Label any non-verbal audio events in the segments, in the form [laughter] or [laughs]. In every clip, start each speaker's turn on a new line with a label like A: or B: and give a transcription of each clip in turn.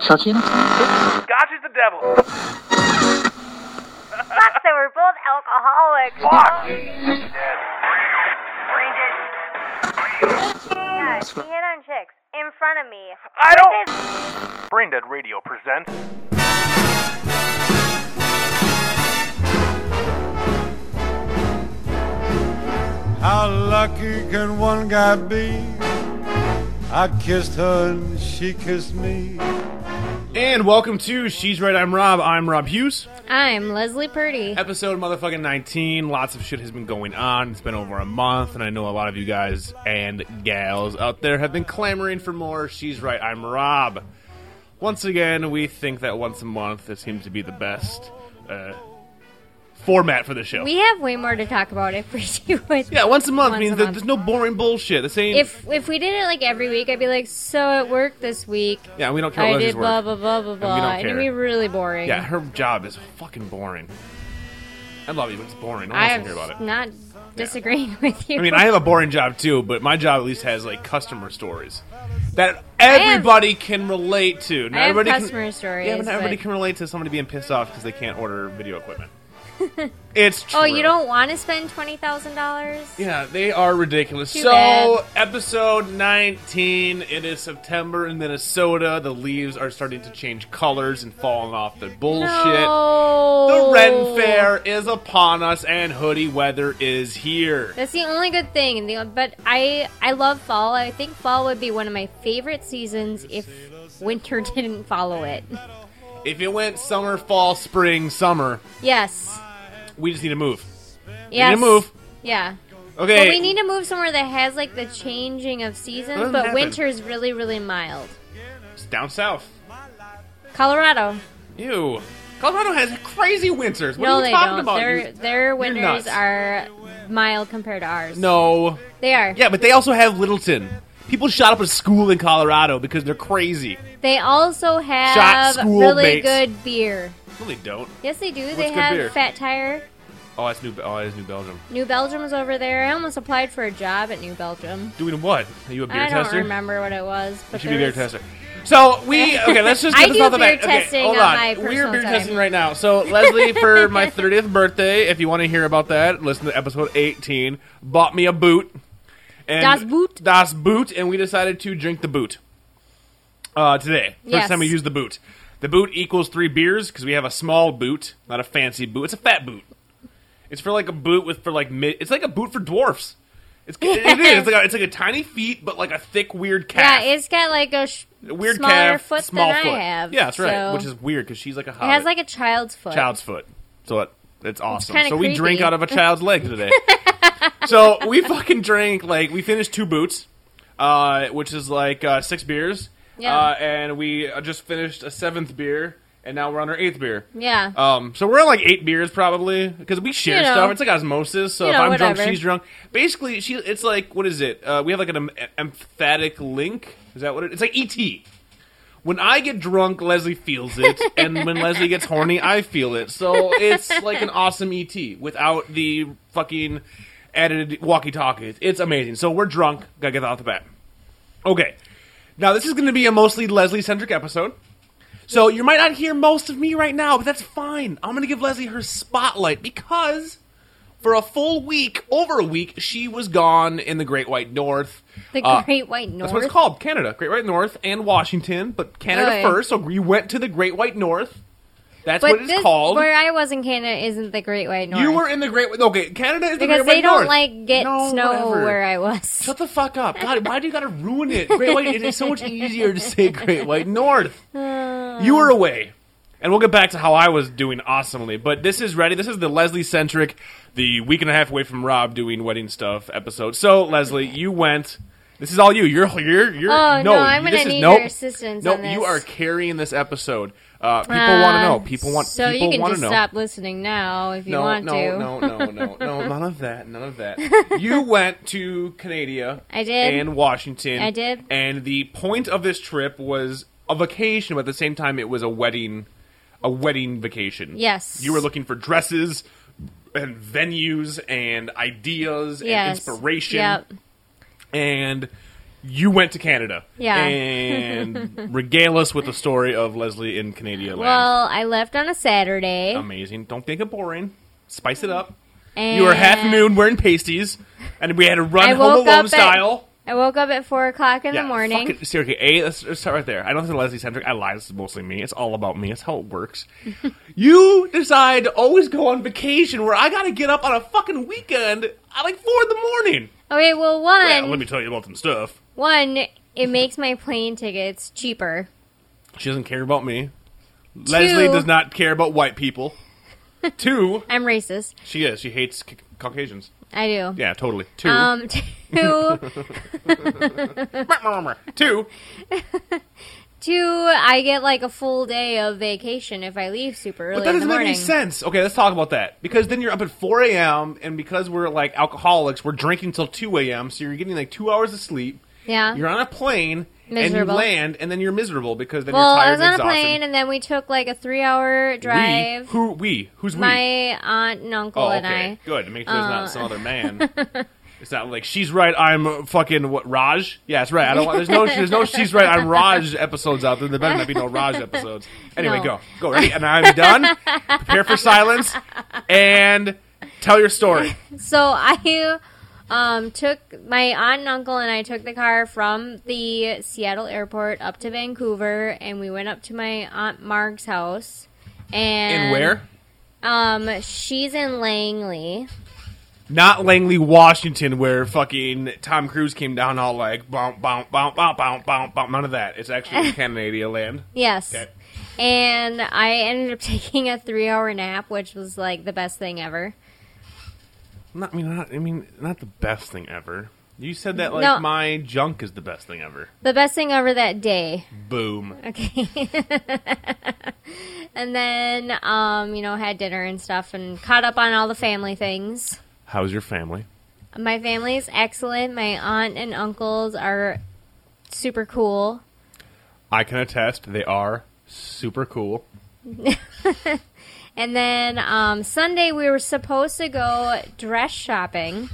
A: Chucking?
B: Scotch is the devil.
C: Fuck, they were both alcoholics.
B: Fuck!
C: Yeah, CNN chicks in front of me.
B: I don't.
C: This
B: Braindead Radio presents.
D: How lucky can one guy be? I kissed her and she kissed me.
E: And welcome to She's Right, I'm Rob. I'm Rob Hughes.
F: I'm Leslie Purdy.
E: Episode motherfucking 19. Lots of shit has been going on. It's been over a month, and I know a lot of you guys and gals out there have been clamoring for more She's Right, I'm Rob. Once again, we think that once a month this seems to be the best uh, format for the show.
F: We have way more to talk about if we [laughs] do it.
E: yeah, once a month
F: Once
E: means
F: a
E: that
F: month.
E: there's no boring bullshit. The same.
F: If if we did it like every week, I'd be like, so at work this week,
E: yeah, we don't care
F: I
E: what Leslie's
F: did blah
E: work.
F: blah blah blah blah,
E: don't
F: and it'd
E: care.
F: be really boring.
E: Yeah, her job is fucking boring. I love you, but it's boring. No one
F: I
E: wants to
F: am
E: hear about it.
F: not disagreeing [laughs] with you.
E: I mean, I have a boring job too, but my job at least has like customer stories that everybody can relate to. Not
F: I have
E: everybody
F: customer
E: can,
F: stories,
E: Yeah, but not everybody
F: but-
E: can relate to somebody being pissed off because they can't order video equipment.
F: [laughs]
E: it's true.
F: oh, you don't want to spend twenty thousand dollars?
E: Yeah, they are ridiculous.
F: Too
E: so,
F: bad.
E: episode 19, it is September in Minnesota. The leaves are starting to change colors and falling off the bullshit.
F: No.
E: The Ren Fair is upon us, and hoodie weather is here.
F: That's the only good thing. and the- But I I love fall. I think fall would be one of my favorite seasons if winter [laughs] didn't follow it.
E: If it went summer, fall, spring, summer,
F: Yes.
E: we just need to move.
F: Yes.
E: We need to move.
F: Yeah.
E: Okay.
F: But we need to move somewhere that has like the changing of seasons,
E: Doesn't
F: but
E: happen.
F: winter's really, really mild.
E: It's down south.
F: Colorado.
E: Ew. Colorado has crazy winters. What
F: no,
E: are you
F: they
E: talking
F: don't.
E: about?
F: Their
E: You-
F: their winters
E: nuts.
F: are mild compared to ours.
E: no.
F: they are.
E: Yeah, but they also have Littleton. People shot up a school in Colorado because they're crazy.
F: They also
E: Shot
F: have
E: school
F: really
E: mates.
F: good beer.
E: No, they don't.
F: Yes, they do.
E: What's
F: they
E: good
F: have
E: beer?
F: Fat Tire.
E: Oh, that's New. Oh, that's New Belgium.
F: New Belgium's over there. I almost applied for a job at New Belgium.
E: Doing what? Are you a beer
F: I don't
E: tester?
F: remember what it was,
E: You
F: but
E: should
F: there
E: be a beer
F: was-
E: tester. So
F: [laughs]
E: we okay. Let's just
F: I
E: get this
F: do
E: off the
F: beer
E: bat. Okay,
F: testing
E: hold
F: on
E: on.
F: my
E: We're
F: personal
E: beer
F: time.
E: testing right now. So Leslie, for
F: [laughs]
E: my 30th birthday, if you want to hear about that, listen to episode 18. Bought me a boot. And
F: Das Boot?
E: Das boot, and we decided to drink the boot. Uh, today, first
F: Yes.
E: time we used the boot. The boot equals three beers because we have a small boot, not a fancy boot. It's a fat boot. It's for like a boot with for like mid. It's like a boot for dwarfs. It's it is. It's like a, it's like a tiny feet, but like a thick, weird
F: Yeah,
E: calf
F: it's got like a sh-
E: weird
F: smaller
E: calf,
F: foot
E: small
F: than
E: foot.
F: I have.
E: Yeah, that's right.
F: so-
E: Which is weird because she's like a
F: It
E: hobbit.
F: has like a child's foot.
E: child's foot. So it, it's awesome.
F: kinda
E: so we drink
F: creepy.
E: out of a child's leg today.
F: [laughs]
E: so we fucking drank like we finished two boots, uh, which is like uh, six beers.
F: Yeah.
E: Uh, and we uh, just finished a seventh beer, and now we're on our eighth beer.
F: Yeah.
E: Um, so we're on like eight beers probably because we share
F: You know.
E: stuff. It's like osmosis. So
F: You
E: if
F: know,
E: I'm drunk,
F: whatever.
E: she's drunk. Basically, she it's like what is it? Uh, we have like an em- emphatic link. Is that what it? It's like ET. When I get drunk, Leslie feels
F: [laughs]
E: it, and when Leslie gets horny, I feel it. So it's like an awesome ET without the fucking added walkie-talkies. It's amazing. So we're drunk. Gotta get that off the bat. Okay. Now this is going to be a mostly Leslie-centric episode. So you might not hear most of me right now, but that's fine. I'm going to give Leslie her spotlight because for a full week, over a week, she was gone in the Great White North.
F: the
E: Uh,
F: Great White North.
E: That's what it's called, Canada, Great White North, and Washington, but Canada
F: Okay.
E: first. So we went to the Great White North. That's
F: But
E: what it's
F: this,
E: called.
F: where I was in Canada isn't the Great White North.
E: you were in the Great. Okay, Canada is the
F: because
E: Great White
F: they don't
E: North.
F: like get
E: No,
F: snow
E: whatever.
F: where I was.
E: Shut the fuck up! God, why do you gotta ruin it? Great White. It is so much easier to say Great White North.
F: Uh.
E: You were away, and we'll get back to how I was doing awesomely. But this is ready. This is the Leslie centric, the week and a half away from Rob doing wedding stuff episode. So Leslie, you went. This is all you. You're you're you're.
F: Oh, no, I'm
E: this
F: gonna
E: is-
F: need
E: nope.
F: your assistance
E: Nope,
F: on
E: you
F: this.
E: are carrying this episode. Uh, people want to know. People want.
F: So
E: people
F: you can
E: wanna
F: just
E: know.
F: stop listening now if you
E: no,
F: want
E: no,
F: to.
E: no, no, no, no, none of that, none of that. You went to Canada.
F: [laughs] I did.
E: And Washington.
F: I did.
E: And the point of this trip was a vacation, but at the same time, it was a wedding, a wedding vacation.
F: Yes.
E: You were looking for dresses and venues and ideas and
F: Yes.
E: inspiration.
F: Yep.
E: And you went to Canada.
F: Yeah. [laughs]
E: And regale us with the story of Leslie in Canada land.
F: Well, I left on a Saturday.
E: Amazing. Don't think it boring. Spice it up.
F: and
E: Um, You were half noon wearing pasties, and we had to run
F: I
E: Home
F: woke up
E: Alone
F: at-
E: style.
F: I woke up at four o'clock in
E: Yeah,
F: the morning.
E: fucking- seriously, A, let's, let's start right there. I don't think Leslie centric. I lie. This is mostly me. It's all about me. It's how it
F: [laughs]
E: works. you decide to always go on vacation where I got to get up on a fucking weekend at like four in the morning.
F: Okay, well, one,
E: Well, let me tell you about some stuff.
F: one, it makes my plane tickets cheaper.
E: She doesn't care about me. Leslie does not care about white
F: [laughs]
E: people. Two,
F: I'm racist.
E: she is. She hates c- Caucasians.
F: I do.
E: Yeah, totally. Two,
F: Um, [laughs] two,
E: [laughs] two.
F: two, I get like a full day of vacation if I leave super early
E: But that
F: in the
E: doesn't make
F: morning.
E: any sense. Okay, let's talk about that. Because then you're up at 4 a.m., and because we're like alcoholics, we're drinking till 2 a.m., so you're getting like two hours of sleep.
F: Yeah.
E: You're on a plane, and you
F: Uh-huh. Miserable.
E: land, and then you're miserable because then
F: well,
E: you're tired
F: I was
E: and
F: on a
E: exhausted.
F: plane and then we took like a three hour
E: We,
F: drive.
E: who we? Who's we?
F: my aunt and uncle
E: Oh,
F: and
E: okay,
F: I.
E: good. Make sure it's
F: Uh,
E: not some other
F: [laughs]
E: man. It's not like she's right. I'm fucking what Raj. Yeah, that's right. I don't want. There's no. There's no. She's right. I'm Raj episodes out there. There better not be no Raj episodes. Anyway,
F: No.
E: go go. Ready? And I'm done. Prepare for silence and tell your story.
F: So I um, took my aunt and uncle and I took the car from the Seattle airport up to Vancouver, and we went up to my aunt Marg's house. [laughs] And
E: And where?
F: Um, she's in Langley.
E: Not Langley, Washington, where fucking Tom Cruise came down all like bounce, bounce, bounce, bounce, bounce, bounce, bounce. None of that. It's actually
F: [laughs]
E: in Canada land.
F: Yes.
E: Okay.
F: And I ended up [laughs] taking a three-hour nap, which was like the best thing ever.
E: Not, I mean, not. I mean, not the best thing ever. You said that like
F: No.
E: my junk is the best thing ever.
F: The best thing ever that day.
E: Boom.
F: Okay. [laughs] and then, um, you know, had dinner and stuff, and caught up on all the family things.
E: How's your family?
F: My family is excellent. My aunt and uncles are super cool.
E: I can attest they are super cool.
F: And then um, Sunday we were supposed to go dress shopping.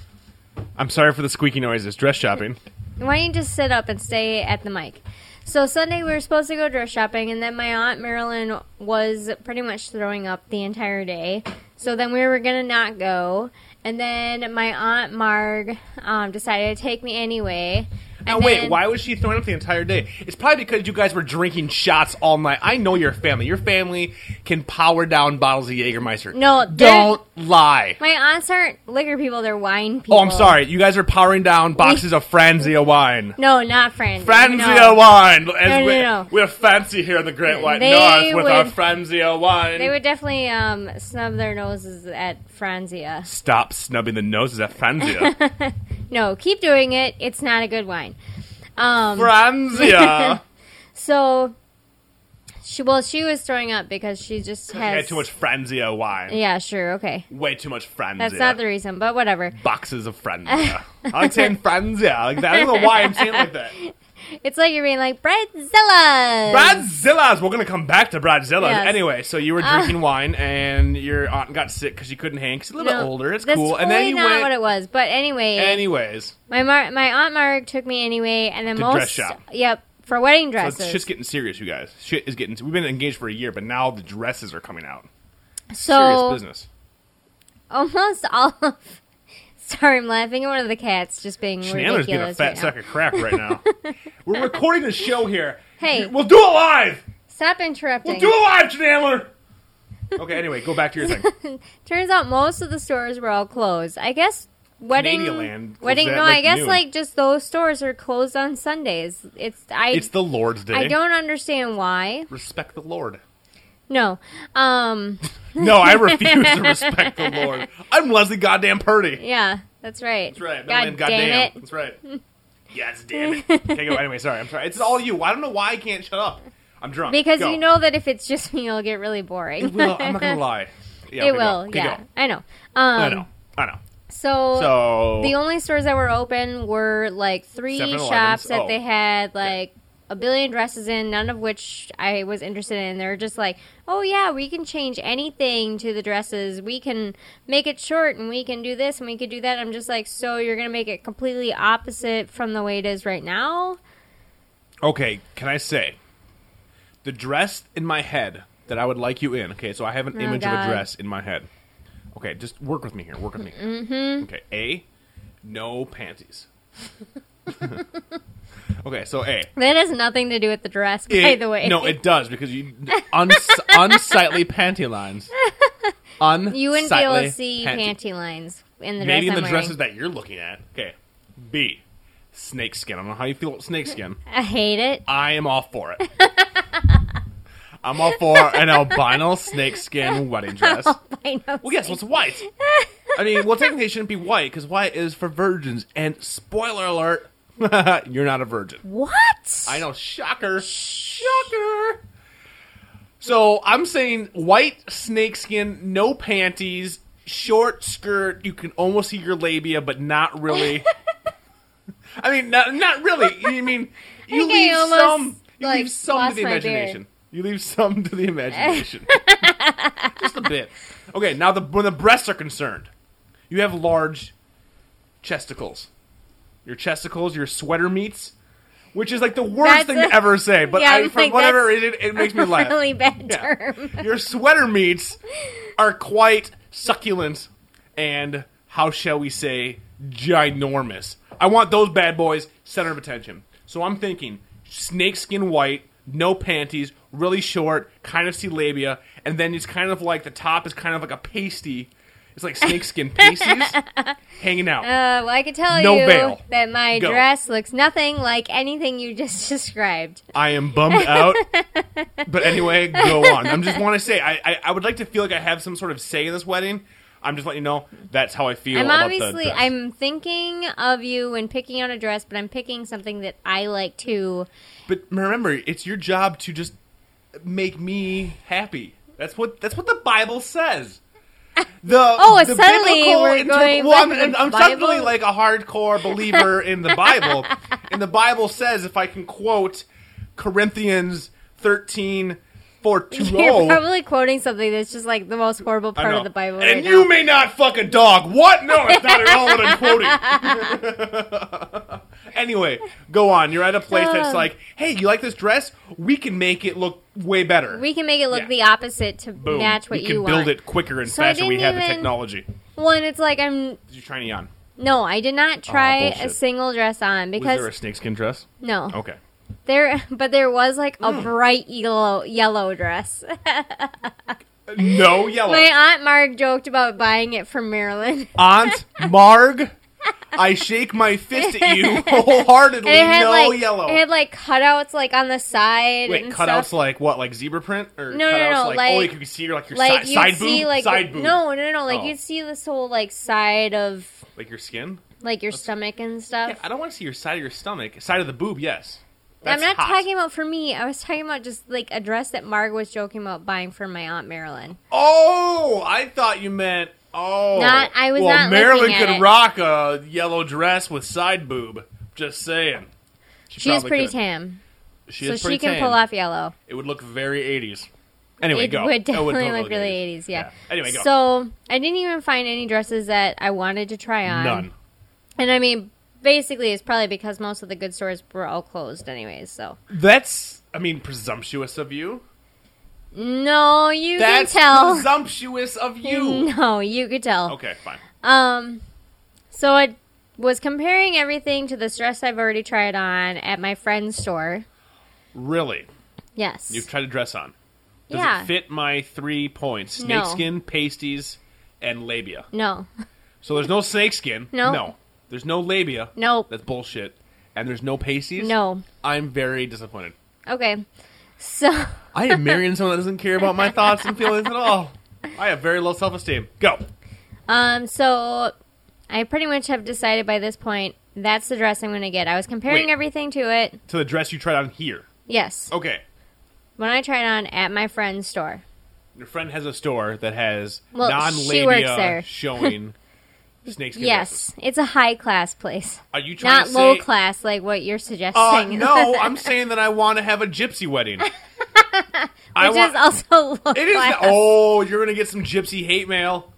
E: I'm sorry for the squeaky noises. Dress
F: [laughs]
E: shopping.
F: Why don't you just sit up and stay at the mic? So Sunday we were supposed to go dress shopping, and then my aunt Marilyn was pretty much throwing up the entire day. So then we were gonna not go, and then my aunt Marg um, decided to take me anyway.
E: Now
F: And
E: wait,
F: then-
E: why was she throwing up the entire day? It's probably because you guys were drinking shots all night. I know your family. Your family can power down bottles of Jägermeister.
F: No, they're-
E: don't lie.
F: My aunts aren't liquor people; they're wine
E: Oh,
F: people.
E: I'm sorry. You guys are powering down boxes of Franzia wine.
F: No, not friends.
E: Franzia
F: no.
E: wine. As
F: No, no,
E: we-
F: no.
E: We're fancy here in the Great White
F: They
E: North with our
F: would-
E: Franzia wine.
F: They would definitely um, snub their noses at Franzia.
E: Stop snubbing the noses at [laughs] Franzia.
F: No, keep doing it. It's not a good wine. Um, [laughs]
E: Franzia.
F: so she well, she was throwing up because she just
E: I
F: has
E: had too much Franzia wine.
F: Yeah, sure, okay.
E: Way too much Franzia.
F: That's not the reason, but whatever.
E: boxes of
F: [laughs]
E: Franzia. I'm saying Franzia. Like that. I don't know why I'm saying it like that.
F: It's like you're being like Bradzilla.
E: Bradzilla's. We're gonna come back to Bradzilla's
F: Yes. Ah.
E: anyway. So you were drinking wine, and your aunt got sick because she couldn't hang. 'cause She's a little bit older. It's
F: that's
E: cool.
F: Totally
E: and then you
F: not
E: went.
F: what it was, but anyway,
E: anyways,
F: my Mar- my aunt Marg took me anyway, and then
E: To
F: most
E: dress shop.
F: yep for wedding
E: so it's
F: dresses.
E: just getting serious, you guys. Shit is getting. We've been engaged for a year, but now the dresses are coming out.
F: so
E: serious business.
F: almost all of. [laughs] Sorry, I'm laughing at one of the cats just being
E: Chandler's getting a
F: ridiculous.
E: fat
F: right now.
E: sack of crap right
F: [laughs]
E: now. we're recording a show here.
F: Hey.
E: we'll do it live.
F: Stop interrupting.
E: We'll do it live, Chandler. Okay. Anyway, go back to
F: [laughs]
E: your thing.
F: Turns out most of the stores were all closed. I guess wedding
E: Canadian land closed
F: wedding.
E: at,
F: No,
E: like,
F: I guess
E: noon.
F: like just those stores are closed on Sundays. It's I.
E: It's the Lord's day.
F: I don't understand why.
E: respect the
F: [laughs]
E: Lord.
F: No. Um.
E: No, I refuse to respect the Lord. I'm Leslie Goddamn Purdy.
F: Yeah, that's right.
E: That's right.
F: God
E: Madeline
F: damn
E: Goddamn.
F: it.
E: That's right.
F: [laughs]
E: Yes, damn it. Okay, go. Anyway, sorry. I'm sorry. It's all you. I don't know why I can't shut up. I'm drunk.
F: Because
E: Go.
F: you know that if it's just [laughs] me, it'll get really boring. [laughs]
E: It will. I'm not gonna lie. Yeah, okay,
F: It
E: go.
F: will,
E: Okay,
F: yeah.
E: go.
F: I know. Um,
E: I know. I know.
F: So,
E: So
F: the only stores that were open were like three
E: 7-Elevens.
F: shops that
E: Oh.
F: they had like a billion dresses in, none of which I was interested in. They're just like, oh yeah, we can change anything to the dresses. We can make it short, and we can do this, and we can do that. I'm just like, so you're gonna make it completely opposite from the way it is right now?
E: Okay, can I say the dress in my head that I would like you in? Okay, so I have an
F: Oh,
E: image of
F: God.
E: a dress in my head. Okay, just work with me here. Work with me.
F: Mm-hmm.
E: Okay, A, no panties. [laughs] okay, so
F: [laughs]
E: A.
F: That has nothing to do with the dress, by
E: It-
F: the way.
E: No, it does because you uns- unsightly panty lines. Unsightly
F: [laughs] you wouldn't be able to see
E: panty-
F: panty lines in the
E: Maybe
F: dress
E: in the
F: I'm
E: dresses
F: wearing.
E: that you're looking at. Okay, B, snake skin. I don't know how you feel about snake skin.
F: [laughs] I hate it.
E: I am all for it. I'm all for an albino snakeskin wedding dress. Well,
F: I know.
E: yes, what's white? I mean, well, technically it shouldn't be white because white is for virgins. And spoiler alert, [laughs] you're not a virgin.
F: what?
E: I know, shocker, shocker. So I'm saying white snakeskin, no panties, short skirt. You can almost see your labia, but not
F: [laughs]
E: really. I mean, not, not really. You
F: [laughs]
E: mean you
F: think I
E: leave
F: almost,
E: some, you
F: like,
E: leave some to
F: lost
E: the
F: my beard.
E: imagination. You leave some to the imagination,
F: [laughs]
E: just a bit. Okay, now the when the breasts are concerned, you have large chesticles. Your chesticles, your sweater meats, which is like the worst
F: That's
E: thing
F: a-
E: to ever say. But
F: Yeah,
E: I,
F: I'm
E: for
F: like,
E: whatever
F: that's
E: reason, it
F: [laughs]
E: makes me laugh.
F: really bad
E: Yeah.
F: term.
E: Your sweater meats are quite succulent and, how shall we say, ginormous. I want those bad boys center of attention. So I'm thinking snakeskin white, no panties, really short, kind of see labia, and then it's kind of like the top is kind of like a pasty. It's like
F: [laughs]
E: snakeskin pasties hanging out.
F: Uh, well, I can tell
E: No
F: you
E: veil.
F: that my
E: Go.
F: dress looks nothing like anything you just [laughs] described.
E: I am bummed out. but anyway, go on. I'm just want to say I, I I would like to feel like I have some sort of say in this wedding. I'm just letting you know that's how I feel.
F: I'm
E: about
F: obviously
E: the dress.
F: I'm thinking of you when picking out a dress, but I'm picking something that I like too.
E: But remember, it's your job to just make me happy. That's what that's what the Bible says. The
F: [laughs] Oh,
E: the
F: suddenly
E: biblical
F: we're going
E: Well,
F: with
E: I'm,
F: the
E: I'm
F: Bible?
E: suddenly like a hardcore believer in the
F: [laughs]
E: Bible, and the Bible says if I can quote Corinthians thirteen four two
F: [laughs]
E: oh,
F: [laughs] You're
E: zero.
F: probably quoting something that's just like the most horrible
E: I
F: part
E: know.
F: of the Bible.
E: And
F: right
E: you
F: now.
E: may not fuck a dog. What? No, it's not at all what I'm quoting.
F: [laughs]
E: anyway, go on. You're at a place that's
F: Um.
E: like, hey, you like this dress? We can make it look way better.
F: we can make it look
E: Yeah.
F: the opposite to
E: Boom.
F: match what
E: we can
F: you
E: build
F: want.
E: it quicker and
F: So I
E: faster. We
F: didn't
E: have the
F: even-
E: technology.
F: Well, and it's like I'm
E: Did you try any on?
F: no, I did not try a
E: bullshit.
F: single dress on
E: Was
F: because
E: there a snakeskin dress?
F: no,
E: Okay. Mm.
F: there [laughs] but there was like a bright yellow yellow dress. [laughs]
E: No yellow.
F: My aunt Marg joked about buying it from Maryland. [laughs]
E: Aunt Marg, I shake my fist at you wholeheartedly.
F: And it had
E: no
F: like
E: yellow.
F: it had like cutouts like on the side
E: Wait,
F: and
E: cutouts
F: stuff.
E: like what? Like zebra print or
F: No, no,
E: cutouts
F: no,
E: like,
F: like-
E: oh, you could see your like your
F: like
E: side,
F: you
E: side
F: see
E: boob,
F: like
E: side boob.
F: no, no, no, like
E: Oh.
F: you'd see this whole like side of
E: like your skin.
F: like your stomach and stuff.
E: Yeah, I don't want to see your side of your stomach, side of the boob. Yes,
F: I'm
E: That's
F: not
E: hot.
F: talking about for me. I was talking about just like a dress that Marg was joking about buying for my aunt Marilyn.
E: Oh, I thought you meant oh.
F: Not- I was
E: well,
F: not
E: Marilyn
F: looking at
E: could
F: it.
E: rock a yellow dress with side boob. Just saying.
F: She was
E: probably
F: pretty
E: could.
F: tan,
E: She
F: so
E: is
F: she
E: pretty
F: can
E: tan.
F: pull off yellow.
E: It would look very 80s. Anyway,
F: it
E: go.
F: would definitely
E: totally
F: look really 80s, yeah.
E: Anyway, go.
F: So I didn't even find any dresses that I wanted to try on.
E: None.
F: And I mean, basically, it's probably because most of the good stores were all closed, anyways. So
E: That's I mean presumptuous of you.
F: no, you
E: That's
F: can tell.
E: presumptuous of you.
F: [laughs] No, you could tell.
E: Okay, fine.
F: Um, so I was comparing everything to this dress I've already tried on at my friend's store.
E: Really,
F: Yes.
E: you've tried to dress on. Does
F: yeah.
E: it fit my three points?
F: No.
E: Snakeskin, pasties, and labia.
F: No.
E: So there's no snakeskin.
F: No.
E: No. There's no labia.
F: Nope.
E: That's bullshit. And there's no pasties.
F: No.
E: I'm very disappointed.
F: Okay. So [laughs]
E: I am marrying someone that doesn't care about my thoughts and feelings at all. I have very low self esteem. Go.
F: Um, so I pretty much have decided by this point that's the dress I'm going to get. I was comparing
E: Wait. Oh.
F: everything to it.
E: To the dress you tried on here.
F: Yes.
E: Okay.
F: When I tried on at my friend's store.
E: Your friend has a store that has
F: Well,
E: non
F: she works
E: labia
F: there. [laughs]
E: showing Snakes. Can
F: Yes, it's a high class place,
E: Are you trying
F: not
E: to
F: low
E: say-
F: class like what you're [laughs]
E: Uh,
F: suggesting.
E: no, I'm saying that I want to have a gypsy
F: [laughs]
E: wedding. I
F: which
E: want-
F: is also [laughs] low
E: It is.
F: class.
E: Oh, you're gonna get some gypsy hate mail.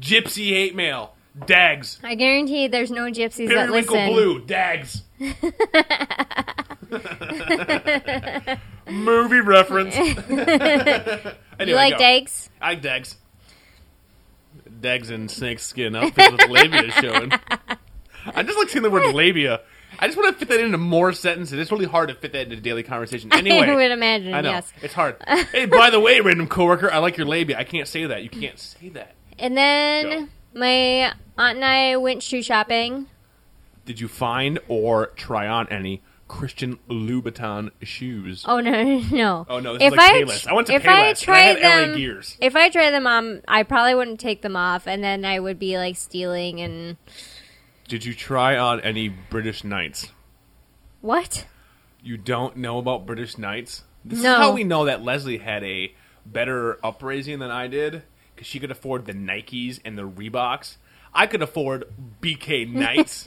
E: Gypsy hate mail. Dags.
F: I guarantee there's no gypsies that
E: Periwinkle
F: listen.
E: blue.
F: [laughs]
E: Dags. [laughs] Movie reference.
F: [laughs]
E: [laughs]
F: You like
E: dags?
F: [laughs] dags?
E: I like dags. Dags and snake skin outfit with labia
F: [laughs]
E: showing. I just like seeing the word labia. I just want to fit that into more sentences. It's really hard to fit that into daily
F: [laughs]
E: conversation. Anyway,
F: I would imagine.
E: I know
F: Yes.
E: it's hard. hey, by the way, random coworker, I like your labia. I can't say that. You can't say that.
F: And then my aunt and I went shoe shopping.
E: Did you find or try on any Christian Louboutin shoes?
F: Oh no, [laughs] no, no.
E: Oh, no, this is like Payless. I went to
F: if
E: Payless, and I
F: I tried
E: had LA
F: them,
E: Gears.
F: if I tried them on, I probably wouldn't take them off, and then I would be like stealing and
E: Did you try on any British Knights?
F: what?
E: You don't know about British Knights? This
F: No.
E: is how we know that Leslie had a better upraising than I did because she could afford the Nikes and the Reeboks. I could afford BK
F: [laughs]
E: Knights,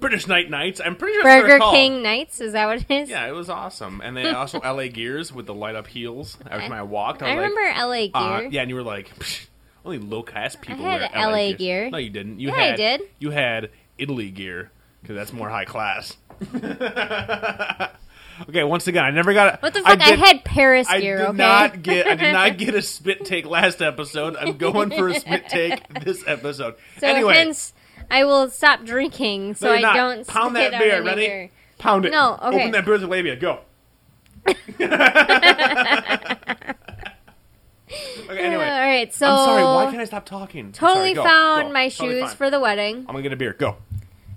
E: British Knight Knights. I'm pretty sure that's what they're
F: Burger
E: called.
F: King nights? Is that what it is?
E: Yeah, it was awesome. And then also LA Gears with the light up heels. Every time I walked, I was
F: I
E: like,
F: remember LA gear.
E: Uh, yeah, and you were like, "Psh, only low caste people
F: had
E: wear
F: LA
E: gears."
F: gear.
E: No, you didn't. You
F: Yeah, I
E: had,
F: did.
E: You had Italy gear because that's more high class. [laughs] okay, once again, I never got.
F: What the fuck? I,
E: did-
F: had Paris
E: I
F: gear.
E: did
F: okay.
E: not get. I
F: [laughs]
E: did not get a spit take last episode. I'm going for a
F: [laughs]
E: spit take this episode.
F: so
E: anyway,
F: hence, I will stop drinking so
E: no, you're not.
F: I don't
E: pound
F: spit
E: that
F: on
E: beer.
F: any
E: Ready?
F: beer.
E: Pound it.
F: No, okay.
E: Open that beer with your labia.
F: [laughs]
E: Go. [laughs] okay. Anyway.
F: Uh, All right, so
E: I'm sorry. Why can't I stop talking? I'm sorry,
F: totally
E: go,
F: found
E: go.
F: my
E: Totally
F: shoes
E: fine.
F: for the wedding,
E: I'm gonna get a beer. Go.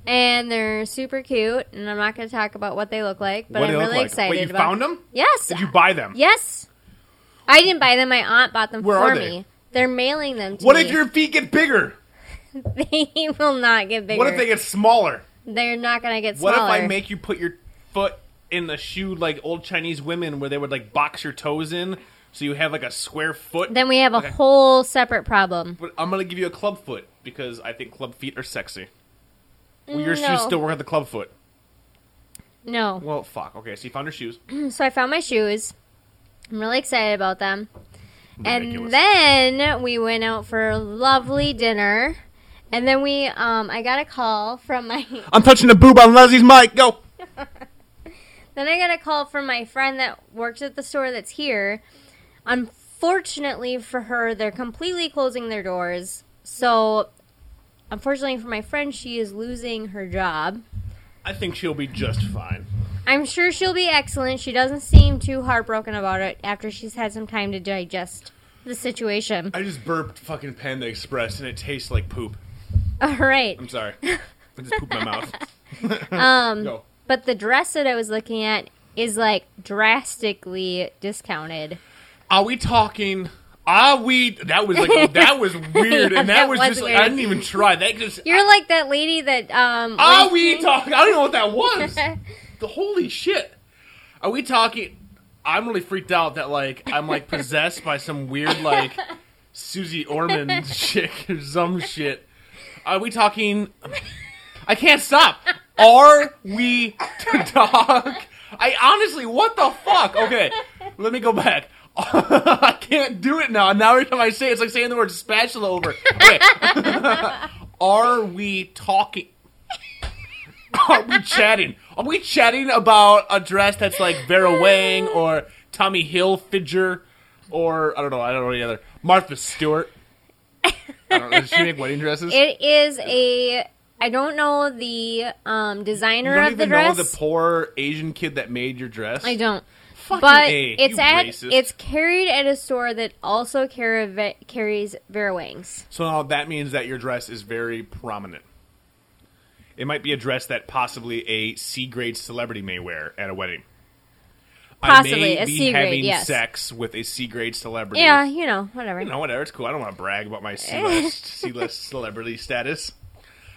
F: and they're super cute. And I'm not going to talk about what they look like, but
E: what do
F: I'm
E: they
F: really
E: look like?
F: excited
E: Wait, you
F: about.
E: found them?
F: Yes.
E: Did you buy them?
F: yes. I didn't buy them. My aunt bought them
E: Where
F: for
E: are they?
F: me. They're mailing them to
E: What
F: me.
E: if your feet get bigger?
F: [laughs] they will not get bigger.
E: What if they get smaller?
F: They're not going to get
E: What
F: smaller.
E: if I make you put your foot in the shoe like old Chinese women, where they would like box your toes in, so you have like a square foot?
F: Then we have a
E: Okay.
F: whole separate problem.
E: But I'm gonna give you a club foot because I think club feet are sexy. Well, your
F: No.
E: shoes still work at the club foot.
F: No. [clears throat]
E: Well, fuck. Okay, so you found your shoes.
F: So I found my shoes. I'm really excited about them.
E: Ridiculous.
F: And then we went out for a lovely dinner. And then we, um, I got a call from my, [laughs]
E: I'm touching the boob on Leslie's mic. Go.
F: then I got a call from my friend that works at the store that's here. Unfortunately for her, they're completely closing their doors. So, unfortunately for my friend, she is losing her job.
E: I think she'll be just fine.
F: I'm sure she'll be excellent. She doesn't seem too heartbroken about it after she's had some time to digest the situation.
E: I just burped fucking Panda Express and it tastes like poop.
F: All right.
E: I'm sorry. I just pooped my mouth.
F: [laughs] Um,
E: Go.
F: but the dress that I was looking at is like drastically discounted.
E: Are we talking? Are we? That was
F: [laughs]
E: like that was weird,
F: Yeah,
E: and that,
F: that
E: was,
F: was
E: just like
F: weird.
E: I didn't even try. That just.
F: You're like that lady that
E: are
F: um when-
E: Uh, Ah, we talking? I don't know what that was.
F: [laughs]
E: the holy shit. Are we talking? I'm really freaked out that like I'm
F: [laughs]
E: like possessed by some weird like Susie Orman [laughs] chick or some shit. Are we talking? I can't stop. Are we to talk? I honestly, what the fuck? Okay, let me go back. [laughs] I can't do it now. Now every time I say it, it's like saying the word spatula over. Okay. [laughs] Are we talking? Are we chatting? Are we chatting about a dress that's like Vera Wang or Tommy Hilfiger or I don't know, I don't know any other Martha Stewart? I don't know. Does she make wedding dresses?
F: It is a I don't know the um designer
E: You don't
F: of the
E: even
F: dress.
E: know the poor Asian kid that made your dress.
F: I don't.
E: Fucking
F: But
E: A,
F: it's
E: you
F: at
E: racist.
F: it's carried at a store that also carry, carries Vera Wang's.
E: so now that means that your dress is very prominent. It might be a dress that possibly a C grade celebrity may wear at a wedding.
F: Possibly,
E: I may
F: a
E: be
F: C-grade,
E: having
F: yes.
E: sex with a C grade celebrity.
F: Yeah, you know, whatever.
E: [laughs] You know, whatever. It's cool. I don't want to brag about my C-list, C-list celebrity status.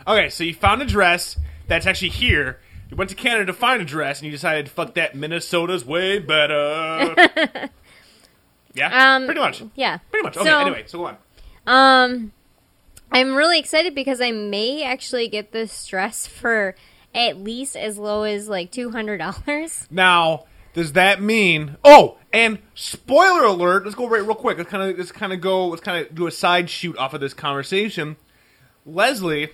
E: Okay, so you found a dress that's actually here. You went to Canada to find a dress, and you decided, fuck that, Minnesota's way better. yeah,
F: Um,
E: pretty much.
F: Yeah.
E: Pretty much. Okay,
F: So,
E: anyway, so go on.
F: Um, I'm really excited because I may actually get this dress for at least as low as like two hundred dollars.
E: Now, does that mean? Oh, and spoiler alert! Let's go right real quick. Let's kind of let's kind of go. Let's kind of do a side shoot off of this conversation. Leslie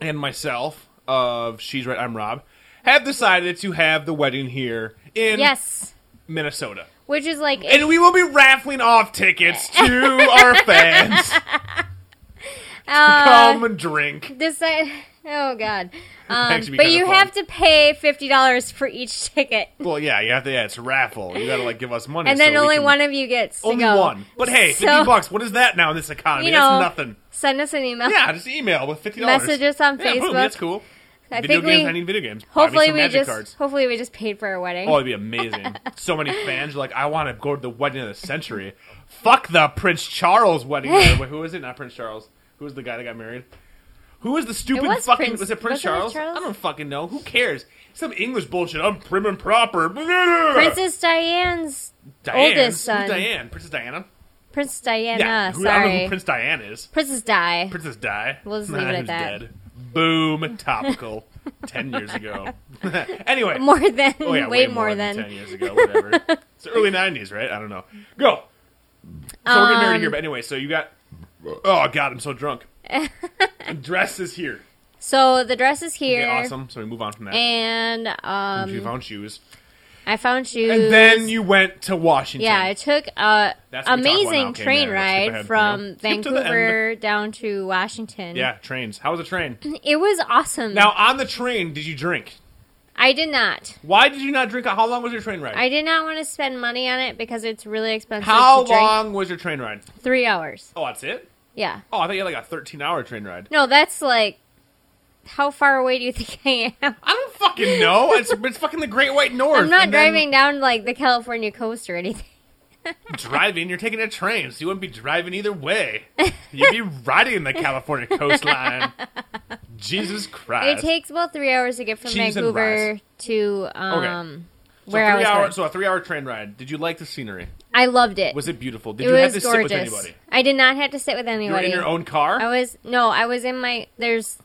E: and myself of She's Right, I'm Rob have decided to have the wedding here in
F: Yes,
E: Minnesota,
F: which is like
E: and we will be raffling off tickets
F: [laughs]
E: to our fans.
F: uh,
E: Come and drink.
F: this. I, oh God. Um,
E: actually be
F: but
E: kinda
F: you
E: fun.
F: have to pay fifty dollars for each ticket,
E: Well, yeah, you have to. Yeah, it's a raffle. You gotta like give us money.
F: and then
E: so we
F: only
E: can-
F: one of you gets to
E: Only
F: go.
E: one. But hey,
F: So,
E: fifty bucks. What is that now in this economy?
F: You know,
E: That's nothing.
F: Send us an email.
E: Yeah, just email with fifty dollars.
F: Message us on
E: yeah, boom,
F: Facebook.
E: that's cool.
F: I
E: video
F: think
E: games.
F: we
E: I need video games. Buy me
F: hopefully
E: some
F: we
E: magic
F: just
E: cards.
F: hopefully we just paid for our wedding.
E: Oh, it'd be
F: [laughs]
E: amazing. so many fans are like, I want to go to the wedding of the century. Fuck the Prince Charles
F: [laughs]
E: wedding. By the way, who is it? Not Prince Charles. Who was the guy that got married? Who was the stupid
F: It was
E: fucking?
F: Prince-
E: was it Prince
F: wasn't it
E: Charles?
F: Charles?
E: I don't fucking know. Who cares? Some English bullshit. I'm prim and proper.
F: Princess Diane's
E: Diane.
F: oldest
E: Who's
F: son.
E: Diane. Princess Diana.
F: Princess Diana.
E: yeah. Who, I don't know
F: sorry,
E: who Prince Diane is.
F: Princess Di.
E: Princess Di.
F: We'll just leave it at
E: who's
F: that.
E: Dead. Boom. Topical. [laughs] Ten years ago. [laughs] anyway.
F: [laughs] more than
E: oh yeah,
F: way, more than.
E: ten years ago. Whatever. it's the early '90s, right? I don't know. Go. So we're getting married
F: Um,
E: here, but anyway, so you got. Oh God, I'm so drunk.
F: [laughs]
E: Dress is here.
F: So the dress is
E: Okay,
F: here,
E: awesome. So we move on from that.
F: and
E: you
F: um,
E: found shoes,
F: I found shoes.
E: and then you went to Washington.
F: yeah, I took a
E: That's what we talk about now,
F: amazing
E: okay, Mary,
F: train
E: let's skip
F: ride
E: ahead,
F: from
E: you know. Skip to the
F: Vancouver down to Washington.
E: Yeah, trains. How was the
F: [clears throat]
E: train?
F: it was awesome.
E: now on the train, did you drink?
F: I did not.
E: Why did you not drink? How long was your train ride?
F: I did not want to spend money on it because it's really expensive.
E: How
F: to drink.
E: long was your train ride?
F: Three hours.
E: Oh, that's it.
F: Yeah.
E: Oh, I thought you had like a 13 hour train ride.
F: No, that's like. How far away do you think [laughs] I am?
E: I don't fucking
F: [laughs]
E: know. It's, it's fucking the Great White North.
F: I'm not
E: and then-
F: driving down like the California coast or anything.
E: driving, you're taking a train, so you wouldn't be driving either way. You'd
F: [laughs]
E: be riding the California coastline. Jesus
F: It
E: Christ.
F: takes about three hours to get from
E: Cheese and
F: Vancouver
E: fries.
F: to um,
E: so
F: where I
E: three
F: was.
E: hour,
F: going.
E: so a three hour train ride. Did you like the scenery?
F: I loved it.
E: Was it beautiful? Did
F: it
E: you have
F: was
E: to
F: gorgeous.
E: sit with anybody?
F: I did not have to sit with
E: You were
F: anybody.
E: in your own car?
F: I was no, I was in my there's.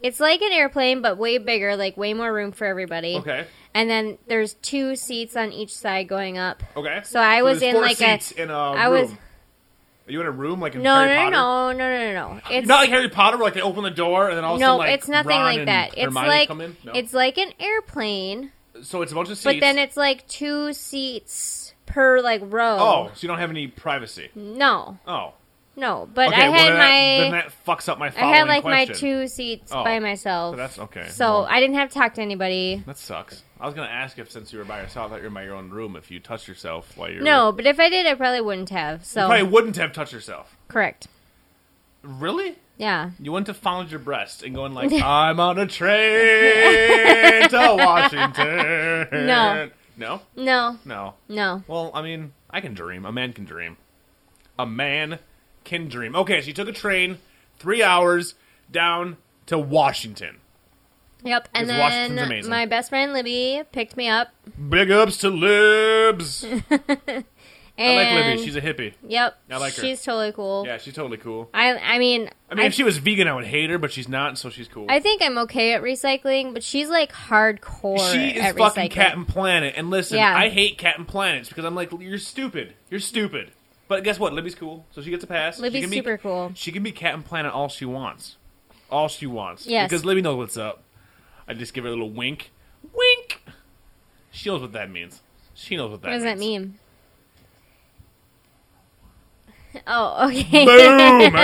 F: It's like an airplane, but way bigger, like way more room for everybody.
E: okay.
F: And then there's two seats on each side going up.
E: Okay.
F: So I was
E: there's
F: in
E: four
F: like a-
E: seats in a
F: I
E: room.
F: was-
E: Are you in a room like in
F: No,
E: Harry
F: no,
E: Potter?
F: no, no, no, no, no. It's
E: not like Harry Potter, where like they open the door and then all of a
F: no,
E: sudden like
F: it's nothing
E: Ron
F: like
E: and
F: that. It's
E: Hermione
F: like
E: come in? No.
F: it's like an airplane,
E: so it's a bunch of seats.
F: but then it's like two seats per like row.
E: oh, so you don't have any privacy.
F: no,
E: Oh,
F: no. But
E: okay.
F: I
E: well,
F: had
E: then that,
F: my
E: then that fucks up my.
F: I had
E: following
F: like my
E: question.
F: two seats
E: Oh,
F: by myself.
E: So that's okay.
F: So
E: Well,
F: I didn't have to talk to anybody.
E: that sucks. I was gonna ask if since you were by yourself, that you're in my- your own room, if you touched yourself while you're
F: No, but if I did, I probably wouldn't have.
E: you
F: So
E: probably wouldn't have touched yourself.
F: correct.
E: Really?
F: Yeah.
E: You went to found your breast and going
F: [laughs]
E: like, "I'm on a train to Washington."
F: No.
E: no,
F: No.
E: no.
F: No.
E: Well, I mean, I can dream. A man can dream. A man can dream. Okay, so you took a train, three hours down to Washington.
F: Yep. And
E: Because Washington's
F: then
E: amazing.
F: my best friend Libby picked me up.
E: Big ups to Libs. I
F: And
E: like Libby. She's a hippie.
F: yep.
E: I like her.
F: She's totally cool.
E: Yeah, she's totally cool.
F: I I mean
E: I mean, if she was vegan, I would hate her, but she's not, so she's cool.
F: I think I'm okay at recycling, but she's like hardcore.
E: she is
F: at
E: fucking
F: recycling.
E: Captain Planet. And listen,
F: Yeah.
E: I hate Captain Planets because I'm like, you're stupid. You're stupid. But guess what? Libby's cool, so she gets a pass. She
F: Libby's
E: can be-
F: super cool.
E: She can be Captain Planet all she wants. All she wants.
F: Yes.
E: Because Libby knows what's up. I just give her a little wink. Wink! She knows what that means. She knows what that
F: What does
E: means.
F: that mean? Oh, okay.
E: Boom!
F: [laughs]
E: [laughs] so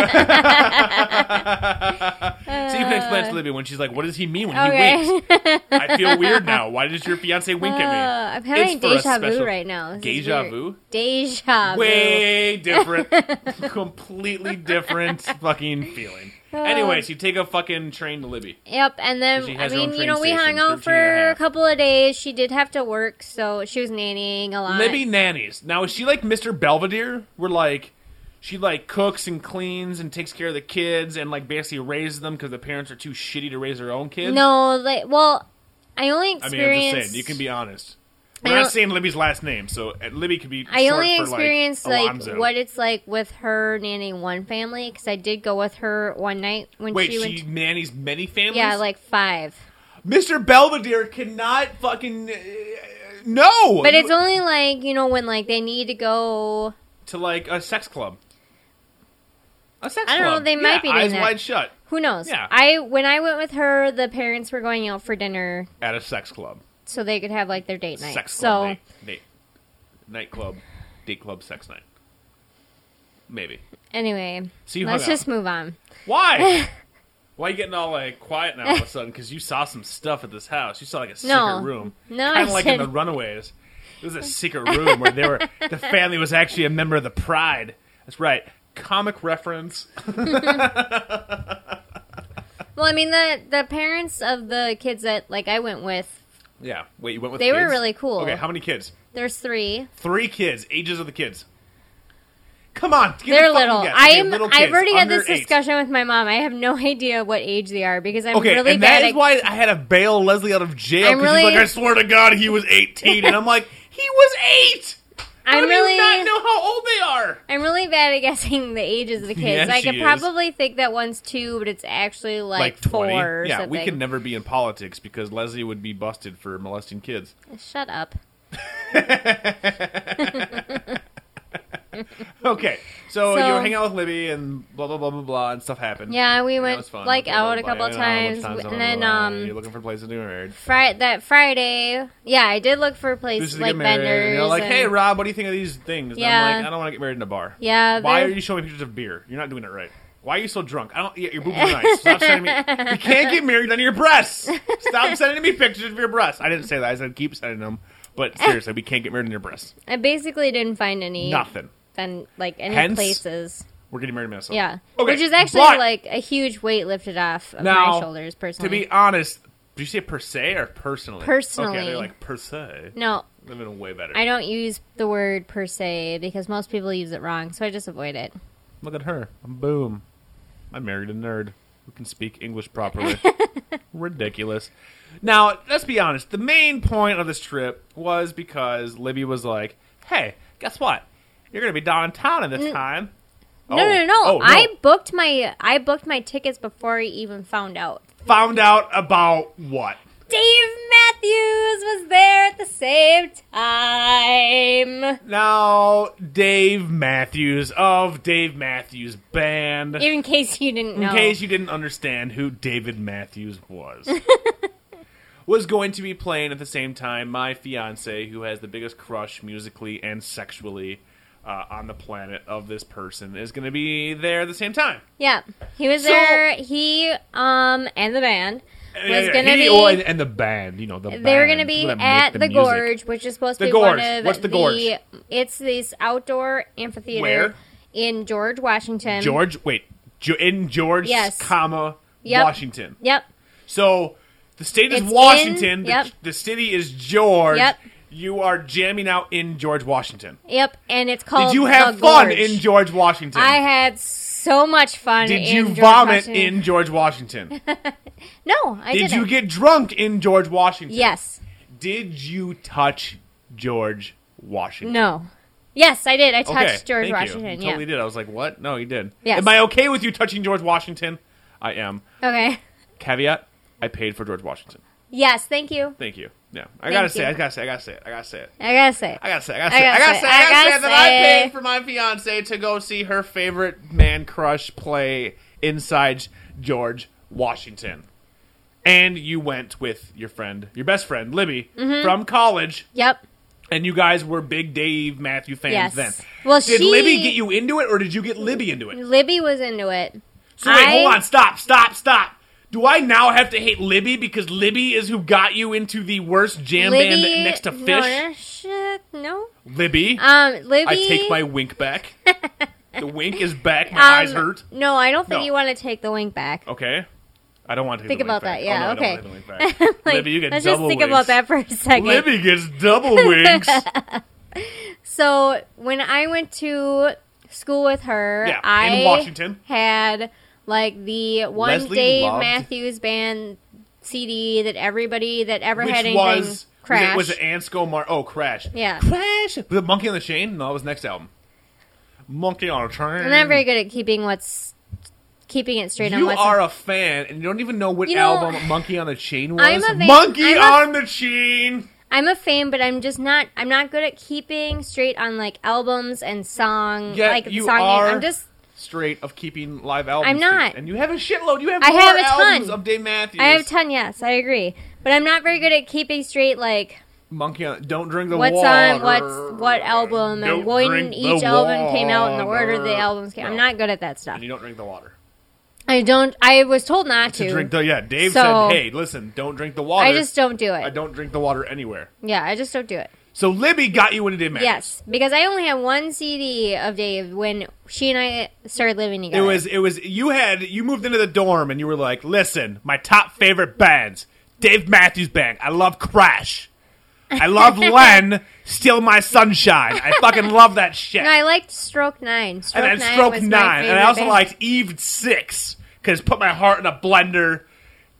E: you can explain to Libby when she's like, what does he mean when he winks?
F: Uh. okay. [laughs]
E: I feel weird now. Why does your fiance wink
F: Uh,
E: at me?
F: I'm
E: It's
F: having
E: for a
F: deja vu
E: special-
F: right now. This is
E: Deja
F: weird.
E: vu?
F: Deja vu.
E: way different,
F: [laughs]
E: completely different fucking feeling.
F: Uh.
E: Anyways, you take a fucking train to Libby.
F: Yep, and
E: She
F: then I
E: has her own
F: mean,
E: train
F: you know, we
E: station,
F: hung
E: 13 and
F: out
E: a
F: for a
E: half.
F: couple of days. She did have to work, so she was nannying a lot.
E: Libby nannies. Now is she like Mr. Belvedere? Where like she like cooks and cleans and takes care of the kids and like basically raises them because the parents are too shitty to raise their own kids.
F: No, like, well, I only
E: I
F: experienced.
E: mean I'm just saying you can be honest. We're
F: I
E: not
F: don't-
E: saying Libby's last name, so uh, Libby could be.
F: I
E: short
F: only
E: for,
F: experienced
E: like,
F: like,
E: Alonzo.
F: what it's like with her nannying one family because I did go with her one night when
E: Wait,
F: she
E: she,
F: went.
E: nannies many families.
F: yeah, like five.
E: Mr. Belvedere cannot fucking uh, no.
F: But it's
E: You-
F: only like you know when like they need to go.
E: to like a sex club. A sex
F: I don't know,
E: club.
F: they might
E: Yeah,
F: be doing
E: eyes
F: that.
E: wide shut
F: Who knows?
E: Yeah.
F: I when I went with her, the parents were going out for dinner
E: at a sex club.
F: so they could have like their date night.
E: Sex
F: so
E: club. Night. Night. Nightclub. Date club sex night. Maybe.
F: anyway,
E: So you
F: let's
E: hung out.
F: just move on. [laughs]
E: Why? Why are you getting all like quiet now all of a sudden? Because you saw some stuff at this house. You saw like a secret
F: No.
E: room,
F: No,
E: kind
F: I
E: of like in the
F: didn't.
E: Runaways. It was a secret room where they were the family was actually a member of the Pride. That's right. Comic reference.
F: Well, I mean the the parents of the kids that like I went with,
E: Yeah. Wait, you went with
F: They were
E: kids?
F: really cool.
E: Okay, how many kids?
F: there's three.
E: Three kids. Ages of the kids. Come on. give me
F: They're
E: a fucking
F: little.
E: guess. Okay,
F: I'm.
E: little
F: I've
E: kids,
F: already had
E: under
F: this
E: eight.
F: discussion with my mom. I have no [laughs] idea what age they are because I'm
E: Okay,
F: really
E: and
F: bad
E: that is
F: at.
E: why I had to bail Leslie out of jail.
F: I'm
E: because
F: really-
E: like, I swear to God, he was 18, and I'm like, he was eight. How
F: I'm
E: do
F: really.
E: you not know how old they are?
F: I'm really bad at [laughs] guessing the ages of the
E: Yes,
F: kids. I
E: she
F: could
E: is.
F: probably think that one's two, but it's actually like, four or
E: Yeah,
F: something.
E: we could never be in politics because Leslie would be busted for molesting kids.
F: Shut up.
E: Okay, so,
F: So-
E: you hang out with Libby and blah blah blah blah blah, and stuff happened.
F: Yeah, we
E: That
F: went
E: was fun.
F: like
E: Blah, blah,
F: out a
E: blah,
F: couple
E: yeah,
F: times,
E: blah, blah, blah,
F: and then
E: blah, blah, you're
F: um,
E: looking for places to get married.
F: Fri- that Friday, yeah, I did look for
E: Places
F: places
E: to
F: like
E: get married.
F: vendors.
E: and you're like,
F: and-
E: hey Rob, what do you think of these things? And I'm
F: Yeah.
E: like, I don't want to get married in a bar.
F: yeah,
E: Why
F: there-
E: are you showing me pictures of beer? You're not doing it right. Why are you so drunk? I don't. Yeah, your boobs are nice.
F: [laughs]
E: Stop sending me. You can't get married on your breasts. Stop sending me pictures of your breasts. I didn't say that. I said keep sending them. But seriously, we can't get married on your breasts.
F: I basically didn't find any
E: Nothing.
F: ven- like any
E: Hence-
F: places.
E: We're getting married in Minnesota.
F: Yeah,
E: Okay,
F: which is actually
E: but-
F: like a huge weight lifted off of
E: Now,
F: my shoulders
E: To
F: personally.
E: be honest, did you say per se or personally?
F: Personally.
E: Okay, they're like per se.
F: no,
E: That'd have been way better.
F: I don't use the word per se because most people use it wrong, so I just avoid it.
E: Look at her. Boom. I married a nerd who can speak English
F: [laughs]
E: properly. Ridiculous. Now, let's be honest. The main point of this trip was because Libby was like, hey, guess what? You're going to be downtown at this time.
F: Mm. No,
E: Oh.
F: no, no,
E: Oh,
F: I booked my I booked my tickets before I even found out.
E: found out about what?
F: Dave Matthews was there at the same time.
E: Now, Dave Matthews of Dave Matthews Band.
F: In case you didn't know,
E: in case you didn't understand who David Matthews
F: [laughs]
E: was. was going to be playing at the same time my fiance, who has the biggest crush musically and sexually uh, on the planet of this person, is going to be there at the same time.
F: yeah, he was
E: So-
F: there. He um and the band was
E: Yeah,
F: gonna
E: he-
F: be.
E: oh, and, and the band, you know, the
F: they were
E: going to
F: gonna be at the,
E: music.
F: Gorge, which is supposed
E: The
F: to be
E: Gorge.
F: one of
E: What's the Gorge?
F: It's this outdoor amphitheater
E: Where?
F: in George Washington.
E: George, wait, jo- in George,
F: Yes.
E: comma
F: Yep.
E: Washington.
F: Yep.
E: So the state is
F: It's
E: Washington.
F: in-
E: the,
F: yep.
E: the city is George.
F: Yep.
E: You are jamming out in George Washington.
F: Yep, and it's called.
E: Did you have
F: The
E: fun
F: Gorge.
E: in George Washington?
F: I had so much fun.
E: Did
F: in
E: you
F: George
E: vomit
F: Washington.
E: in George
F: [laughs]
E: Washington?
F: No, I
E: Did
F: didn't.
E: you get drunk in George Washington?
F: Yes.
E: Did you touch George Washington?
F: No. Yes, I did. I
E: Okay,
F: touched George
E: thank you.
F: Washington.
E: You
F: Yeah.
E: totally did. I was like, what? No, you did.
F: Yes.
E: Am I okay with you touching George Washington? I am.
F: Okay. [laughs]
E: Caveat: I paid for George Washington.
F: Yes, thank you.
E: Thank you. Yeah, I gotta say,
F: you.
E: I gotta say, I gotta say it. I gotta say it.
F: I gotta say.
E: I gotta say, I gotta say, I gotta say, I gotta say that I paid for my fiance to go see her favorite man crush play inside George Washington. And you went with your friend, your best friend, Libby, from college,
F: Yep.
E: and you guys were big Dave Matthew fans
F: Yes.
E: then.
F: Well,
E: did
F: she-
E: Libby get you into it, or did you get Libby into it?
F: Libby was into it.
E: So wait,
F: I-
E: hold on, stop, stop, stop. Do I now have to hate Libby because Libby is who got you into the worst jam band
F: Libby
E: next to Fish?
F: No, no, shit, no.
E: Libby,
F: Um, Libby.
E: I take my wink
F: [laughs]
E: back. the wink is back. My
F: um,
E: eyes hurt.
F: No, I don't think
E: No.
F: you want to take the wink back. [laughs]
E: Okay. I don't want to take
F: Think
E: the wink
F: about that,
E: back.
F: yeah,
E: Oh, no, I
F: okay.
E: don't want to take the wink back.
F: [laughs] Like,
E: Libby, you get
F: let's just
E: double
F: think
E: winks.
F: about that for a second.
E: Libby gets double
F: [laughs]
E: winks.
F: So when I went to school with her,
E: Yeah, in
F: I
E: Washington.
F: had like the one
E: Leslie
F: Dave
E: loved-
F: Matthews Band CD that everybody that ever
E: which
F: had anything.
E: was
F: Crash.
E: Was it, was it Ants Go Mar? Oh, Crash.
F: Yeah.
E: Crash. The Monkey on the Chain. No, that was next album. Monkey on a Train.
F: I'm not very good at keeping what's keeping it straight on
E: You
F: what's.
E: are a fan, and you don't even know what
F: You know-
E: album Monkey on the Chain was.
F: I'm a va-
E: Monkey
F: I'm a-
E: on the Chain.
F: I'm a fan, but I'm just not. I'm not good at keeping straight on like albums and song.
E: Yeah,
F: like
E: you
F: song name.
E: are-
F: I'm just.
E: Straight of keeping live albums.
F: I'm not.
E: straight. And you have a shitload. You have
F: I
E: more
F: have a ton.
E: albums of Dave Matthews.
F: I have a ton. Yes, I agree. But I'm not very good at keeping straight like
E: Monkey on Don't Drink the
F: what's
E: Water.
F: on what's what album
E: Don't
F: and when
E: drink
F: each
E: the
F: album came out and the order the
E: water.
F: albums came. I'm
E: No.
F: not good at that stuff.
E: And you don't drink the water.
F: I don't. I was told not to.
E: To drink the yeah, Dave
F: So-
E: said, "Hey, listen, don't drink the water."
F: I just don't do
E: I
F: it.
E: don't drink the water anywhere.
F: Yeah, I just don't do it.
E: So Libby got you when it didn't matter.
F: Yes, because I only had one CD of Dave when she and I started living
E: It
F: together.
E: was it was you had you moved into the dorm and you were like, "Listen, my top favorite bands. Dave Matthews Band. I love Crash. I
F: [laughs]
E: love Len, Steal My Sunshine. I fucking love that shit."
F: No, I liked Stroke Nine. Stroke
E: and then
F: Nine
E: Stroke
F: was
E: 9.
F: my
E: And I
F: favorite
E: also
F: band.
E: liked Eve 6 cuz put my heart in a blender,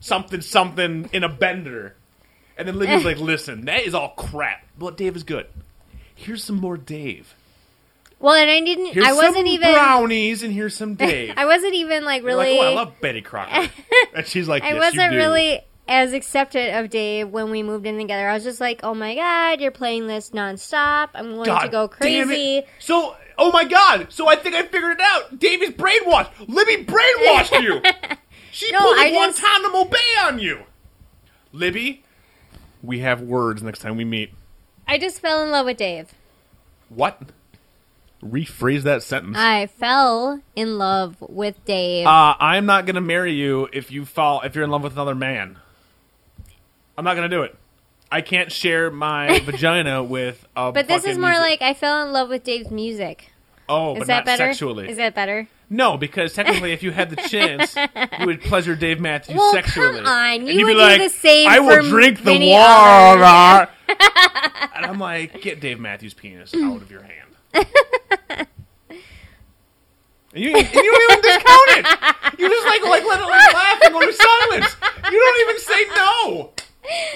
E: something something in a bender. And then
F: [laughs]
E: Libby was like, "Listen, that is all crap. But Dave is good. Here's some more Dave."
F: Well, and I didn't.
E: Here's
F: I wasn't
E: some
F: even.
E: brownies and here's some Dave.
F: [laughs] I wasn't even like
E: You're like,
F: really.
E: "Oh, I love Betty
F: [laughs]
E: Crocker. and she's like,
F: I
E: yes, you
F: wasn't
E: do."
F: really as accepted of Dave when we moved in together. I was just like, "Oh my god, you're playing this nonstop. I'm going
E: God
F: to go
E: damn it.
F: crazy."
E: So, oh my God. So I think I figured it out. Dave is brainwashed. Libby brainwashed
F: [laughs]
E: you. She
F: No,
E: pulled
F: I
E: a
F: just-
E: Guantanamo Bay on you. Libby, we have words next time we meet.
F: I just fell in love with Dave.
E: What? Rephrase that sentence.
F: I fell in love with Dave.
E: uh, I'm not gonna marry you if you fall if you're in love with another man. I'm not gonna do it. I can't share
F: [laughs]
E: my vagina with a.
F: but this is
E: fucking
F: more
E: music-
F: like I fell in love with Dave's music.
E: oh,
F: Is
E: but
F: that
E: not
F: better?
E: sexually.
F: Is that better?
E: No, because technically, if you had the chance, you would pleasure Dave Matthews
F: Well,
E: sexually.
F: come on,
E: And
F: you
E: you'd be
F: would do
E: like,
F: the same
E: I will
F: for
E: drink the
F: many
E: water. [laughs] and I'm like, get Dave Matthews' penis out of your hand. And you, and you don't even discount it. You just like like let it like, laugh and go to silence. You don't even say no.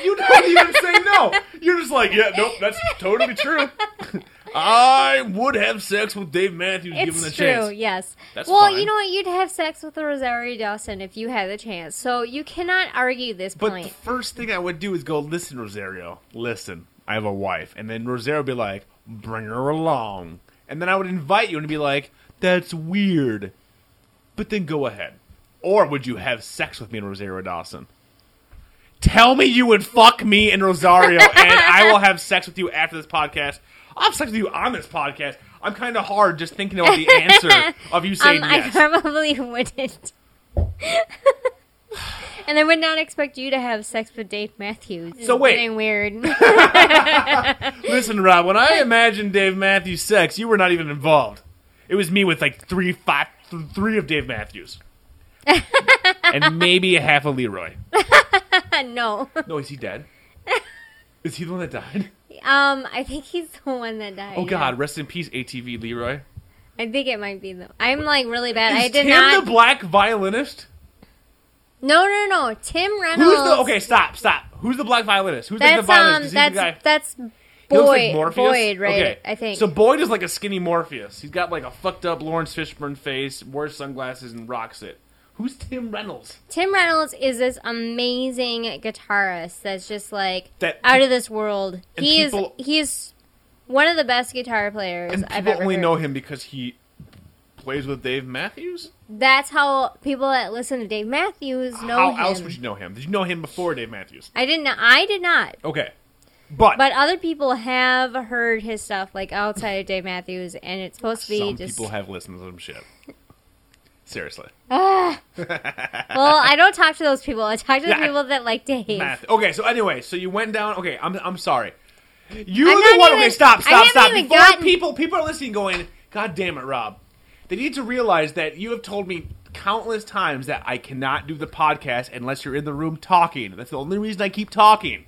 E: You don't even say no. You're just like, yeah, nope, that's totally true. [laughs] I would have sex with Dave Matthews given
F: It's
E: the
F: true.
E: chance.
F: Yes.
E: That's
F: well,
E: fine.
F: you know what? You'd have sex with Rosario Dawson if you had the chance. So you cannot argue this
E: But
F: point.
E: the first thing I would do is go, listen, Rosario, listen, I have a wife. And then Rosario would be like, bring her along. And then I would invite you and be like, that's weird. But then go ahead. Or would you have sex with me and Rosario Dawson? Tell me you would fuck me and Rosario, and I will have sex with you after this podcast. I'll have sex with you on this podcast. I'm kind of hard just thinking about the answer of you saying
F: [laughs] Um,
E: yes.
F: I probably [laughs] wouldn't. and I would not expect you to have sex with Dave Matthews. It's
E: So wait. [laughs]
F: Getting weird. [laughs]
E: Listen, Rob, when I imagined Dave Matthews sex, you were not even involved. It was me with like three, five, th- three of Dave
F: [laughs]
E: Matthews. and maybe a half of Leroy.
F: no. Um,
E: No, is he dead? Is he the one that died?
F: Um, I think he's the one that died.
E: Oh,
F: yeah.
E: God. Rest in peace, ATV Leroy.
F: I think it might be the. I'm like really bad.
E: Is
F: I did
E: Tim
F: not.
E: the black violinist?
F: No, no, no. Tim Reynolds.
E: Who's the. Okay, stop, stop. Who's the black violinist? Who's like, the
F: That's
E: violinist?
F: um.
E: 'Cause he's
F: That's
E: the guy.
F: that's
E: He looks like
F: Boyd.
E: Morpheus?
F: Boyd, right?
E: Okay.
F: I think.
E: So Boyd is like a skinny Morpheus. He's got like a fucked up Lawrence Fishburne face, wears sunglasses, and rocks it. Who's Tim Reynolds?
F: Tim Reynolds is this amazing guitarist that's just like
E: That-
F: out of this world.
E: And
F: He
E: people-
F: is he is one of the best guitar players
E: And
F: I've
E: people
F: ever
E: only
F: heard.
E: know him because he plays with Dave Matthews.
F: That's how people that listen to Dave Matthews know
E: How
F: him.
E: else would you know him? Did you know him before Dave Matthews?
F: I didn't. I did not.
E: Okay, but,
F: But other people have heard his stuff, like outside of Dave Matthews, and it's supposed to be
E: some
F: just.
E: people have listened to some shit. Seriously,
F: well, I don't talk to those people. I talk to the
E: Yeah.
F: people that like Dave.
E: Math. Okay, so anyway, so you went down. Okay, I'm I'm sorry. You
F: I'm
E: are the
F: not
E: one.
F: even-
E: okay, stop,
F: I
E: stop,
F: haven't
E: stop.
F: even
E: Before
F: gotten-
E: people people are listening, going, God damn it, Rob. They need to realize that you have told me countless times that I cannot do the podcast unless you're in the room talking. That's the only reason I keep talking.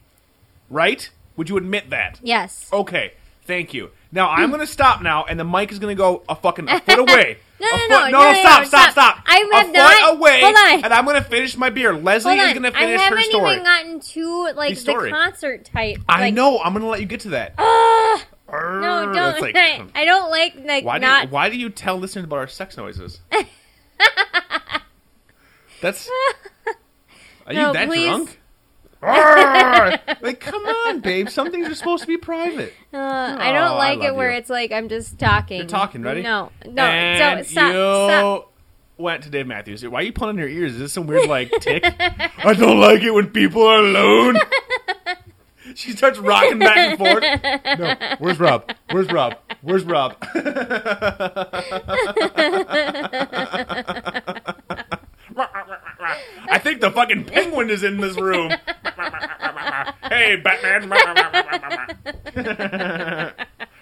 E: Right? Would you admit that?
F: Yes.
E: Okay, thank you. Now I'm gonna stop now, and the mic is gonna go a fucking a
F: [laughs]
E: foot away.
F: No,
E: A
F: no,
E: foot-
F: no,
E: no,
F: no, no,
E: stop,
F: no,
E: stop,
F: stop.
E: stop!
F: I
E: a
F: have
E: foot
F: not-
E: away,
F: hold on.
E: and I'm gonna finish my beer. Leslie
F: Hold
E: is
F: on.
E: gonna
F: I
E: finish her
F: haven't
E: story.
F: even gotten to like
E: The
F: the,
E: story.
F: concert type.
E: I
F: like-
E: know. I'm gonna let you get to
F: [gasps]
E: that.
F: Ugh,
E: Arr,
F: no,
E: that's
F: don't.
E: like-
F: I,
E: [laughs]
F: [laughs] I don't like like
E: why do
F: not.
E: you, why do you tell listeners about our sex
F: [laughs]
E: noises? That's are
F: No,
E: you that
F: please. [laughs]
E: drunk? Arr! like, come on, babe. Some things are supposed to be private.
F: uh, I
E: Oh, I
F: don't like
E: love
F: it where
E: you.
F: it's like I'm just talking.
E: You're talking, ready?
F: No, no.
E: And
F: so stop,
E: you
F: stop.
E: went to Dave Matthews. Why are you pulling on your ears? Is this some weird
F: [laughs]
E: like tick? I don't like it when people are alone. she starts rocking back and forth. No, where's Rob? Where's Rob? Where's Rob? I think the fucking penguin is in this room. hey, Batman.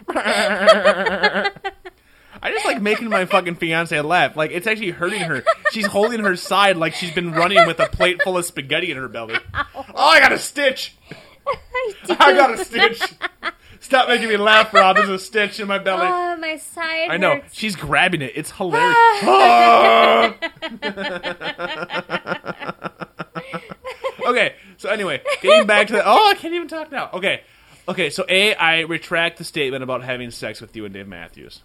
F: [laughs]
E: I just like making my fucking fiance laugh. Like it's actually hurting her. She's holding her side like she's been running with a plate full of spaghetti in her belly. Oh, I got a stitch.
F: [laughs]
E: [laughs] I got a stitch. Stop making me laugh, Rob. There's a stitch in my belly.
F: Oh, my side.
E: I know.
F: hurts.
E: She's grabbing it. It's hilarious. Ah! [laughs] okay. So anyway, getting back to the Oh, I can't even talk now. Okay. Okay, so A, I retract the statement about having sex with you and Dave Matthews.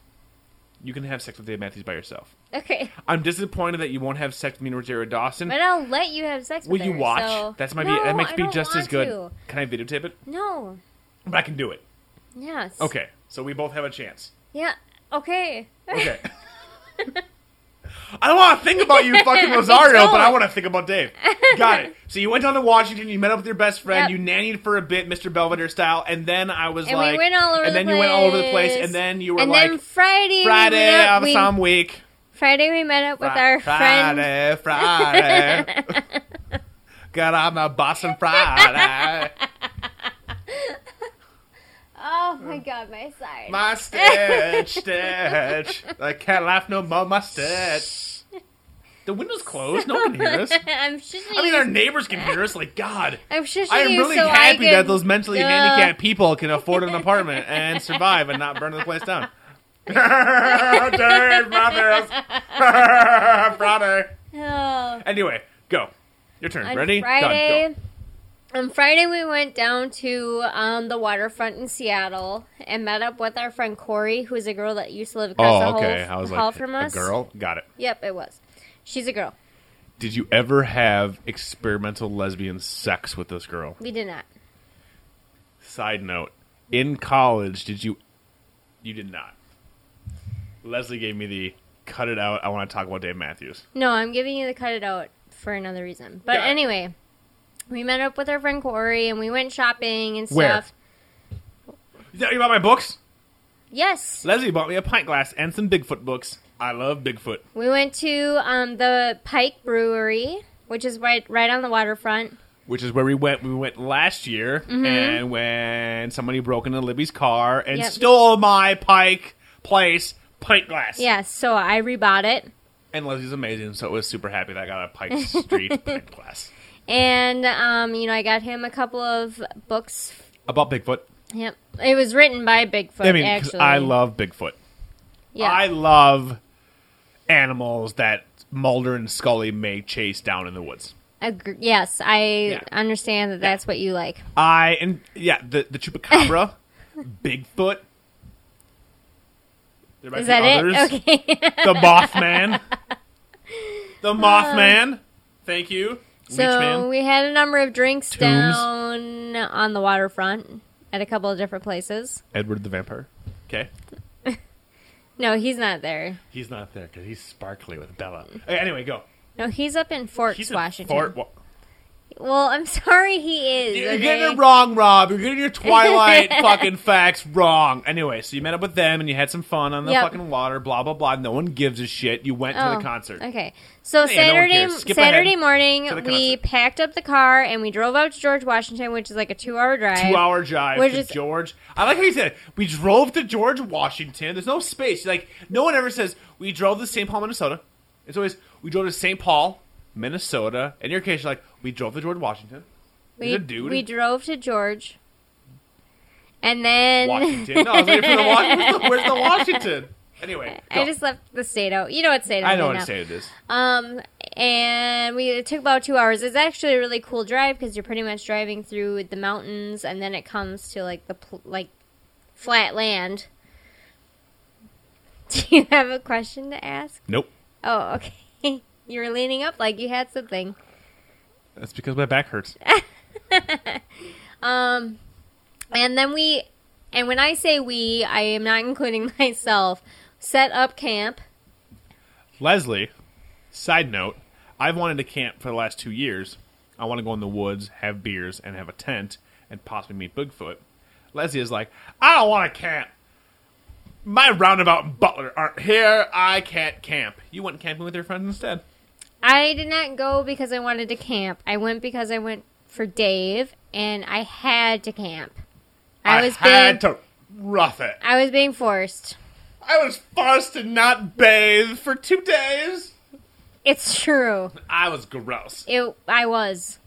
E: You can have sex with Dave Matthews by yourself.
F: Okay, [laughs]
E: I'm disappointed that you won't have sex with me and Rosario Dawson.
F: but I'll let you have sex.
E: Will
F: with
E: you
F: her,
E: watch?
F: So.
E: That's might
F: no,
E: be that might
F: I
E: be
F: don't
E: just as
F: want
E: good.
F: to.
E: Can I videotape it?
F: No.
E: But I can do it.
F: Yes.
E: Okay. So we both have a chance.
F: Yeah. Okay.
E: Okay. I don't want to think about you
F: [laughs]
E: fucking Rosario, but I
F: Don't.
E: want to think about Dave. Got it. So you went down to Washington, you met up with your best friend,
F: Yep.
E: you nannied for a bit, Mr. Belvedere style, and then I was
F: And we
E: like,
F: went all over
E: and
F: the
E: then you went all over the place,
F: place.
E: and then you were
F: and
E: like,
F: then Friday. we
E: Friday,
F: met up-
E: I was
F: we-
E: some week.
F: Friday we met up with our
E: Friday,
F: friend. [laughs]
E: Friday. Got out my Boston Friday.
F: Oh my god, my side.
E: My stitch, stitch. I can't laugh no more, my stitch. The window's closed. No one can hear us.
F: [laughs] I'm shushing
E: I mean,
F: you.
E: our neighbors can hear us. Like, God.
F: I'm shushing
E: I am
F: you
E: really
F: so I
E: happy
F: can-
E: that those mentally
F: Ugh.
E: handicapped people can afford
F: [laughs]
E: an apartment and survive and not burn the place down. Dave Matthews.
F: [laughs]
E: Friday.
F: Oh.
E: Anyway, go. Your turn.
F: On
E: Ready?
F: Friday.
E: Done. Go.
F: On Friday, we went down to um, the waterfront in Seattle and met up with our friend Corey, who's a girl that used to live
E: Oh,
F: across the hall, hall from us.
E: Got it.
F: Yep, it was. She's a girl.
E: Did you ever have experimental lesbian sex with this girl?
F: We did not.
E: Side note: In college, did you? You did not. Leslie gave me the cut it out. I want to talk about Dave Matthews.
F: No, I'm giving you the cut it out for another reason. But
E: Got it.
F: anyway, we met up with our friend Corey and we went shopping and
E: Where?
F: stuff.
E: You know, you bought my books.
F: Yes,
E: Leslie bought me a pint glass and some Bigfoot books. I love Bigfoot.
F: we went to um, the Pike Brewery, which is right right on the waterfront.
E: Which is where we went. We went last year,
F: Mm-hmm.
E: and when somebody broke into Libby's car and
F: Yep.
E: stole my Pike Place pint glass.
F: Yes, so I rebought it.
E: And Leslie's amazing, so I was super happy that I got a
F: [laughs]
E: Pike Street pint glass.
F: And um, you know, I got him a couple of books.
E: About Bigfoot.
F: Yep, it was written by Bigfoot.
E: I mean, 'cause
F: actually,
E: I love Bigfoot.
F: Yeah,
E: I love animals that Mulder and Scully may chase down in the woods.
F: Agr- yes, I
E: Yeah.
F: understand that. That's what you like.
E: I and yeah, the the
F: [laughs]
E: chupacabra, Bigfoot. There might
F: Is
E: be
F: that
E: others.
F: it? [laughs] Okay.
E: The
F: [laughs]
E: Mothman. the Mothman. Thank you. Leech
F: Um, so
E: man.
F: we had a number of drinks
E: Tombs.
F: down on the waterfront at a couple of different places.
E: Edward the Vampire. Okay.
F: No, he's not there.
E: He's not there because he's sparkly with Bella. Okay, anyway, go.
F: No, he's up in Forks,
E: He's in
F: Washington.
E: Fort Wa-
F: well, I'm [laughs] sorry, he is.
E: You're
F: okay?
E: getting it wrong, Rob. You're getting your
F: [laughs]
E: Twilight fucking facts wrong. Anyway, so you met up with them and you had some fun on the
F: Yep.
E: fucking water, blah blah blah. No one gives a shit. You went to
F: Oh,
E: the concert.
F: Okay. So
E: Hey, no one
F: Saturday
E: cares. Skip
F: Saturday
E: ahead to the
F: morning, we
E: concert.
F: packed up the car and we drove out to George Washington, which is like a two-hour drive.
E: Two hour drive
F: We're
E: to
F: just-
E: George. I like how you said it. we drove to George Washington. There's no space. Like no one ever says we drove to St. Paul, Minnesota. It's always we drove to St. Paul, Minnesota. In your case, you're like we drove to George Washington.
F: We,
E: He's a dude.
F: we drove to George, And then
E: Washington. No, I was waiting for the Washington. Where's the Washington? Anyway,
F: [laughs] I
E: no.
F: just left the state out. You know what state I'm
E: I know
F: in
E: what
F: now.
E: to say to this.
F: Um, and we it took about two hours. It's actually a really cool drive because you're pretty much driving through the mountains, and then it comes to like the pl- like flat land. [laughs] Do you have a question to ask?
E: Nope.
F: Oh, [laughs] okay. You were leaning up like you had something.
E: That's because my back hurts.
F: Um, and then we, and when I say we, I am not including [laughs] myself. Set up camp.
E: Leslie, side note, I've wanted to camp for the last two years. I want to go in the woods, have beers, and have a tent, and possibly meet Bigfoot. Leslie is like, I don't want to camp. My roundabout and butler aren't here. I can't camp. You went camping with your friends instead.
F: I did not go because I wanted to camp. I went because I went for Dave, and I had to camp. I, was
E: had
F: being
E: to rough it.
F: I was being forced.
E: I was forced to not bathe for two days.
F: It's true.
E: I was gross.
F: It I was.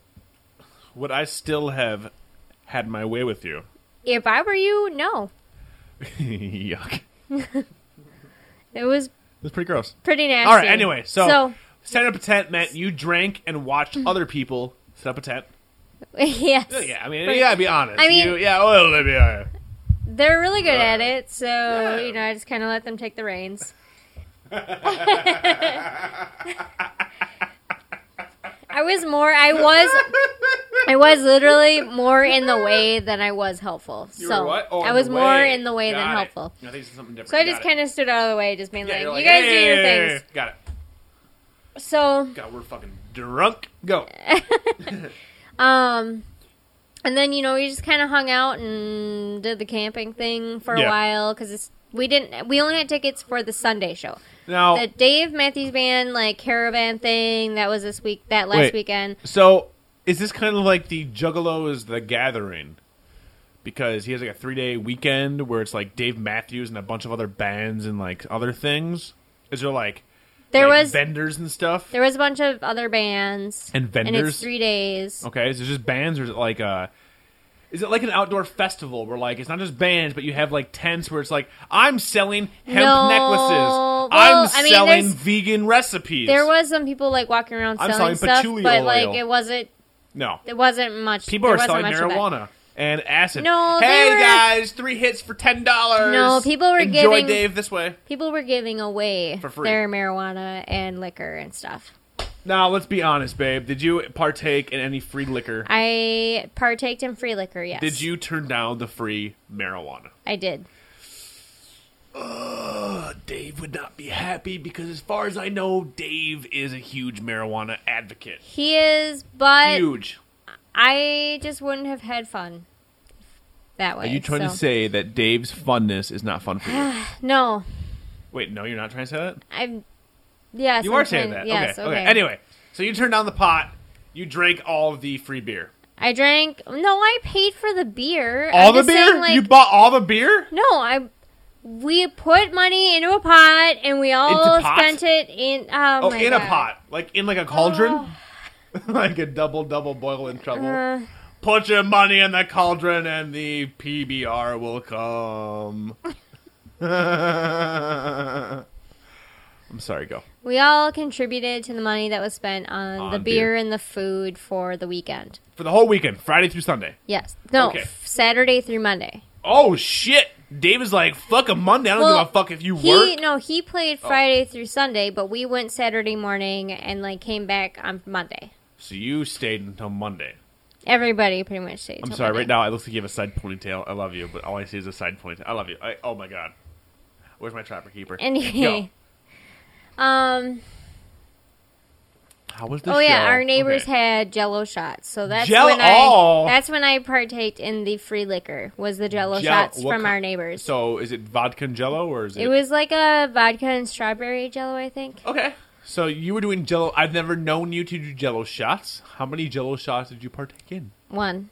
E: Would I still have had my way with you? [laughs]
F: If I were you, no.
E: Yuck.
F: It was
E: That's pretty gross.
F: pretty nasty.
E: All right. Anyway, so,
F: so [laughs]
E: set up a tent meant you drank and watched
F: Mm-hmm.
E: other people set up a tent. Oh,
F: yes,
E: Yeah, yeah, I mean, you gotta be honest.
F: I mean-
E: you, yeah, well, let me-
F: [laughs]
E: uh,
F: they're really good at it. So you know, I just kind of let them take the reins. I was more. I was. I was literally more in the way than I was helpful.
E: You
F: so
E: were what? Oh,
F: I
E: in
F: was
E: the
F: more
E: way.
F: in the way
E: Got
F: than
E: it.
F: helpful.
E: No, I think it's something different.
F: So I just kind of stood out of the way, just being like, "You guys do your things."
E: Got it.
F: So
E: God, we're fucking drunk.
F: [laughs]
E: Go.
F: Um, and then you know we just kind of hung out and did the camping thing for
E: Yeah.
F: a while because we didn't we only had tickets for the Sunday show,
E: Now,
F: the Dave Matthews Band like caravan thing that was this week that last
E: Wait.
F: weekend.
E: so is this kind of like the Juggalo is the Gathering? Because he has like a three day weekend where it's like Dave Matthews and a bunch of other bands and like other things. Is there like
F: There
E: like,
F: was
E: vendors and stuff?
F: there was a bunch of other bands
E: And
F: and
E: vendors?
F: it's three days.
E: Okay, is it just bands or is it like a? Is it like an outdoor festival where like it's not just bands, but you have like tents where it's like I'm selling hemp
F: No,
E: necklaces,
F: well,
E: I'm
F: I mean,
E: selling
F: there's-
E: vegan recipes.
F: There was some people like walking around
E: I'm
F: selling
E: selling
F: stuff,
E: patchouli
F: but
E: oil.
F: like it wasn't
E: no
F: it wasn't much.
E: people
F: there
E: are
F: wasn't
E: selling
F: much of it.
E: marijuana and acid.
F: No, they
E: hey
F: were-
E: guys, three hits for ten dollars.
F: No, people were
E: Enjoy
F: giving-
E: Dave this way.
F: People were giving away
E: For free.
F: their marijuana and liquor and stuff.
E: Now let's be honest, babe. Did you partake in any free liquor?
F: I partaked in free liquor. Yes.
E: Did you turn down the free marijuana?
F: I did.
E: Uh, Dave would not be happy because, as far as I know, Dave is a huge marijuana advocate.
F: He is, but
E: Huge.
F: I just wouldn't have had fun that way.
E: Are you trying to
F: so-
E: say that Dave's funness is not fun for
F: [sighs]
E: you?
F: no?
E: Wait, no, you're not trying to say that?
F: I'm. Yes,
E: You
F: I'm
E: are saying
F: trying-
E: that.
F: Yes,
E: okay, okay. Anyway, so you turned down the pot, you drank all of the free beer.
F: I drank. No, I paid for the beer.
E: All
F: I'm
E: the
F: just
E: beer?
F: saying, like, Oh
E: you bought all the beer?
F: no, I. We put money into a pot, and we all
E: Into pot?
F: spent it in. Oh,
E: Oh,
F: my
E: in a
F: God. Oh.
E: pot. Like in like a cauldron? [laughs] like a double double boil in trouble.
F: Uh,
E: Put your money in the cauldron and the PBR will come. [laughs] I'm sorry, go.
F: [sighs] we all contributed to the money that was spent on, the
E: On
F: beer,
E: beer.
F: and the food for the weekend.
E: For the whole weekend, Friday through Sunday.
F: Yes. No,
E: Okay.
F: f- Saturday through Monday.
E: Oh shit! Dave is like, fuck a Monday. I don't
F: Well,
E: give a fuck if you
F: He
E: work. Oh.
F: no, he played Friday through Sunday, but we went Saturday morning and like came back on Monday.
E: So you stayed until Monday.
F: Everybody pretty much stayed.
E: I'm
F: till
E: sorry. Right
F: Monday.
E: now, it looks like you have a side ponytail. I love you, but all I see is a side ponytail. I love you. I, oh my god. Where's my trapper keeper?
F: Anyway. Um.
E: Go. how was the
F: Oh yeah,
E: show?
F: our neighbors
E: Okay.
F: had Jello shots, so that's
E: Jell-
F: when I
E: oh.
F: that's when I partaked in the free liquor. Was the Jello
E: Jell-
F: shots
E: what
F: from
E: ki-
F: our neighbors?
E: So is it vodka and Jello, or is it?
F: it was like a vodka and strawberry Jello, I think.
E: okay. So you were doing Jello. I've never known you to do Jello shots. How many Jello shots did you partake in?
F: One.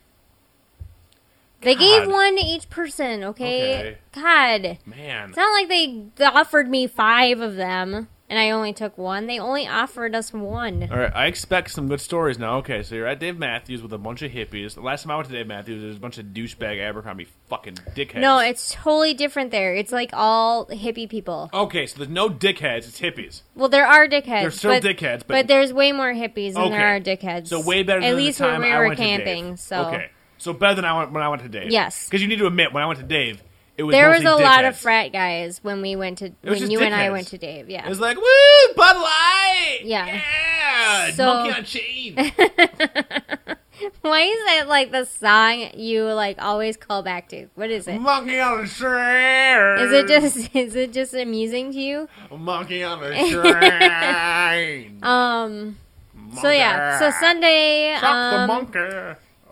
F: They gave
E: God.
F: one to each person. Okay.
E: Okay.
F: God.
E: Man,
F: It's not like they offered me five of them. and I only took one. They only offered us one.
E: All right, I expect some good stories now. Okay, so you're at Dave Matthews with a bunch of hippies. The last time I went to Dave Matthews, there was a bunch of douchebag Abercrombie fucking dickheads.
F: No, it's totally different there. It's like all hippie people.
E: okay. So there's no dickheads. It's hippies.
F: Well, there are dickheads.
E: There's still dickheads, but-
F: there's way more hippies than
E: Okay.
F: there are dickheads.
E: So way better.
F: At
E: than
F: least
E: the time
F: when we
E: I
F: were
E: went to Dave.
F: camping. So
E: okay, so better than I went when I went to Dave.
F: Yes.
E: because you need to admit when I went to Dave, it was
F: there was a
E: mostly
F: lot of
E: dickheads.
F: frat guys when we went to
E: was
F: when
E: just
F: you and I
E: dickheads.
F: went to Dave. Yeah.
E: It was like woo Bud Light.
F: Yeah.
E: yeah
F: So-
E: monkey on chain.
F: Why is that like the song you like always call back to? What is it?
E: monkey on a chain.
F: Is it just [laughs] is it just amusing to you?
E: monkey on
F: [laughs]
E: a train?
F: Um. So yeah. So Sunday. Um,
E: monkey.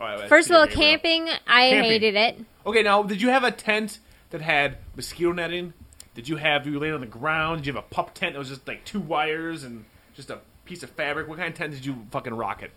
E: Oh,
F: first of all, camping. I
E: Camping.
F: hated it.
E: Okay, now did you have a tent that had mosquito netting? Did you have you laid on the ground? Did you have a pup tent that was just like two wires and just a piece of fabric? What kind of tent did you fucking rock it?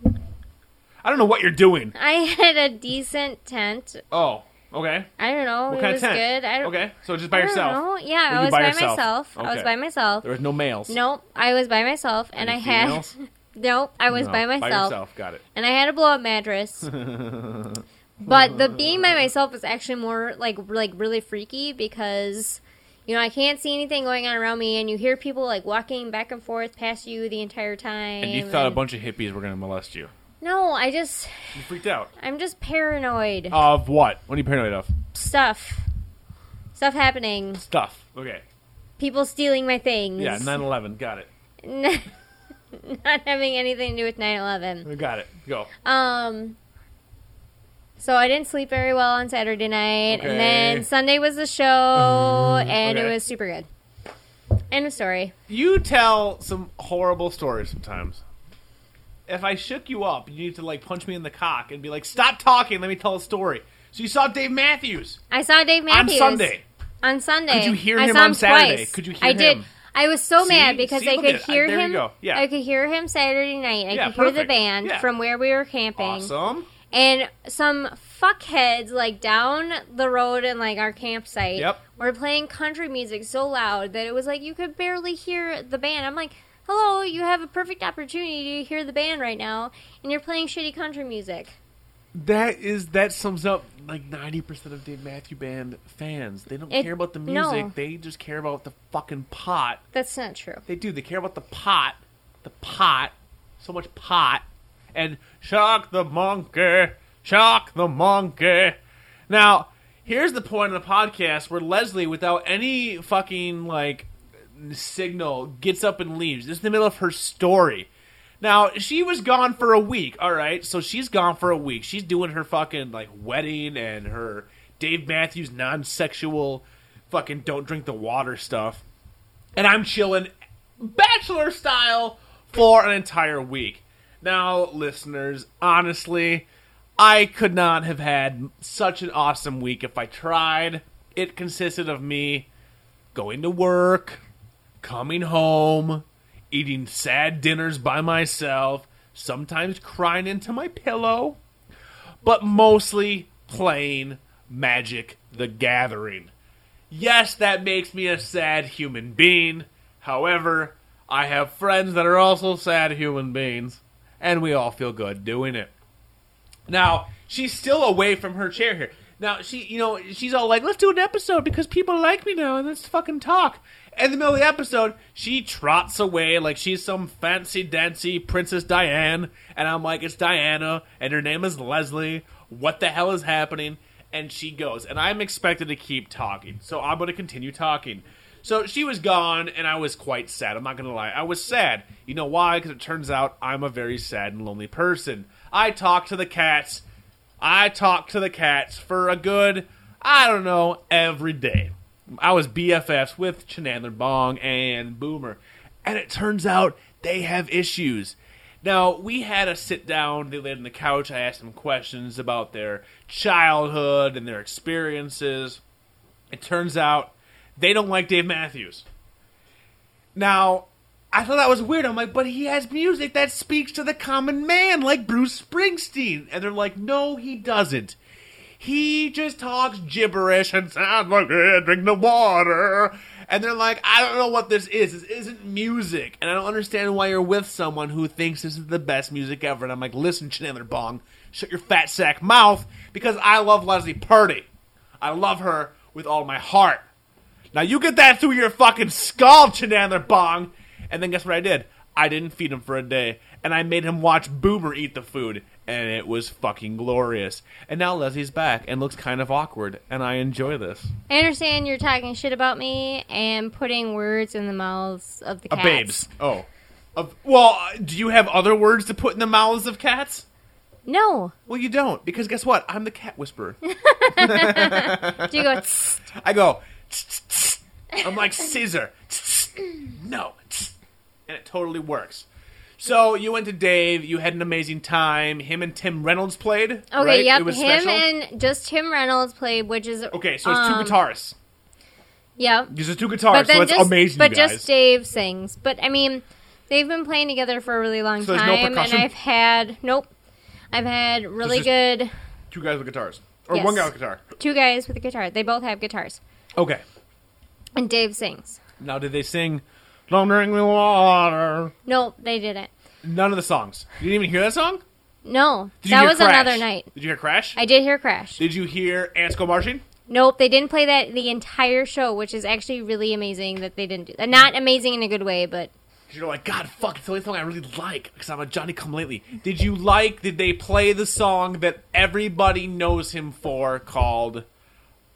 E: I don't know what you're doing.
F: I had a decent tent.
E: Oh, okay.
F: I don't know.
E: What
F: it
E: kind
F: was
E: of tent?
F: good. I don't.
E: okay, so just by
F: I don't
E: yourself.
F: know. Yeah,
E: Were
F: I
E: you
F: was
E: by
F: by
E: yourself?
F: myf. I was
E: Okay.
F: by myself.
E: There was no males.
F: Nope, I was by myself, and I
E: Any
F: had
E: females?
F: [laughs] nope, I was
E: No,
F: by myself,
E: By yourself, got it.
F: and I had a blow
E: [laughs]
F: up mattress. but the being by myself was actually more like like really freaky because you know I can't see anything going on around me, and you hear people like walking back and forth past you the entire time.
E: And you thought a bunch of hippies were gonna molest you.
F: No, I just
E: You freaked out.
F: I'm just paranoid.
E: Of what? What are you paranoid of?
F: Stuff, stuff happening,
E: Stuff. Okay.
F: people stealing my things.
E: Yeah, 9-11. Got it.
F: [laughs] not having anything to do with 9-11
E: Got it. Go.
F: um so i didn't sleep very well on saturday night
E: Okay. Mm-hmm.
F: and then sunday was the show and
E: okay.
F: it was super good end of story
E: You tell some horrible stories sometimes. If I shook you up, you need to like punch me in the cock and be like, "Stop talking. Let me tell a story." So you saw Dave Matthews
F: i saw dave matthews
E: on Sunday.
F: on sunday
E: Could you hear
F: I
E: him
F: saw
E: on Saturday?
F: twice.
E: Could you hear
F: i did
E: him?
F: i was so
E: See?
F: mad because
E: See,
F: i
E: look
F: could
E: at it. I-
F: hear
E: there you
F: him
E: go. Yeah.
F: i could hear him saturday night i
E: Yeah,
F: could hear the
E: perfect.
F: band
E: Yeah.
F: from where we were camping
E: Awesome.
F: and some fuckheads like down the road in like our campsite
E: Yep.
F: were playing country music so loud that it was like you could barely hear the band. I'm like, hello, you have a perfect opportunity to hear the band right now, and you're playing shitty country music.
E: That is that sums up like ninety percent of Dave Matthews Band fans. They don't
F: It-
E: care about the
F: no.
E: music. They just care about the fucking pot.
F: That's not true.
E: They do. They care about the pot. The pot. So much pot. And shock the monkey. Shock the monkey. Now, here's the point of the podcast where Leslie, without any fucking, like, signal, gets up and leaves. This is the middle of her story. Now, she was gone for a week, all right? So she's gone for a week. She's doing her fucking, like, wedding and her Dave Matthews non sexual fucking don't drink the water stuff and I'm chilling bachelor style for an entire week. Now, listeners, honestly, I could not have had such an awesome week if I tried. It consisted of me going to work, coming home, eating sad dinners by myself, sometimes crying into my pillow, but mostly playing Magic the Gathering. Yes, that makes me a sad human being. However, I have friends that are also sad human beings, and we all feel good doing it. Now, she's still away from her chair here. Now, she, you know, she's all like, let's do an episode because people like me now and let's fucking talk. In the middle of the episode, she trots away like she's some fancy dancy Princess Diane. And I'm like, it's Diana and her name is Leslie. What the hell is happening? And she goes. And I'm expected to keep talking. So I'm going to continue talking. So she was gone, and I was quite sad. I'm not going to lie. I was sad. You know why? Because it turns out I'm a very sad and lonely person. I talked to the cats. I talked to the cats for a good, I don't know, every day. I was BFFs with Chenandler Bong and Boomer. And it turns out they have issues. Now, we had a sit down. They laid on the couch. I asked them questions about their childhood and their experiences. It turns out they don't like Dave Matthews. Now, I thought that was weird. I'm like, but he has music that speaks to the common man, like Bruce Springsteen. And they're like, no, he doesn't. He just talks gibberish and sounds like, yeah, drink the water. and they're like, I don't know what this is. This isn't music, and I don't understand why you're with someone who thinks this is the best music ever. And I'm like, listen, Chandler Bong, shut your fat sack mouth because I love Leslie Purdy. I love her with all my heart. Now you get that through your fucking skull, Chandler Bong. And then guess what I did? I didn't feed him for a day, and I made him watch Boomer eat the food, and it was fucking glorious. And now Leslie's back and looks kind of awkward, and I enjoy this.
F: I understand you're talking shit about me and putting words in the mouths of the
E: A
F: cats.
E: babes. Oh. Of, well, uh, do you have other words to put in the mouths of cats?
F: No.
E: Well, you don't, because guess what? I'm the cat whisperer.
F: Do you
E: [laughs]
F: go? "Tss."
E: I
F: [laughs]
E: go, "Tss, tss, tss." I'm like
F: [clears throat]
E: Caesar. Tss, tss. No. tss. And it totally works. So you went to Dave. You had an amazing time. Him and Tim Reynolds played. Okay,
F: Okay.
E: right?
F: Yep.
E: It
F: Him
E: was special.
F: and just Tim Reynolds played, which is
E: okay, so it's
F: um,
E: two guitarists.
F: Yep.
E: There's just two guitarists, so it's
F: just,
E: amazing,
F: But
E: you guys.
F: just Dave sings. But I mean, they've been playing together for a really long
E: So there's no
F: time, and
E: percussion?
F: I've had nope, I've had really
E: just-
F: good
E: two guys with guitars, or
F: Yes.
E: one guy with guitar.
F: two guys with a guitar. They both have guitars,
E: Okay.
F: and Dave sings.
E: Now, did they sing "Don't Drink Me Water"?
F: Nope, they didn't.
E: None of the songs. You didn't even hear that song.
F: No,
E: Did you
F: that
E: hear
F: was
E: Crash?
F: another night.
E: Did you hear Crash?
F: I did hear Crash.
E: Did you hear Ants Go Marching?
F: Nope, they didn't play that the entire show, which is actually really amazing that they didn't do that. Not amazing in a good way, but
E: 'Cause You're like, God, fuck, it's the only song I really like because I'm a Johnny Come Lately. Did you like? Did they play the song that everybody knows him for, called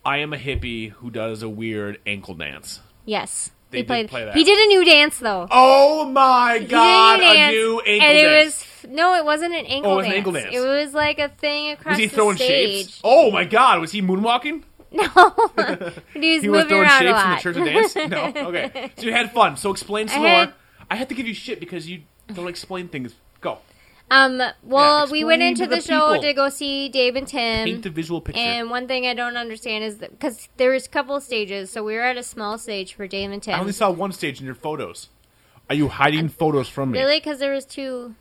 E: "I Am a Hippie Who Does a Weird Ankle Dance"?
F: yes,
E: They
F: he
E: did
F: played.
E: play that.
F: He did a new dance though.
E: Oh my God,
F: he did
E: a
F: dance,
E: new ankle
F: and
E: dance.
F: it was no, it wasn't an ankle,
E: Oh, it was an
F: dance.
E: ankle dance.
F: It was like a thing across
E: Was he
F: the
E: throwing
F: stage.
E: shapes? Oh my God, was he moonwalking?
F: [laughs] No, but he
E: [laughs]
F: was
E: He was
F: moving
E: throwing
F: around
E: shapes
F: a
E: in the
F: lot.
E: church of dance. No, okay. So you had fun. So explain some
F: I had-
E: more. I have to give you shit because you don't explain things. Go
F: [laughs] Um, well,
E: Yeah,
F: we
E: explain
F: went into
E: to the
F: the, show
E: people.
F: to go see Dave and Tim.
E: paint the visual picture.
F: Um, and one thing I don't understand is because there was a couple of stages, so we were at a small stage for Dave and Tim.
E: I only saw one stage in your photos. Are you hiding photos from me?
F: Really? Because there was two.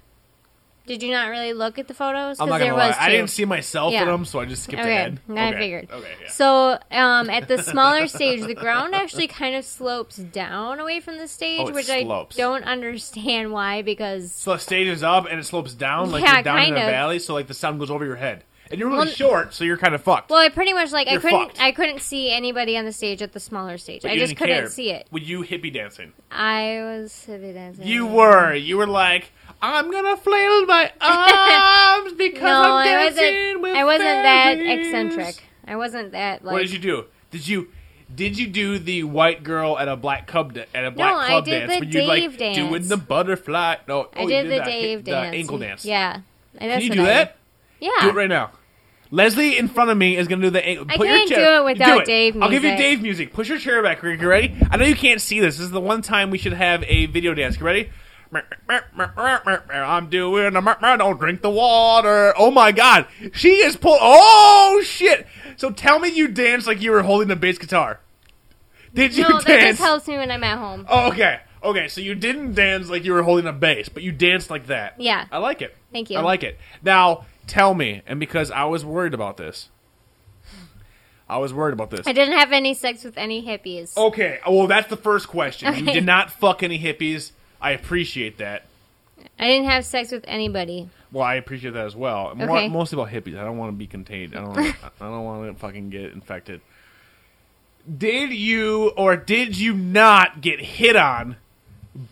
F: Did you not really look at the photos?
E: I'm
F: 'Cause
E: not
F: there
E: gonna lie.
F: was
E: I
F: two.
E: didn't see myself in
F: Yeah.
E: them, so I just skipped
F: Okay,
E: ahead.
F: I
E: Okay.
F: figured.
E: Okay, yeah.
F: So um, at the smaller stage, the ground actually kind of slopes down away from the stage,
E: Oh, it
F: which
E: slopes.
F: I don't understand why. Because
E: So the stage is up and it slopes down, like
F: Yeah,
E: you're down in
F: kind
E: a
F: of.
E: valley, so like the sound goes over your head, and you're really
F: Well,
E: short, so you're kind of fucked.
F: well, I pretty much like
E: You're
F: I couldn't
E: fucked.
F: I couldn't see anybody on the stage at the smaller stage.
E: But
F: I
E: you
F: just
E: didn't
F: couldn't
E: care.
F: see it.
E: Were you hippie dancing?
F: I was hippie dancing.
E: You were. You were like, I'm gonna flail
F: [laughs]
E: my arms because
F: No,
E: I'm
F: I
E: dancing
F: wasn't.
E: with
F: I wasn't that
E: fairies."
F: eccentric. I wasn't that like.
E: What did you do? Did you did you do the white girl at a black cub da- at a black
F: I
E: club
F: did
E: dance?
F: the
E: where you like
F: Dave dance.
E: doing the butterfly? No,
F: I
E: oh, you
F: did the
E: that-
F: Dave
E: the
F: dance.
E: ankle dance.
F: Yeah. And
E: Can
F: that's
E: you
F: what
E: do
F: I
E: that?
F: Yeah.
E: Do it right now. [laughs] Leslie in front of me is gonna do the. Ang-
F: I
E: put
F: can't
E: your
F: do
E: chair-
F: it without Dave
E: I'll give you
F: music.
E: Dave music. Push your chair back, Rick. You ready? I know you can't see this. This is the one time we should have a video dance. You ready? I'm doing a mer- mer- don't drink the water. Oh my god, she is pull. Oh shit! So tell me you danced like you were holding the bass guitar. Did you
F: No,
E: dance?
F: that just helps me when I'm at home.
E: oh, okay, okay. So you didn't dance like you were holding a bass, but you danced like that.
F: Yeah.
E: I like it.
F: Thank you.
E: I like it. Now, tell me, and because I was worried about this, I was worried about this.
F: I didn't have any sex with any hippies.
E: Okay, well, that's the first question. You
F: Okay.
E: did not fuck any hippies. I appreciate that.
F: I didn't have sex with anybody.
E: Well, I appreciate that as well. More,
F: Okay.
E: Mostly about hippies. I don't want to be contained. I don't.
F: [laughs]
E: I don't want to fucking get infected. Did you or did you not get hit on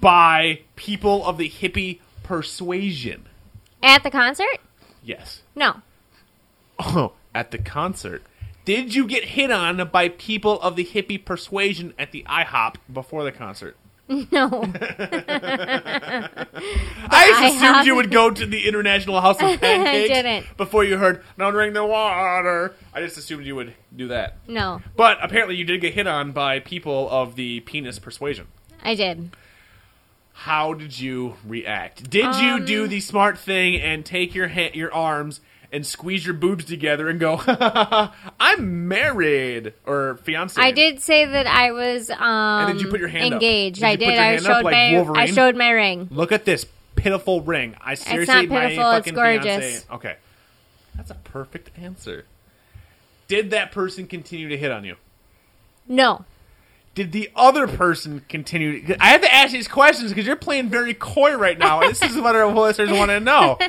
E: by people of the hippie persuasion?
F: At the concert?
E: Yes. [laughs]
F: No. [laughs]
E: Oh, at the concert. Did you get hit on by people of the hippie persuasion at the IHOP before the concert?
F: No.
E: I just assumed
F: IHOP.
E: you would go to the International
F: [laughs]
E: House of Pancakes
F: didn't.
E: before you heard "Don't drink the water." I just assumed you would do that,
F: No.
E: but apparently you did get hit on by people of the penis persuasion.
F: I did.
E: How did you react? Did you do
F: Um,
E: the smart thing and take your ha- your arms and squeeze your boobs together and go, [laughs] "I'm married" or fiance?
F: I did say that I was um
E: did you put your hand up?
F: engaged.
E: Did you
F: I
E: put
F: did.
E: your
F: I
E: hand
F: showed
E: up like
F: my I
E: Wolverine?
F: showed my ring.
E: Look at this pitiful ring. I seriously,
F: not pitiful,
E: my
F: it's
E: fucking
F: gorgeous.
E: fiancé- Okay, that's a perfect answer. Did that person continue to hit on you?
F: No.
E: Did the other person continue? I have to ask these questions because you're playing very coy right now, and this is what our listeners want to
F: [laughs]
E: know.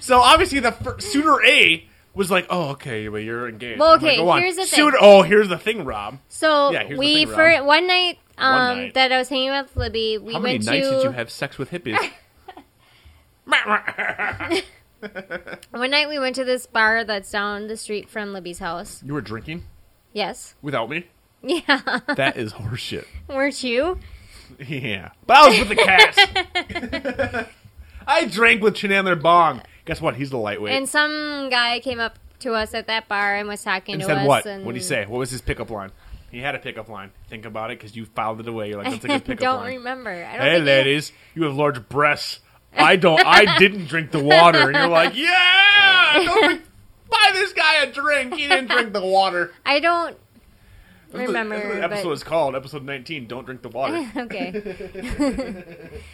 E: So obviously, the fir- suitor A was like, "Oh, okay, well, you're engaged."
F: Well,
E: I'm like,
F: okay,
E: "Go on."
F: here's the thing.
E: Suitor- oh, here's the thing, Rob.
F: So
E: Yeah, here's the
F: we
E: thing, Rob.
F: for one night um
E: One night.
F: that I was hanging out with Libby, we
E: How many
F: went
E: nights
F: to
E: did you have sex with
F: [laughs]
E: hippies?
F: one night we went to this bar that's down the street from Libby's house.
E: you were drinking
F: Yes. [laughs]
E: without me.
F: Yeah.
E: That is horseshit.
F: Weren't you?
E: Yeah. But I was with the cats. [laughs] I drank with Chandler Bong. Guess what? He's the lightweight.
F: And some guy came up to us at that bar and was talking
E: and
F: to
E: said
F: us.
E: what?
F: And
E: What'd he say? What was his pickup line? He had a pickup line. Think about it because you filed it away. You're like, that's a
F: [laughs]
E: good
F: I
E: pickup
F: don't
E: line.
F: remember. I don't
E: Hey,
F: think he-
E: ladies, you have large breasts. I don't.
F: [laughs]
E: I didn't drink the water. And you're like, yeah! Don't buy this guy a drink. He didn't drink the
F: [laughs]
E: water.
F: I don't
E: That's what the- that's what
F: remember.
E: the episode
F: [laughs]
E: is called episode 19. Don't drink the water.
F: but, okay.
E: [laughs]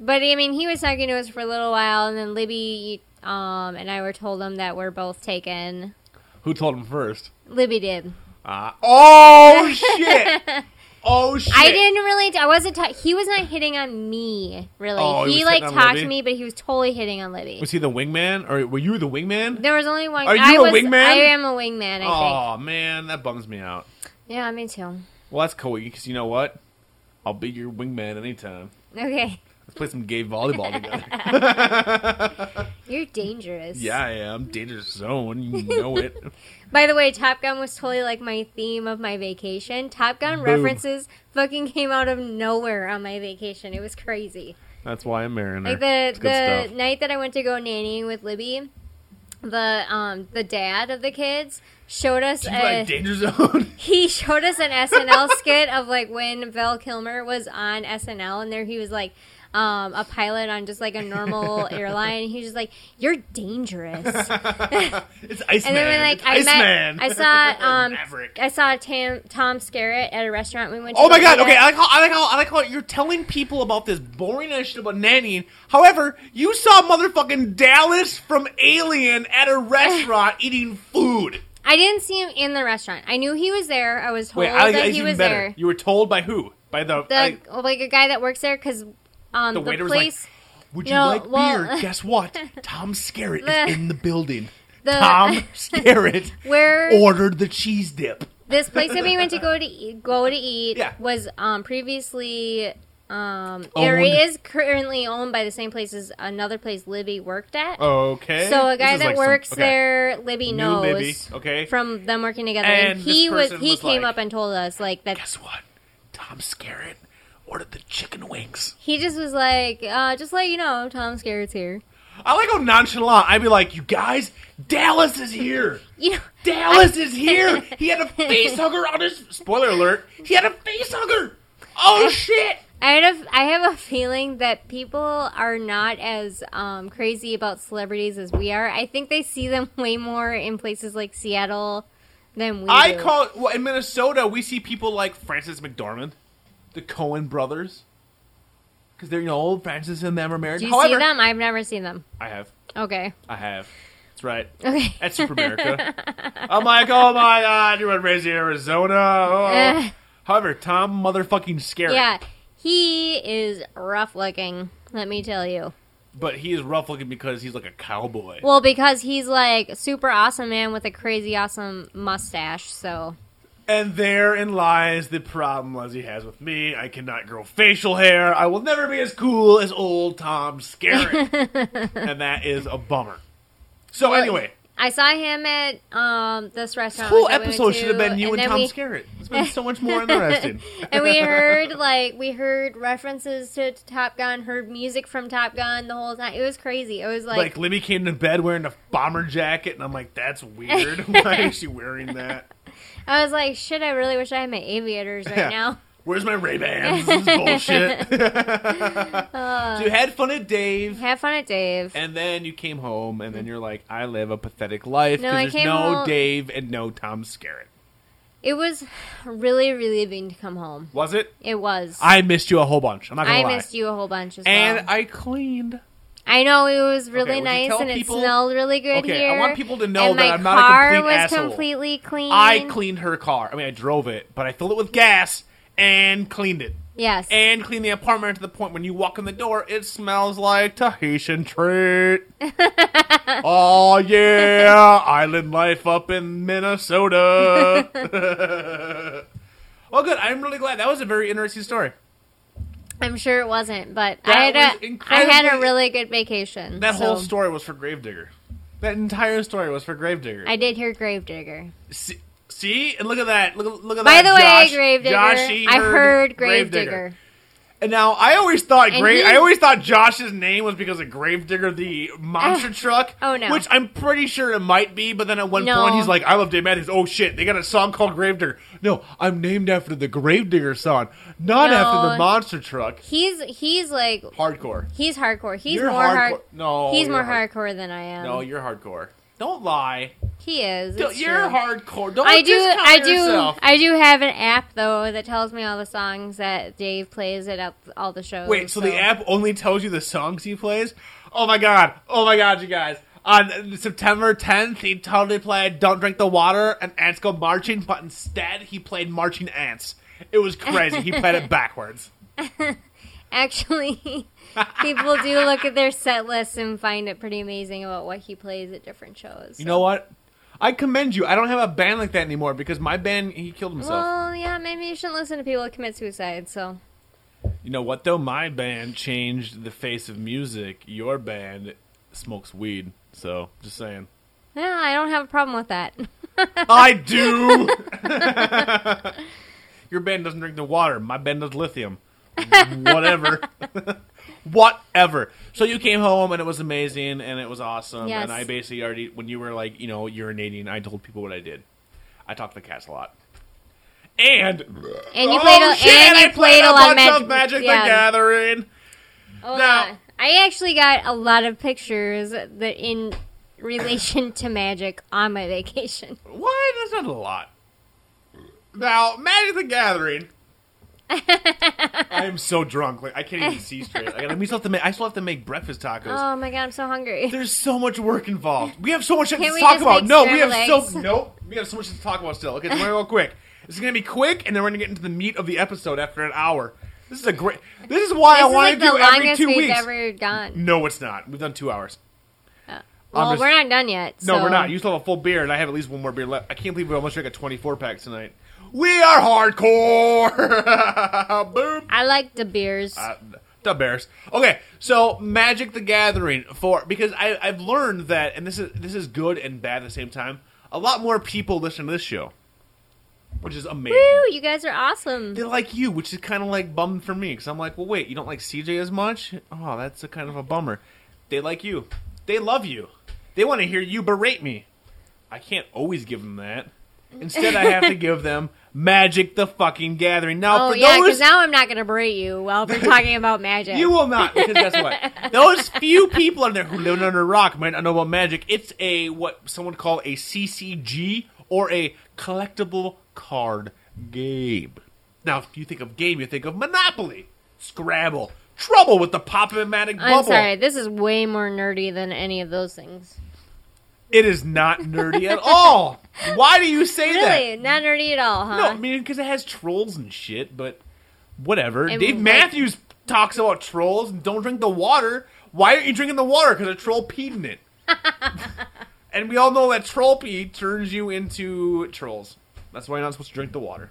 F: but I mean, he was talking to us for a little while, and then Libby um, and I were told him that we're both taken.
E: Who told him first?
F: Libby did. [laughs]
E: Uh, oh shit! Oh shit!
F: I didn't really. I wasn't. Ta- he was not hitting on me really.
E: Oh, he
F: he
E: was
F: like
E: hitting on
F: talked
E: Libby?
F: to me, but he was totally hitting on Libby.
E: Was he the wingman, or were you the wingman?
F: There was only one.
E: Are you
F: I
E: a
F: was,
E: wingman?
F: I am a wingman. I
E: Oh man, that bums me out.
F: think. Yeah, me too.
E: Well, that's cool because you know what? I'll be your wingman anytime.
F: Okay, [laughs]
E: Let's play some gay [laughs] volleyball together.
F: you're dangerous.
E: yeah, I am. Danger zone. You know it.
F: By the way, Top Gun was totally like my theme of my vacation. Top Gun references fucking came out of nowhere on my vacation. It was crazy.
E: [laughs] That's why I'm marrying her.
F: Like
E: It's
F: the
E: good
F: the
E: stuff.
F: night that I went to go nannying with Libby, the um the dad of the kids showed us
E: Do you
F: a
E: like danger zone? [laughs]
F: he showed us an SNL skit of like when Val Kilmer was on SNL, and there he was like um, a pilot on just like
E: [laughs]
F: a normal airline. He was just like, "You're dangerous."
E: it's Iceman.
F: And then when, like
E: It's
F: I
E: Iceman.
F: met, I
E: [laughs]
F: saw um,
E: Maverick.
F: I saw Tam, Tom Skerritt at a restaurant we went. to
E: Oh my
F: go
E: god!
F: to
E: Okay, I like
F: that-
E: how I like how I like how you're telling people about this boring ass shit about nannying. However, you saw motherfucking Dallas from Alien at a
F: [laughs]
E: restaurant eating food.
F: I didn't see him in the restaurant. I knew he was there. I was told
E: Wait, I,
F: that
E: it's
F: he
E: even
F: was
E: better.
F: there.
E: You were told by who? By the
F: The
E: I-
F: like a guy that works there because um,
E: the
F: the,
E: waiter was like,
F: place.
E: would you
F: you know,
E: like
F: well- [laughs]
E: beer? Guess what? Tom Skerritt
F: The-
E: is in the building.
F: [laughs] the-
E: Tom
F: [laughs]
E: Skerritt [laughs]
F: where
E: ordered the cheese dip.
F: this place that we went to go to eat, go to eat
E: Yeah.
F: was um previously um or
E: Owned.
F: is currently owned by the same place as another place Libby worked at.
E: Okay.
F: So a guy
E: This is
F: that
E: like some-
F: works
E: okay.
F: there, Libby
E: New
F: knows
E: Libby, okay.
F: from them working together.
E: And
F: And,
E: this
F: he was
E: person
F: he
E: was
F: came
E: like-
F: up and told us like that
E: Guess what? Tom Skerritt ordered the chicken wings.
F: he just was like, uh, just let you know, Tom Skerritt's here. [laughs]
E: I like how nonchalant. I'd be like, you guys, Dallas is here.
F: You know
E: Dallas is here. He
F: [laughs]
E: had a face hugger on his. Spoiler alert. He had a face hugger.
F: [laughs]
E: Oh shit.
F: I have I have a feeling that people are not as um, crazy about celebrities as we are. I think they see them [laughs] way more in places like Seattle than we.
E: I
F: do.
E: call well, in Minnesota. We see people like Francis McDormand, the Cohen brothers, because they're you know old Francis and them are married.
F: Do you
E: However,
F: see them? I've never seen them.
E: I have,
F: Okay. [laughs]
E: I have. That's right.
F: Okay. [laughs]
E: That's Super America. I'm like, oh my god, you were raised in Arizona. Oh.
F: Eh.
E: However, Tom motherfucking scary.
F: Yeah, he is rough looking. Let me tell you.
E: But he is rough looking because he's like a cowboy.
F: Well, because he's like super awesome man with a crazy awesome mustache. So
E: And therein lies the problem Leslie has with me. I cannot grow facial hair. I will never be as cool as old Tom Skerritt. and that is a bummer. So anyway,
F: I saw him at um this
E: this
F: restaurant.
E: whole
F: that we went
E: episode should have
F: to,
E: been you and,
F: then
E: Tom
F: we-
E: Skerritt. It's been so much
F: [laughs]
E: more interesting.
F: and
E: [laughs]
F: we heard like we heard references to Top Gun, heard music from Top Gun the whole time. It was crazy. It was
E: like
F: like,
E: Libby came to bed wearing a bomber jacket, and I'm like, that's
F: [laughs]
E: weird. Why is she wearing that?
F: I was like, shit, I really wish I had my aviators right
E: Yeah.
F: now.
E: Where's my Ray Bans? This is
F: [laughs]
E: bullshit. [laughs] so you had fun at Dave.
F: Have fun at Dave.
E: And then you came home, and then you're like, I live a pathetic life
F: Mm. No,
E: because
F: I
E: there's
F: came
E: no
F: home-
E: Dave and no Tom Skerritt.
F: It was really relieving to come home.
E: Was it?
F: It was.
E: I missed you a whole bunch. I'm not gonna
F: I
E: lie.
F: missed you a whole bunch as
E: And
F: well.
E: I cleaned.
F: I know it was
E: would
F: really
E: you
F: nice
E: tell
F: and
E: people-
F: it smelled really good
E: Okay,
F: here.
E: I want people to know
F: and
E: that
F: my
E: I'm not a
F: car
E: complete
F: was
E: asshole.
F: completely clean.
E: I cleaned her car. I mean, I drove it, but I filled it with gas and cleaned it.
F: Yes.
E: And cleaned the apartment to the point when you walk in the door, it smells like Tahitian
F: [laughs]
E: treat. oh yeah, island life up in
F: [laughs]
E: Minnesota. [laughs] well, good. I'm really glad that was a very interesting story.
F: I'm sure it wasn't, but I
E: That was
F: had a I had a
E: incredibly-
F: really good vacation.
E: That whole
F: so
E: story was for Gravedigger. That entire story was for Gravedigger.
F: I did hear Gravedigger.
E: see, see, and look at that. Look, look at
F: By
E: that.
F: the way,
E: Josh-
F: Gravedigger,
E: Josh, he
F: I heard
E: Gravedigger.
F: Gravedigger.
E: And now I always thought
F: And
E: Grave,
F: he-
E: I always thought Josh's name was because of Gravedigger the monster
F: Ugh.
E: truck.
F: Oh, no.
E: which I'm pretty sure it might be. But then at one
F: No.
E: point he's like, "I love Dave Matthews." Oh shit, they got a song called Gravedigger. No, I'm named after the Gravedigger song, not
F: No.
E: after the monster truck.
F: He's he's like
E: Hardcore.
F: he's hardcore. He's
E: You're
F: more hard.
E: hardcore- no,
F: he's
E: you're
F: more
E: hard-
F: hardcore than I am.
E: No, you're hardcore. Don't lie.
F: he is.
E: Don't-
F: it's
E: You're
F: true.
E: hardcore. Don't
F: I do.
E: discount
F: I do.
E: yourself.
F: I do have an app though that tells me all the songs that Dave plays at up- all the shows.
E: Wait, so, the app only tells you the songs he plays? Oh my god. Oh my god, you guys. On September 10th, he totally played Don't Drink the Water and Ants Go Marching, but instead he played Marching Ants. It was crazy. he played it
F: [laughs]
E: backwards.
F: actually [laughs] people do look at their set lists and find it pretty amazing about what he plays at different shows.
E: You know what? I commend you. I don't have a band like that anymore because my band, he killed himself.
F: Well, yeah, maybe you shouldn't listen to people who commit suicide. So
E: you know what, though? My band changed the face of music. Your band smokes weed. So, just saying.
F: yeah, I don't have a problem with that.
E: [laughs] I do. Your band doesn't drink the water. My band does lithium. Whatever. [laughs] Whatever. So you came home and it was amazing and it was awesome.
F: Yes.
E: And I basically already, when you were like, you know, urinating, I told people what I did. I talked to the cats a lot. And,
F: And you
E: oh,
F: played. A,
E: shit,
F: and you
E: I played, a,
F: lot
E: bunch
F: Magic,
E: of Magic
F: yeah.
E: the Gathering.
F: Oh,
E: Now-
F: yeah. I actually got a lot of pictures that in relation to magic on my [laughs] vacation.
E: What? That's not a lot. Now, Magic the
F: [laughs]
E: Gathering. I am so drunk. Like I can't even see straight. I, gotta, we still have to make. I still have to make breakfast tacos.
F: Oh my god, I'm so hungry.
E: There's so much work involved. We have so much shit
F: Can't
E: to
F: we
E: talk
F: just
E: about.
F: make
E: No, we have
F: scrambled
E: so
F: eggs?
E: nope. We have so much to talk about still. Okay, so we're gonna go quick. This is gonna be quick, and then we're gonna get into the meat of the episode after an hour. This is a great. This is why
F: This
E: I want
F: is like
E: to
F: the
E: do every
F: longest
E: two
F: we've
E: weeks.
F: ever gone.
E: No, it's not. We've done two hours.
F: Well,
E: just-
F: we're not done yet.
E: No,
F: so-
E: we're not. You still have a full beer, and I have at least one more beer left. I can't believe we almost drank a 24 pack tonight. We are hardcore. [laughs] Boom.
F: I like the beers.
E: Uh, the Bears. Okay, so Magic the Gathering for because I, I've learned that, and this is this is good and bad at the same time. A lot more people listen to this show, which is amazing.
F: Woo, you guys are awesome.
E: They like you, which is kind of like bummed for me because I'm like, well, wait, you don't like CJ as much? Oh, that's a kind of a bummer. They like you. They love you. They want to hear you berate me. I can't always give them that. Instead, I
F: [laughs]
E: have to give them Magic the fucking Gathering. Now,
F: Oh
E: for
F: yeah,
E: those
F: because now I'm not gonna berate you while
E: [laughs]
F: we're talking about magic.
E: you will not, because guess
F: [laughs]
E: what? Those few people in there who live under a rock might not know about magic. It's a what someone call a CCG or a collectible card game. Now, if you think of game, you think of Monopoly, Scrabble, Trouble with the Pop-O-Matic Bubble.
F: I'm sorry. This is way more nerdy than any of those things.
E: It is not nerdy at all. Why do you say
F: Really,
E: that?
F: not nerdy at all, huh?
E: No, I mean because it has trolls and shit, but whatever.
F: And
E: Dave
F: like-
E: Matthews talks about trolls and don't drink the water. Why aren't you drinking the water? Because a troll peed in it.
F: [laughs]
E: and we all know that troll pee turns you into trolls. That's why you're not supposed to drink the water.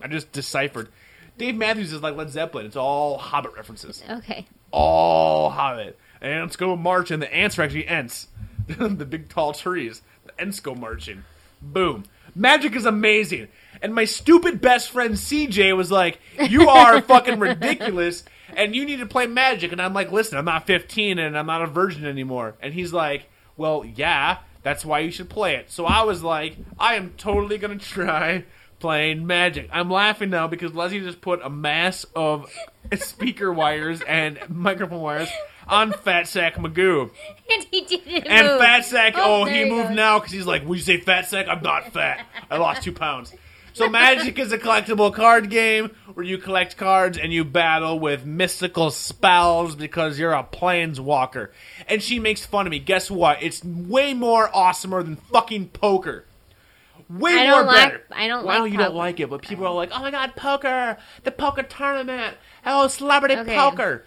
E: I just deciphered. Dave Matthews is like Led Zeppelin. It's all Hobbit references.
F: Okay. [laughs]
E: All Hobbit. And let's go march, and the ants are actually ants. [laughs] the big tall trees. The ants go marching. Boom. Magic is amazing. And my stupid best friend CJ was like, You are fucking ridiculous, and you need to play magic. And I'm like, Listen, I'm not 15 and I'm not a virgin anymore. And he's like, Well, yeah, that's why you should play it. So I was like, I am totally going to [laughs] try playing magic. I'm laughing now because Leslie just put a mass of speaker wires and microphone wires on Fat Sack Magoo.
F: And he didn't
E: And
F: move.
E: Fat Sack, oh,
F: Oh,
E: he
F: there he
E: moved
F: goes.
E: now because he's like, "Would you say Fat Sack? I'm not fat. I lost two pounds." So Magic is a collectible card game where you collect cards and you battle with mystical spells because you're a planeswalker. And she makes fun of me. Guess what? It's way more awesomer than fucking poker. way
F: I
E: more
F: don't like-
E: better.
F: I don't
E: Why
F: like
E: don't you don't
F: poker.
E: like it? But people are like, oh my god, poker, the poker tournament, oh celebrity
F: Okay.
E: poker.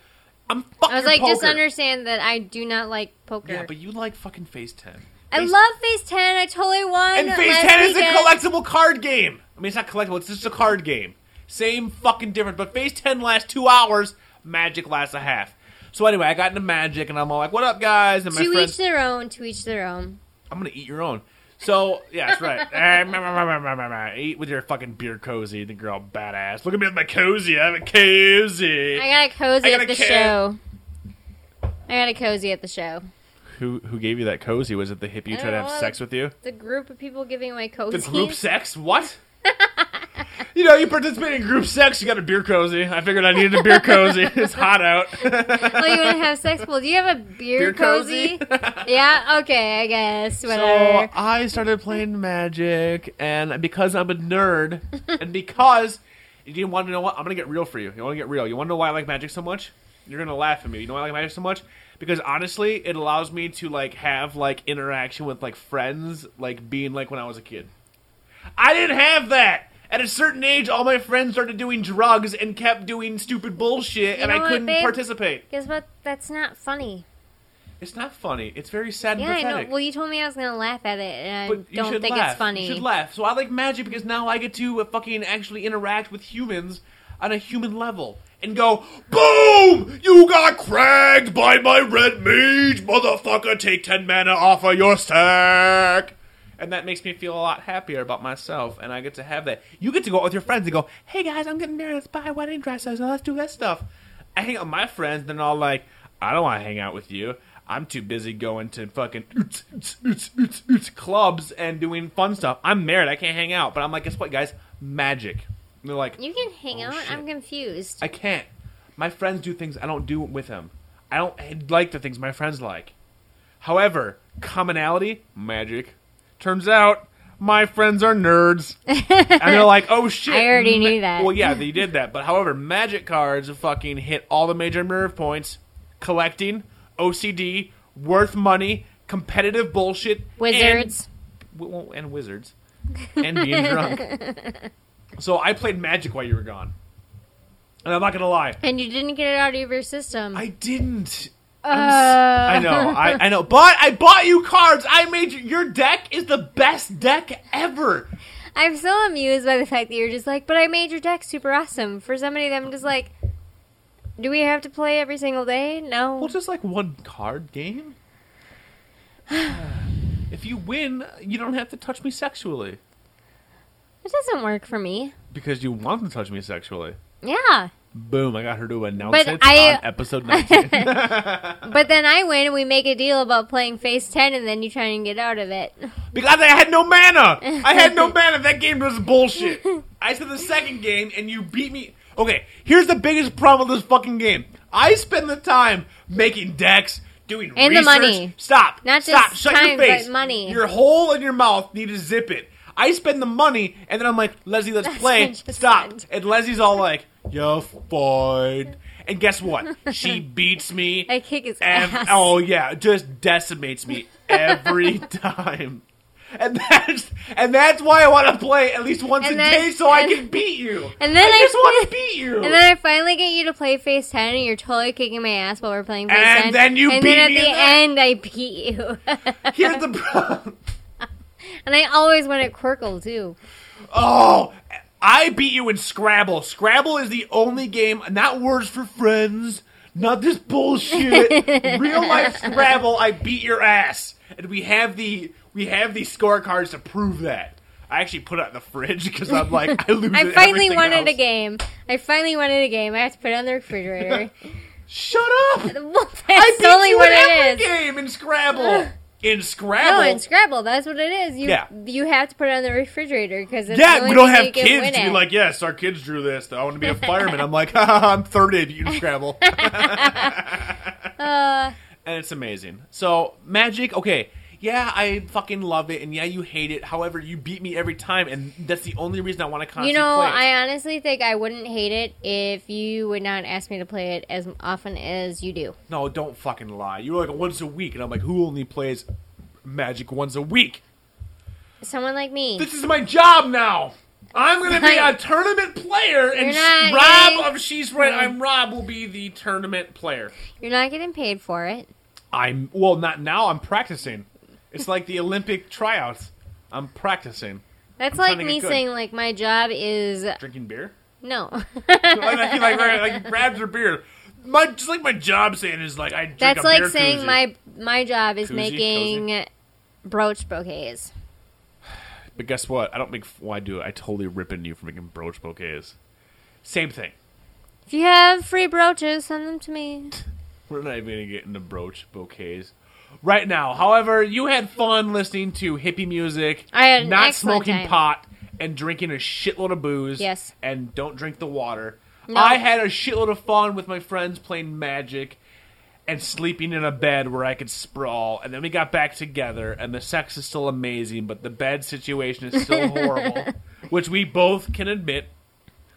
E: I'm fucking.
F: I was like,
E: poker.
F: just understand that I do not like poker.
E: Yeah, but you like fucking Phase Ten.
F: I
E: Phase-
F: love Phase Ten. I totally won.
E: And Phase
F: last
E: 10
F: weekend.
E: is a collectible card game. I mean, it's not collectible, it's just a card game. Same fucking difference. But Phase 10 lasts two hours, Magic lasts a half. So anyway, I got into Magic and I'm all like, what up, guys? And my
F: To
E: friends,
F: each their own. To each their own.
E: I'm going to eat your own. So, yeah, that's [laughs] Eh, right. eat with your fucking beer cozy. The girl, badass. Look at me with my cozy. I have a cozy.
F: I got a cozy
E: I got
F: at
E: a
F: the
E: kid.
F: show. I got a cozy at the show.
E: who, who gave you that cozy? Was it the hippie who tried to have
F: know.
E: sex with you?
F: The group of people giving away
E: The
F: cozies.
E: group sex? What? you know, you participate in group sex, you got a beer cozy. I figured I needed a beer cozy. [laughs] It's hot out.
F: [laughs] oh, you want to have sex? Well, do you have a beer,
E: Beer cozy?
F: cozy? yeah. Okay. I guess.
E: so uh,
F: Whatever.
E: I started playing Magic, and because I'm a nerd,
F: [laughs]
E: and because you want to know what, I'm gonna get real for you. You want to get real. You want to know why I like Magic so much? You're gonna laugh at me. You know why I like Magic so much? Because honestly, it allows me to like have like interaction with like friends, like being like when I was a kid. I didn't have that. At a certain age, all my friends started doing drugs and kept doing stupid bullshit, and
F: know
E: I
F: what,
E: couldn't
F: babe?
E: participate.
F: Guess what? That's not funny.
E: It's not funny. It's very sad and
F: Yeah, I
E: pathetic.
F: know. Well, you told me I was gonna laugh at it, and
E: But
F: I
E: you
F: don't
E: should
F: think
E: laugh.
F: it's funny.
E: You should laugh. So I like magic because now I get to uh, fucking actually interact with humans on a human level and go, boom! You got cracked by my red mage, motherfucker! Take ten mana off of your stack. And that makes me feel a lot happier about myself, and I get to have that. You get to go out with your friends and go, "Hey guys, I'm getting married. Let's buy wedding dresses. and Let's do that stuff." I hang out with my friends, and they're all like, "I don't want to hang out with you. I'm too busy going to fucking oots, oots, oots, oots, oots clubs and doing fun stuff. I'm married. I can't hang out." But I'm like, "Guess what, guys? Magic." And they're like,
F: You can
E: Oh,
F: hang out. I'm confused.
E: I can't. My friends do things I don't do with them. I don't like the things my friends like. However, commonality, magic. Turns out my friends are
F: [laughs]
E: nerds. and they're like, oh shit.
F: I already knew that.
E: Well, yeah, they did that. But however, magic cards fucking hit all the major nerve points collecting, OCD, worth money, competitive bullshit,
F: Wizards.
E: and, w- well, and wizards, and being
F: [laughs]
E: drunk. So I played magic while you were gone. And I'm not going to lie.
F: And you didn't get it out of your system.
E: I didn't.
F: Uh,
E: I know, I, I know, but I bought you cards. I made you, your deck is the best deck ever.
F: I'm so amused by the fact that you're just like, but I made your deck super awesome. For somebody that I'm just like, do we have to play every single day? No.
E: Well, just like one card game. [sighs] if you win, you don't have to touch me sexually
F: it doesn't work for me.
E: because you want to touch me sexually.
F: Yeah.
E: Boom! I got her to announce
F: But
E: it
F: I-
E: on episode nineteen. [laughs] Uh.
F: But then I win and we make a deal about playing phase 10 and then you try and get out of it. [laughs]
E: Because I had no mana. I had no mana. That game was bullshit. I said the second game, and you beat me. Okay, here's the biggest problem with this fucking game. I spend the time making decks, doing
F: And the
E: research.
F: money.
E: Stop.
F: Not
E: Stop.
F: just
E: Shut your
F: time, but
E: face.
F: money.
E: Your hole in your mouth need to zip it. I spend the money, and then I'm like, Leslie, let's
F: That's
E: play.
F: what I just
E: Stop.
F: said.
E: And Leslie's all like, "You're fine." And guess
F: [laughs]
E: what? She beats me.
F: I kick his
E: Ev-
F: ass.
E: oh yeah, just decimates me
F: [laughs]
E: every time. And that's and that's why I want to play at least once
F: And
E: a
F: then-
E: day so I
F: and-
E: can beat you.
F: and then
E: I
F: I
E: just want to
F: play-
E: beat you.
F: And then I finally get you to play phase 10 and you're totally kicking my ass while we're playing phase
E: And
F: 10.
E: then you
F: And
E: beat
F: then at
E: me in
F: the
E: that.
F: end, I beat you.
E: [laughs]
F: [laughs]
E: Here's the problem.
F: and I always win at Quirkle, too.
E: Oh, I beat you in Scrabble. Scrabble is the only game, not Words for Friends, not this
F: [laughs]
E: bullshit. Real life Scrabble, I beat your ass, and we have the we have the scorecards to prove that. I actually put it in the fridge because I'm like I lose.
F: [laughs] I
E: at
F: finally
E: everything
F: won at
E: else.
F: a game. I finally won at a game. I have to put it on the
E: [laughs]
F: refrigerator.
E: Shut up!
F: well, that's
E: I beat
F: totally
E: you
F: what
E: in
F: it
E: every
F: is.
E: game in Scrabble. In Scrabble.
F: No, in Scrabble, that's what it is. You
E: Yeah.
F: you have to put it on the refrigerator because
E: Yeah,
F: the only
E: we don't have
F: thing you can win
E: kids to be
F: at.
E: like, yes, our kids drew this. I want to be a fireman. I'm like, [laughs] ha, ha, ha, I'm 30 if you can
F: [laughs]
E: Scrabble.
F: Uh,
E: and it's amazing. So magic, okay, yeah, I fucking love it, and yeah, you hate it. However, you beat me every time, and that's the only reason I want to constantly
F: you know,
E: play. it.
F: I honestly think I wouldn't hate it if you would not ask me to play it as often as you do.
E: no, don't fucking lie. You were like once a week, and I'm like, who only plays magic once a week?
F: Someone like me.
E: This is my job now. I'm gonna be
F: Right.
E: a tournament player, and
F: You're not
E: Rob
F: getting-
E: of She's Right, I'm Rob will be the tournament player.
F: You're not getting paid for it.
E: I'm well, not now. I'm practicing. It's like the Olympic tryouts. I'm practicing
F: That's
E: trying
F: like
E: to get
F: me
E: good.
F: saying like my job is
E: drinking
F: [laughs]
E: beer.
F: no.
E: like, he, like, right, like, grabs her beer. My just like my job saying is like I. Drink
F: That's
E: a
F: like
E: beer
F: saying
E: koozie.
F: my my job is
E: Koozie,
F: making brooch bouquets.
E: But guess what? I don't make. Well, I do. I totally rip into you for making brooch bouquets. Same thing.
F: If you have free brooches, send them to me.
E: We're not even gonna get into brooch bouquets right now. However, you had fun listening to hippie music.
F: I had an
E: not
F: excellent
E: smoking
F: time.
E: pot and drinking a shitload of booze.
F: Yes.
E: and don't drink the water.
F: No.
E: I had a shitload of fun with my friends playing magic and sleeping in a bed where I could sprawl. And then we got back together, and the sex is still amazing, but the bed situation is
F: [laughs]
E: still horrible, which we both can admit.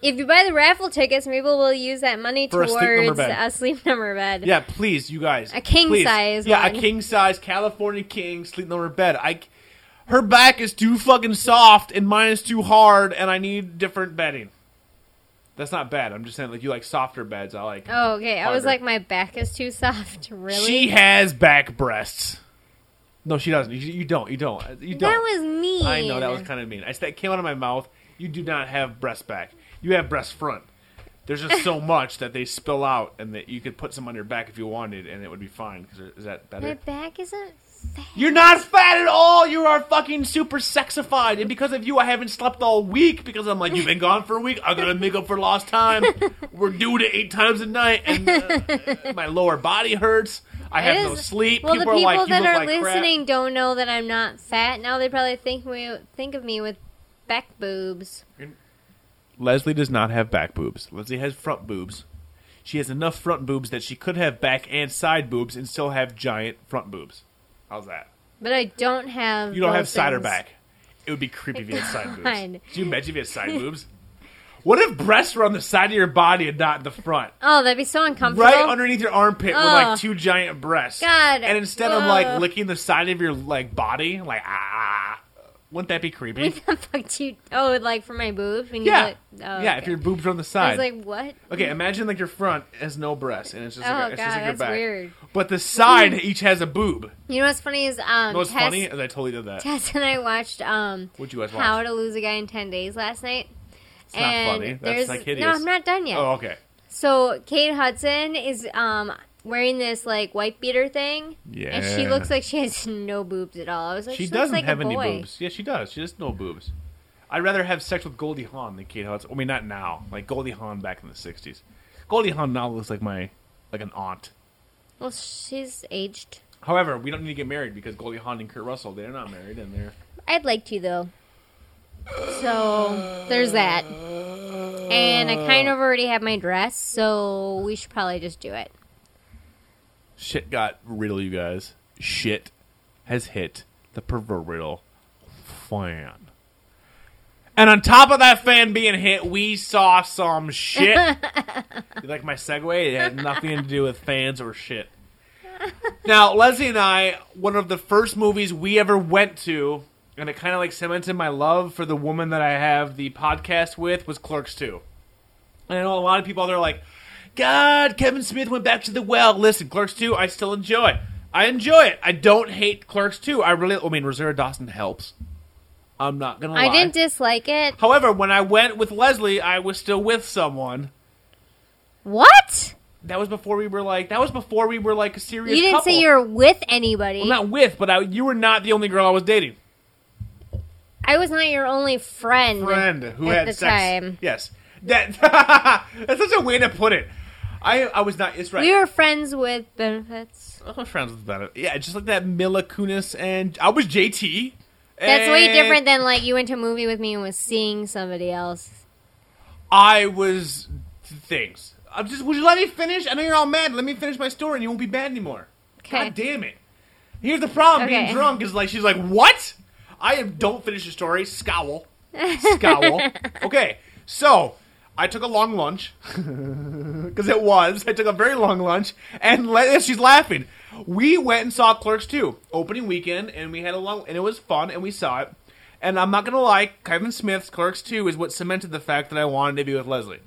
F: If you buy the raffle tickets, maybe we'll use that money
E: For a sleep number
F: towards
E: bed.
F: a sleep number bed.
E: Yeah, please, you guys.
F: A king
E: please.
F: size
E: Yeah, a
F: one.
E: king size California king sleeping on her bed. I, her back is too fucking soft and mine is too hard, and I need different bedding. That's not bad. I'm just saying, like you like softer beds. I like.
F: Oh, okay. I was
E: Harder.
F: like, my back is too soft. [laughs] Really?
E: She has back breasts. No, she doesn't. You, you don't. You don't. You don't.
F: that was mean.
E: I know that was kind of mean. I that came out of my mouth. You do not have breast back. You have breast front. There's just
F: [laughs]
E: so much that they spill out, and that you could put some on your back if you wanted, and it would be fine. 'Cause is that better?
F: My back isn't fat.
E: You're not fat at all. You are fucking super sexified, and because of you, I haven't slept all week. Because I'm like, you've been gone for a week. I'm gonna make up for lost time. We're doing it eight times a night, and uh, my lower body hurts. I
F: It
E: have no
F: is-
E: sleep.
F: Well, the
E: are
F: people
E: like, you
F: that
E: look
F: are
E: like crap.
F: listening don't know that I'm not fat. Now they probably think we think of me with back boobs.
E: Leslie does not have back boobs. Leslie has front boobs. She has enough front boobs that she could have back and side boobs and still have giant front boobs. How's that?
F: But I don't have.
E: You don't
F: those
E: have side or
F: things.
E: back. It would be creepy if you had
F: [laughs]
E: side boobs.
F: God.
E: Can you imagine if you had side boobs? What if breasts were on the side of your body and not the front?
F: Oh, that'd be so uncomfortable.
E: Right
F: [laughs]
E: underneath your armpit were
F: Ugh.
E: like two giant breasts.
F: God.
E: And instead of like
F: Ugh.
E: licking the side of your like body, like ah, wouldn't that be creepy?
F: Fuck you. Oh, like for my boobs when
E: yeah,
F: you. Like, oh,
E: yeah.
F: okay.
E: If your boobs are on the
F: I
E: side,
F: was like, what?
E: Okay, imagine like your front has no breasts and it's just
F: Oh,
E: like, it's just
F: God,
E: like your
F: that's
E: back.
F: weird. Hmm.
E: But the side each has a boob. You
F: You know what's funny is um.
E: know what's
F: Tess,
E: funny? Is I totally did that.
F: Tess and I watched um.
E: What'd you guys watch?
F: How to Lose a Guy in Ten Days last night. It's
E: not funny. That's, like, hideous.
F: No, I'm not done yet.
E: Oh, okay.
F: So Kate Hudson is um wearing this like white beater thing. And she
E: Yeah.
F: looks like she has no boobs at all. I was like,
E: She,
F: she, looks
E: doesn't
F: like
E: have
F: a
E: any
F: boy.
E: boobs. Yeah, she does. She has no boobs. I'd rather have sex with Goldie Hawn than Kate Hudson. I mean, not now. Like Goldie Hawn back in the '60s. Goldie Hawn now looks like my like an aunt.
F: Well, she's aged.
E: However, we don't need to get married because Goldie Hawn and Kurt Russell they're not married and they're
F: I'd like to though. So there's that. And I kind of already have my dress, so we should probably just do it.
E: Shit got riddle, you guys. Shit has hit the proverbial fan. And on top of that fan being hit, we saw some shit.
F: [laughs]
E: You like my segue? It had nothing to do with fans or shit. Now, Leslie and I, one of the first movies we ever went to, and it kind of like cemented my love for the woman that I have the podcast with, was Clerks 2. And I know a lot of people out there are like, God, Kevin Smith went back to the well. Listen, Clerks 2, I still enjoy. I enjoy it. I don't hate Clerks 2. I really, I mean, Rosario Dawson helps. I'm not going to lie.
F: I didn't dislike it.
E: However, when I went with Leslie, I was still with someone.
F: What?
E: That was before we were like, that was before we were like a serious
F: You didn't
E: couple.
F: say you were with anybody.
E: Well, not with, but I, you were not the only girl I was dating.
F: I was not your only friend.
E: friend who
F: at
E: had
F: the
E: sex.
F: time.
E: Yes, that [laughs] that's such a way to put it. I I was not. It's right.
F: We were friends with benefits.
E: I was friends with Bennett. Yeah, just like that Mila Kunis and I was JT.
F: That's way
E: and
F: different than like you went to a movie with me and was seeing somebody else.
E: I was th- things. I'm just. Would you let me finish? I know you're all mad. Let me finish my story, and you won't be mad anymore.
F: Okay.
E: God damn it. Here's the problem.
F: Okay.
E: Being drunk is like she's like, what? I am. Don't finish the story. Scowl.
F: [laughs]
E: Scowl. okay. So I took a long lunch [laughs] because it was. I took a very long lunch, and le- she's laughing. We went and saw Clerks 2 opening weekend, and we had a long, and it was fun, and we saw it. And I'm not gonna lie, Kevin Smith's Clerks 2 is what cemented the fact that I wanted to be with Leslie.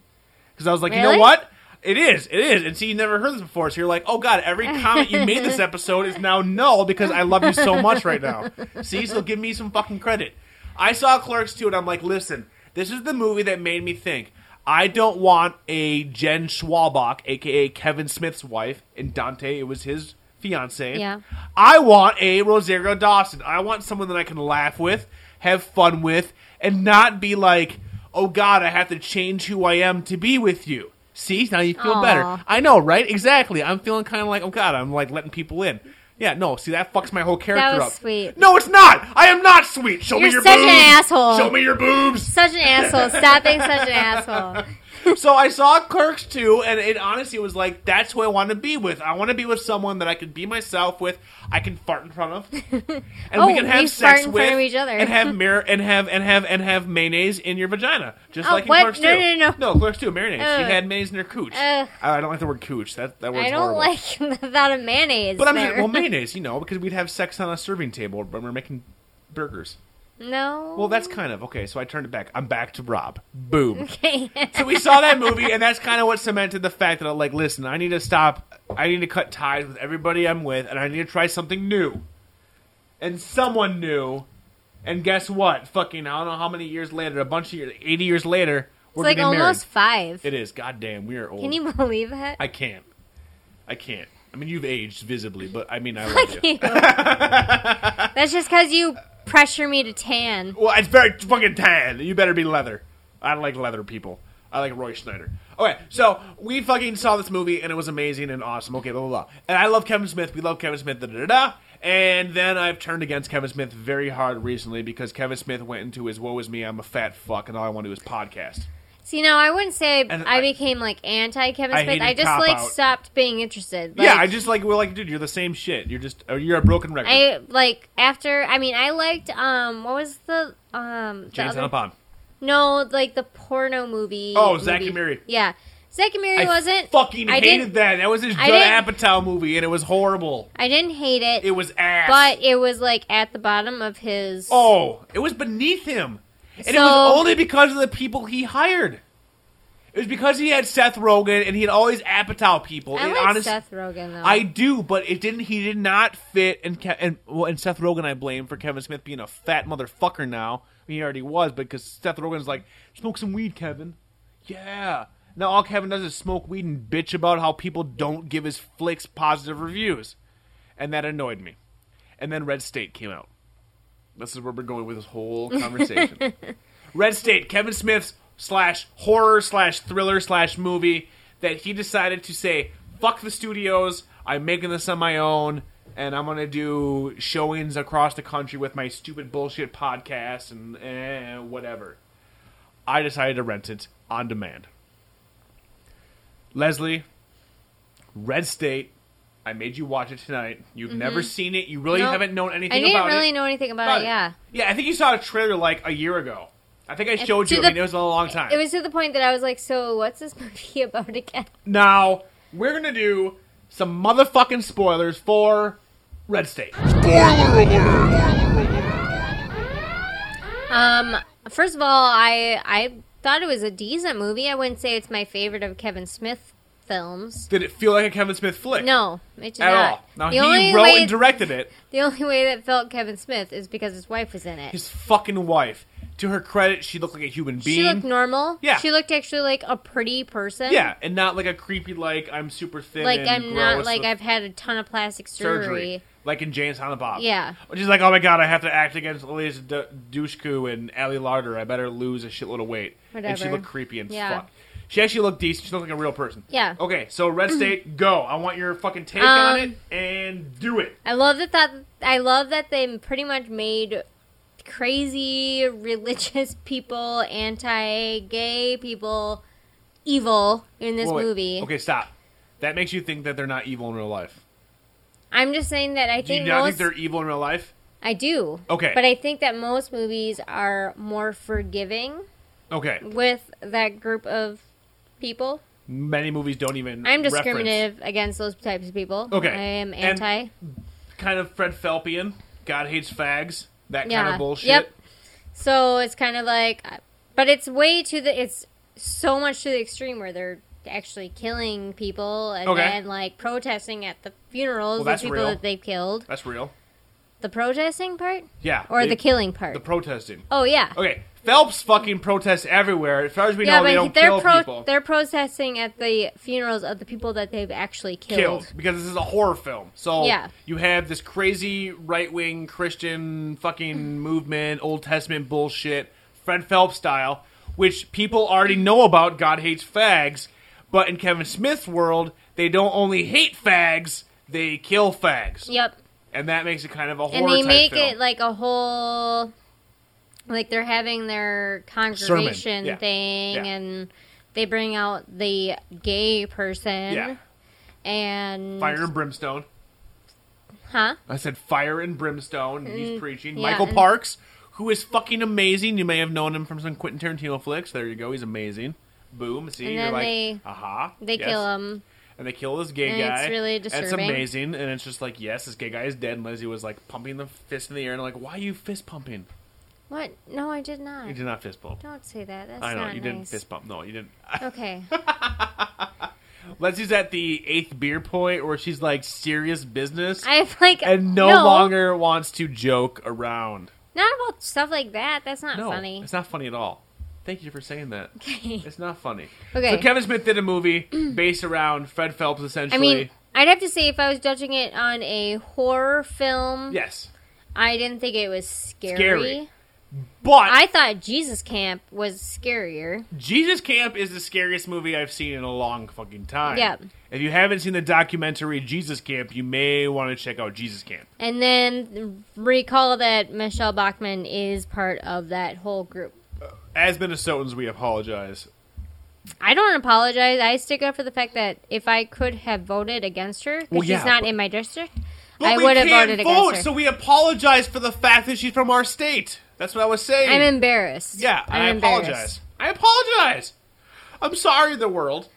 E: Because I was like, you know
F: Really?
E: what? It is, it is. And see, you never heard this before, so you're like, oh god, every comment you made
F: [laughs]
E: this episode is now null because I love you so much right now. See, so give me some fucking credit. I saw Clerks 2 and I'm like, listen, this is the movie that made me think. I don't want a Jen Schwabach, aka Kevin Smith's wife, and Dante, it was his fiance.
F: Yeah.
E: I want a Rosario Dawson. I want someone that I can laugh with, have fun with, and not be like, oh God, I have to change who I am to be with you. See, now you feel
F: Aw.
E: better. I know, right? Exactly. I'm feeling kind of like, oh God, I'm like letting people in. Yeah, no. See, that fucks my whole character
F: was
E: up.
F: sweet.
E: No, it's not. I am not sweet. Show me
F: You're
E: your
F: such an
E: boobs.
F: asshole.
E: Show me your boobs.
F: Such an asshole. Stop being such
E: [laughs]
F: an asshole.
E: so I saw Clerks 2, and it honestly was like, that's who I want to be with. I want to be with someone that I can be myself with, I can fart in front
F: [laughs]
E: of, and
F: Oh,
E: we can have
F: you
E: sex
F: fart in
E: with
F: front of each other.
E: and have
F: [laughs]
E: mirror and have and have and have mayonnaise in your vagina, just
F: Oh,
E: like in
F: what?
E: Clerks
F: No,
E: 2.
F: no, no.
E: no, Clerks 2, mayonnaise. she
F: Ugh.
E: had mayonnaise in her cooch.
F: Ugh.
E: I don't like the word cooch. That that word's
F: I don't
E: horrible.
F: like [laughs] the thought of mayonnaise.
E: but I'm just,
F: there. [laughs]
E: well, mayonnaise, you know, because we'd have sex on a serving table when we're making burgers.
F: no.
E: Well, that's kind of okay. So I turned it back. I'm back to Rob. Boom.
F: [laughs] okay.
E: so we saw that movie, and that's kind of what cemented the fact that I'm like, listen, I need to stop. I need to cut ties with everybody I'm with, and I need to try something new, and someone new. And guess what? Fucking, I don't know how many years later, a bunch of years, eighty years later,
F: It's
E: we're
F: like
E: getting
F: almost five.
E: married. It is. Goddamn, we are old.
F: Can you believe it?
E: I can't. I can't. I mean, you've aged visibly, but I mean, I love
F: [laughs] Fuck
E: you. [laughs]
F: you. That's just because you pressure me to tan.
E: Well, it's very fucking tan. You better be leather. I don't like leather people. I like Roy Schneider. Okay, so we fucking saw this movie and it was amazing and awesome. Okay, blah blah blah. And I love Kevin Smith. We love Kevin Smith. Da da da. da. And then I've turned against Kevin Smith very hard recently because Kevin Smith went into his "Woe is me, I'm a fat fuck, and all I want to do is podcast."
F: See, now I wouldn't say
E: And
F: I,
E: I-
F: became like anti Kevin
E: I
F: Smith.
E: hated
F: I just
E: Cop
F: like
E: Out.
F: stopped being interested. Like,
E: yeah, I just like we're like, dude, you're the same shit. You're just or you're a broken record.
F: I like after. I mean, I liked um. What was the um?
E: James
F: the other,
E: Hennepin.
F: No, like the porno movie.
E: Oh, Zack
F: movie.
E: and Mary.
F: Yeah, Zack and Mary
E: I
F: wasn't.
E: fucking
F: I
E: hated
F: didn't,
E: that. That was his
F: I
E: Judd
F: didn't-
E: Apatow movie, and it was horrible.
F: I didn't hate it,
E: It was ass.
F: but it was like at the bottom of his.
E: Oh, it was beneath him. And it was
F: So-
E: only because of the people he hired. It was because he had Seth Rogen and he had all these Apatow people.
F: I
E: and
F: like
E: honest-
F: Seth Rogen though.
E: I do, but it didn't. He did not fit, and Ke- and well, and Seth Rogen I blame for Kevin Smith being a fat motherfucker now. He already was, because Seth Rogen's like, smoke some weed, Kevin. Yeah. Now all Kevin does is smoke weed and bitch about how people don't give his flicks positive reviews, and that annoyed me. And then Red State came out. This is where we're going with this whole conversation. Red State, Kevin Smith's slash horror slash thriller slash movie that he decided to say, fuck the studios, I'm making this on my own, and I'm gonna do showings across the country with my stupid bullshit podcast and eh, whatever. I decided to rent it on demand. Leslie, Red State, I made you watch it tonight. You've never seen it. You really
F: Mm-hmm. Nope.
E: haven't known
F: I
E: anything
F: didn't
E: about
F: really
E: it.
F: know anything about,
E: About
F: it.
E: it.
F: Yeah,
E: Yeah, I think you saw a trailer like a year ago. I think I showed
F: to
E: you. I
F: the-
E: mean, it was a long time.
F: it was to the point that I was like, "So, what's this [laughs] movie about again?"
E: Now we're gonna do some motherfucking spoilers for Red State.
F: Um, first of all, I I thought it was a decent movie. I wouldn't say it's my favorite of Kevin Smith films.
E: Did it feel like a Kevin Smith flick?
F: No, it did
E: at
F: not.
E: all. Now
F: the
E: he
F: only
E: wrote
F: way
E: and directed it.
F: the only way that felt Kevin Smith is because his wife was in it.
E: His fucking wife. To her credit, she looked like a human being.
F: She looked normal.
E: Yeah.
F: she looked actually like a pretty person.
E: yeah, and not like a creepy like I'm super thin.
F: like
E: and
F: I'm not
E: gross
F: like
E: with
F: I've had a ton of plastic surgery.
E: surgery. Like in James Bob.
F: Yeah.
E: Which is like, oh my god, I have to act against Elias D- Dushku and Ali Larder. I better lose a shitload of weight. And she
F: Whatever.
E: looked creepy and
F: Yeah.
E: fuck. She actually looked decent. She looked like a real person.
F: Yeah.
E: Okay, so
F: [clears throat]
E: Red State, go. I want your fucking take on
F: Um,
E: it and do it.
F: I love that that I love that they pretty much made crazy religious [laughs] people, anti-gay people evil in this
E: Whoa, wait.
F: movie.
E: Okay, stop. That makes you think that they're not evil in real life.
F: I'm just saying that I
E: Do you
F: think
E: not
F: most
E: think they're evil in real life?
F: I do.
E: Okay.
F: But I think that most movies are more forgiving
E: Okay.
F: with that group of people.
E: Many movies don't even.
F: I'm
E: reference
F: discriminative against those types of people.
E: Okay.
F: I am
E: And-
F: anti.
E: Kind of Fred Felpian. God hates fags. That kind
F: Yeah.
E: of bullshit.
F: Yep. So it's kind of like, but it's way to the it's so much to the extreme where they're actually killing people and
E: Okay.
F: then like protesting at the funerals
E: Well,
F: of
E: that's
F: people
E: real.
F: that they've killed.
E: That's real.
F: The protesting part
E: Yeah.
F: or
E: they-
F: the killing part?
E: The protesting.
F: oh yeah.
E: Okay. Phelps fucking protests everywhere. As far as we
F: Yeah,
E: know, they
F: but
E: don't
F: they're
E: kill
F: pro-
E: people.
F: they're protesting at the funerals of the people that they've actually killed.
E: killed because this is a horror film. So
F: Yeah.
E: you have this crazy right wing Christian fucking movement, Old Testament bullshit, Fred Phelps style, which people already know about. God hates fags, but in Kevin Smith's world, they don't only hate fags, they kill fags,
F: Yep.
E: and that makes it kind of a horror
F: and they
E: type
F: make
E: film.
F: it like a whole like they're having their congregation
E: yeah.
F: thing
E: Yeah.
F: and they bring out the gay person
E: yeah,
F: and
E: fire and brimstone.
F: huh
E: I said fire and brimstone. And he's preaching.
F: Mm, yeah,
E: Michael
F: and-
E: Parks, who is fucking amazing. You may have known him from some Quentin Tarantino flicks. There you go. He's amazing. Boom. See,
F: And
E: you're
F: then
E: like,
F: they-
E: aha.
F: they
E: yes.
F: kill him
E: And they kill this gay
F: And
E: guy.
F: it's really
E: And
F: disturbing.
E: it's amazing. And it's just like, yes, this gay guy is dead. And Leslie was like pumping the fist in the air. And I'm like, why are you fist pumping?
F: what no i did not
E: You did not fist bump.
F: don't say that that's
E: I know.
F: not
E: You
F: nice.
E: didn't fist bump. No, you didn't. [laughs]
F: okay
E: Leslie's at the eighth beer point where she's like serious business
F: i've like
E: and no, longer wants to joke around.
F: not about stuff like that that's not
E: no,
F: funny
E: [laughs] It's not funny at all. Thank you for saying that.
F: [laughs] okay
E: It's not funny.
F: Okay.
E: So Kevin Smith did a movie [clears throat] based around Fred Phelps,
F: i
E: essentially.
F: mean i'd have to say if i was judging it on a horror film
E: yes,
F: i didn't think it was scary,
E: Scary. but
F: I thought Jesus Camp was scarier.
E: Jesus Camp is the scariest movie I've seen in a long fucking time.
F: Yep.
E: If you haven't seen the documentary Jesus Camp, you may want to check out Jesus Camp.
F: And then recall that Michelle Bachman is part of that whole group.
E: As Minnesotans, we apologize.
F: I don't apologize. I stick up for the fact that if I could have voted against her, because
E: Well, yeah,
F: she's not
E: but-
F: in my district,
E: But
F: I
E: we
F: would have
E: can't
F: voted
E: vote,
F: against her.
E: so we apologize for the fact that she's from our state. That's what I was saying.
F: I'm embarrassed.
E: Yeah, and
F: I'm
E: I apologize. I apologize. I'm sorry, the world.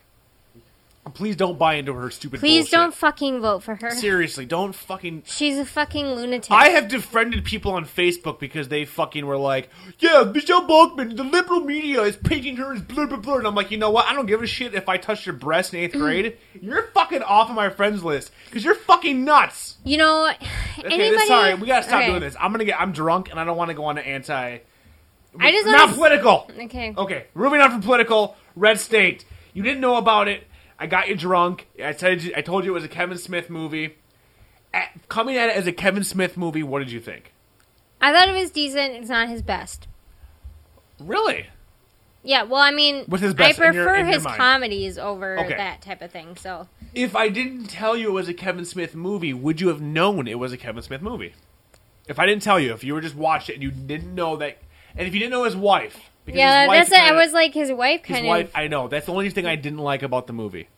E: Please don't buy into her stupid.
F: Please
E: bullshit.
F: don't fucking vote for her.
E: Seriously, don't fucking.
F: She's a fucking lunatic.
E: I have defriended people on Facebook because they fucking were like, "Yeah, Michelle Bachman, the liberal media is painting her as blah blah blah," and I'm like, you know what? I don't give a shit if I touched your breast
F: [clears throat]
E: in eighth grade. You're fucking off of my friends list because you're fucking nuts.
F: you know,
E: Okay,
F: anybody.
E: this, sorry, we gotta stop
F: Okay.
E: doing this. I'm gonna get. I'm drunk and I don't want to go on to anti.
F: I just
E: not
F: want
E: political.
F: Okay.
E: Okay, moving on from political, red state. You didn't know about it. I got you drunk. I said I told you it was a Kevin Smith movie. At- coming at it as a Kevin Smith movie, what did you think?
F: I thought it was decent. It's not his best.
E: Really?
F: Yeah, well, I mean,
E: With his best
F: I
E: in
F: prefer
E: your- in your
F: his
E: mind.
F: comedies over
E: Okay.
F: that type of thing. So
E: If I didn't tell you it was a Kevin Smith movie, would you have known it was a Kevin Smith movie? If I didn't tell you, if you were just watched it and you didn't know that, and if you didn't know his wife, because
F: yeah,
E: his wife
F: that's it. I
E: kinda-
F: was like his wife
E: his
F: kind
E: wife.
F: of.
E: I know that's the only thing I didn't like about the movie.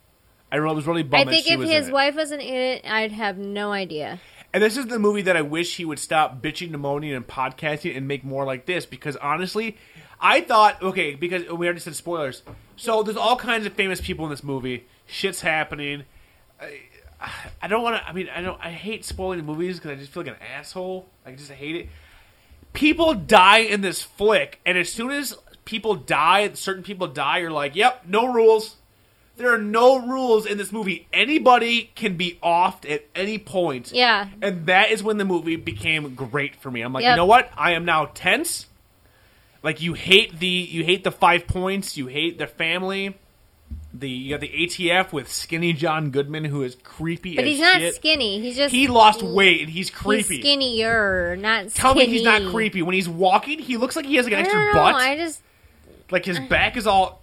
E: I was really
F: I
E: bummed. that
F: think
E: she
F: if
E: was in
F: his
E: it.
F: wife wasn't in it, I'd have no idea.
E: And this is the movie that I wish he would stop bitching and moaning and podcasting and make more like this because honestly, I thought okay because we already said spoilers. So there's all kinds of famous people in this movie. Shit's happening. I, I don't want to. I mean, I don't. I hate spoiling movies because I just feel like an asshole. I just hate it. People die in this flick, and as soon as people die, certain people die. You're like, yep, no rules. There are no rules in this movie. Anybody can be offed at any point.
F: Yeah.
E: And that is when the movie became great for me. I'm like,
F: Yep.
E: you know what? I am now tense. Like you hate the you hate the five points, you hate the family. The you got the ATF with skinny John Goodman who is creepy
F: But
E: as
F: he's not
E: shit.
F: skinny. He's just
E: He lost weight and he's creepy.
F: He's skinnier, not skinny.
E: Tell me he's not creepy. When he's walking, he looks like he has like an
F: I
E: extra
F: don't know.
E: butt.
F: I just
E: Like his back is all